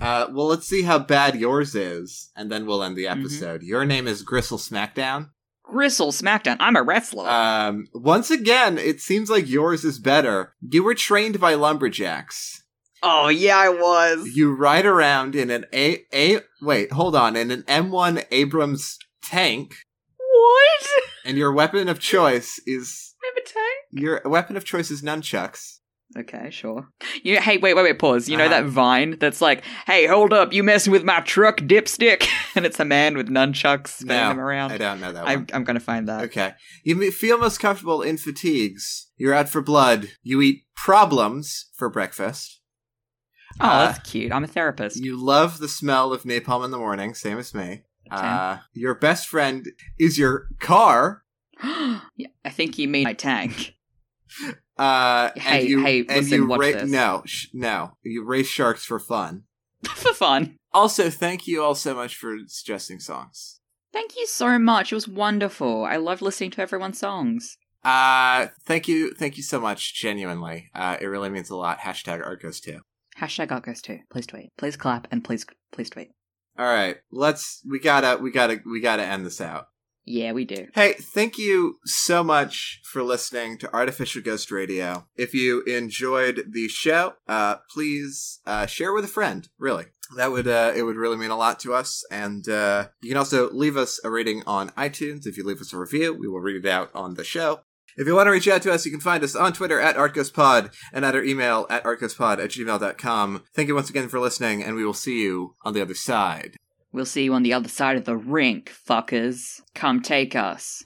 S2: Uh, well, let's see how bad yours is, and then we'll end the episode. Your name is Gristle Smackdown.
S1: Gristle SmackDown. I'm a wrestler.
S2: Um, once again, it seems like yours is better. You were trained by lumberjacks.
S1: oh yeah, I was.
S2: you ride around in an a a wait hold on in an m1 abrams tank
S1: What?
S2: and your weapon of choice is
S1: I have a tank.
S2: your weapon of choice is nunchucks
S1: Okay, sure. You hey, wait, wait, wait, pause. You know
S2: Uh-huh.
S1: that vine that's like, hey, hold up, you messing with my truck, dipstick, and it's a man with nunchucks spinning
S2: No,
S1: him around.
S2: i don't know that
S1: I'm,
S2: one
S1: I'm gonna find that.
S2: okay you me- feel most comfortable in fatigues you're out for blood you eat problems for breakfast
S1: Oh,
S2: Uh,
S1: that's cute. I'm a therapist.
S2: you love the smell of napalm in the morning same as me uh, your best friend is your car
S1: yeah, I think you mean my tank.
S2: uh,
S1: Hey,
S2: and you,
S1: hey,
S2: and
S1: listen,
S2: you
S1: watch
S2: ra-
S1: this.
S2: no, sh- no, you race sharks for fun.
S1: for fun.
S2: Also, thank you all so much for suggesting songs.
S1: Thank you so much. It was wonderful. I loved listening to everyone's songs.
S2: Uh, thank you, thank you so much, genuinely. Uh, it really means a lot. Hashtag Arcos too.
S1: Hashtag Arcos too. Please tweet. Please clap and please please tweet.
S2: All right, let's. We gotta, we gotta, we gotta end this out.
S1: Yeah, we do.
S2: Hey, thank you so much for listening to Artificial Ghost Radio. If you enjoyed the show, uh, please uh, share with a friend. Really, that would uh, it would really mean a lot to us. And uh, you can also leave us a rating on iTunes. If you leave us a review, we will read it out on the show. If you want to reach out to us, you can find us on Twitter at ArcosPod and at our email at arcospod at gmail.com. Thank you once again for listening, and we will see you on the other side.
S1: We'll see you on the other side of the rink, fuckers. Come take us.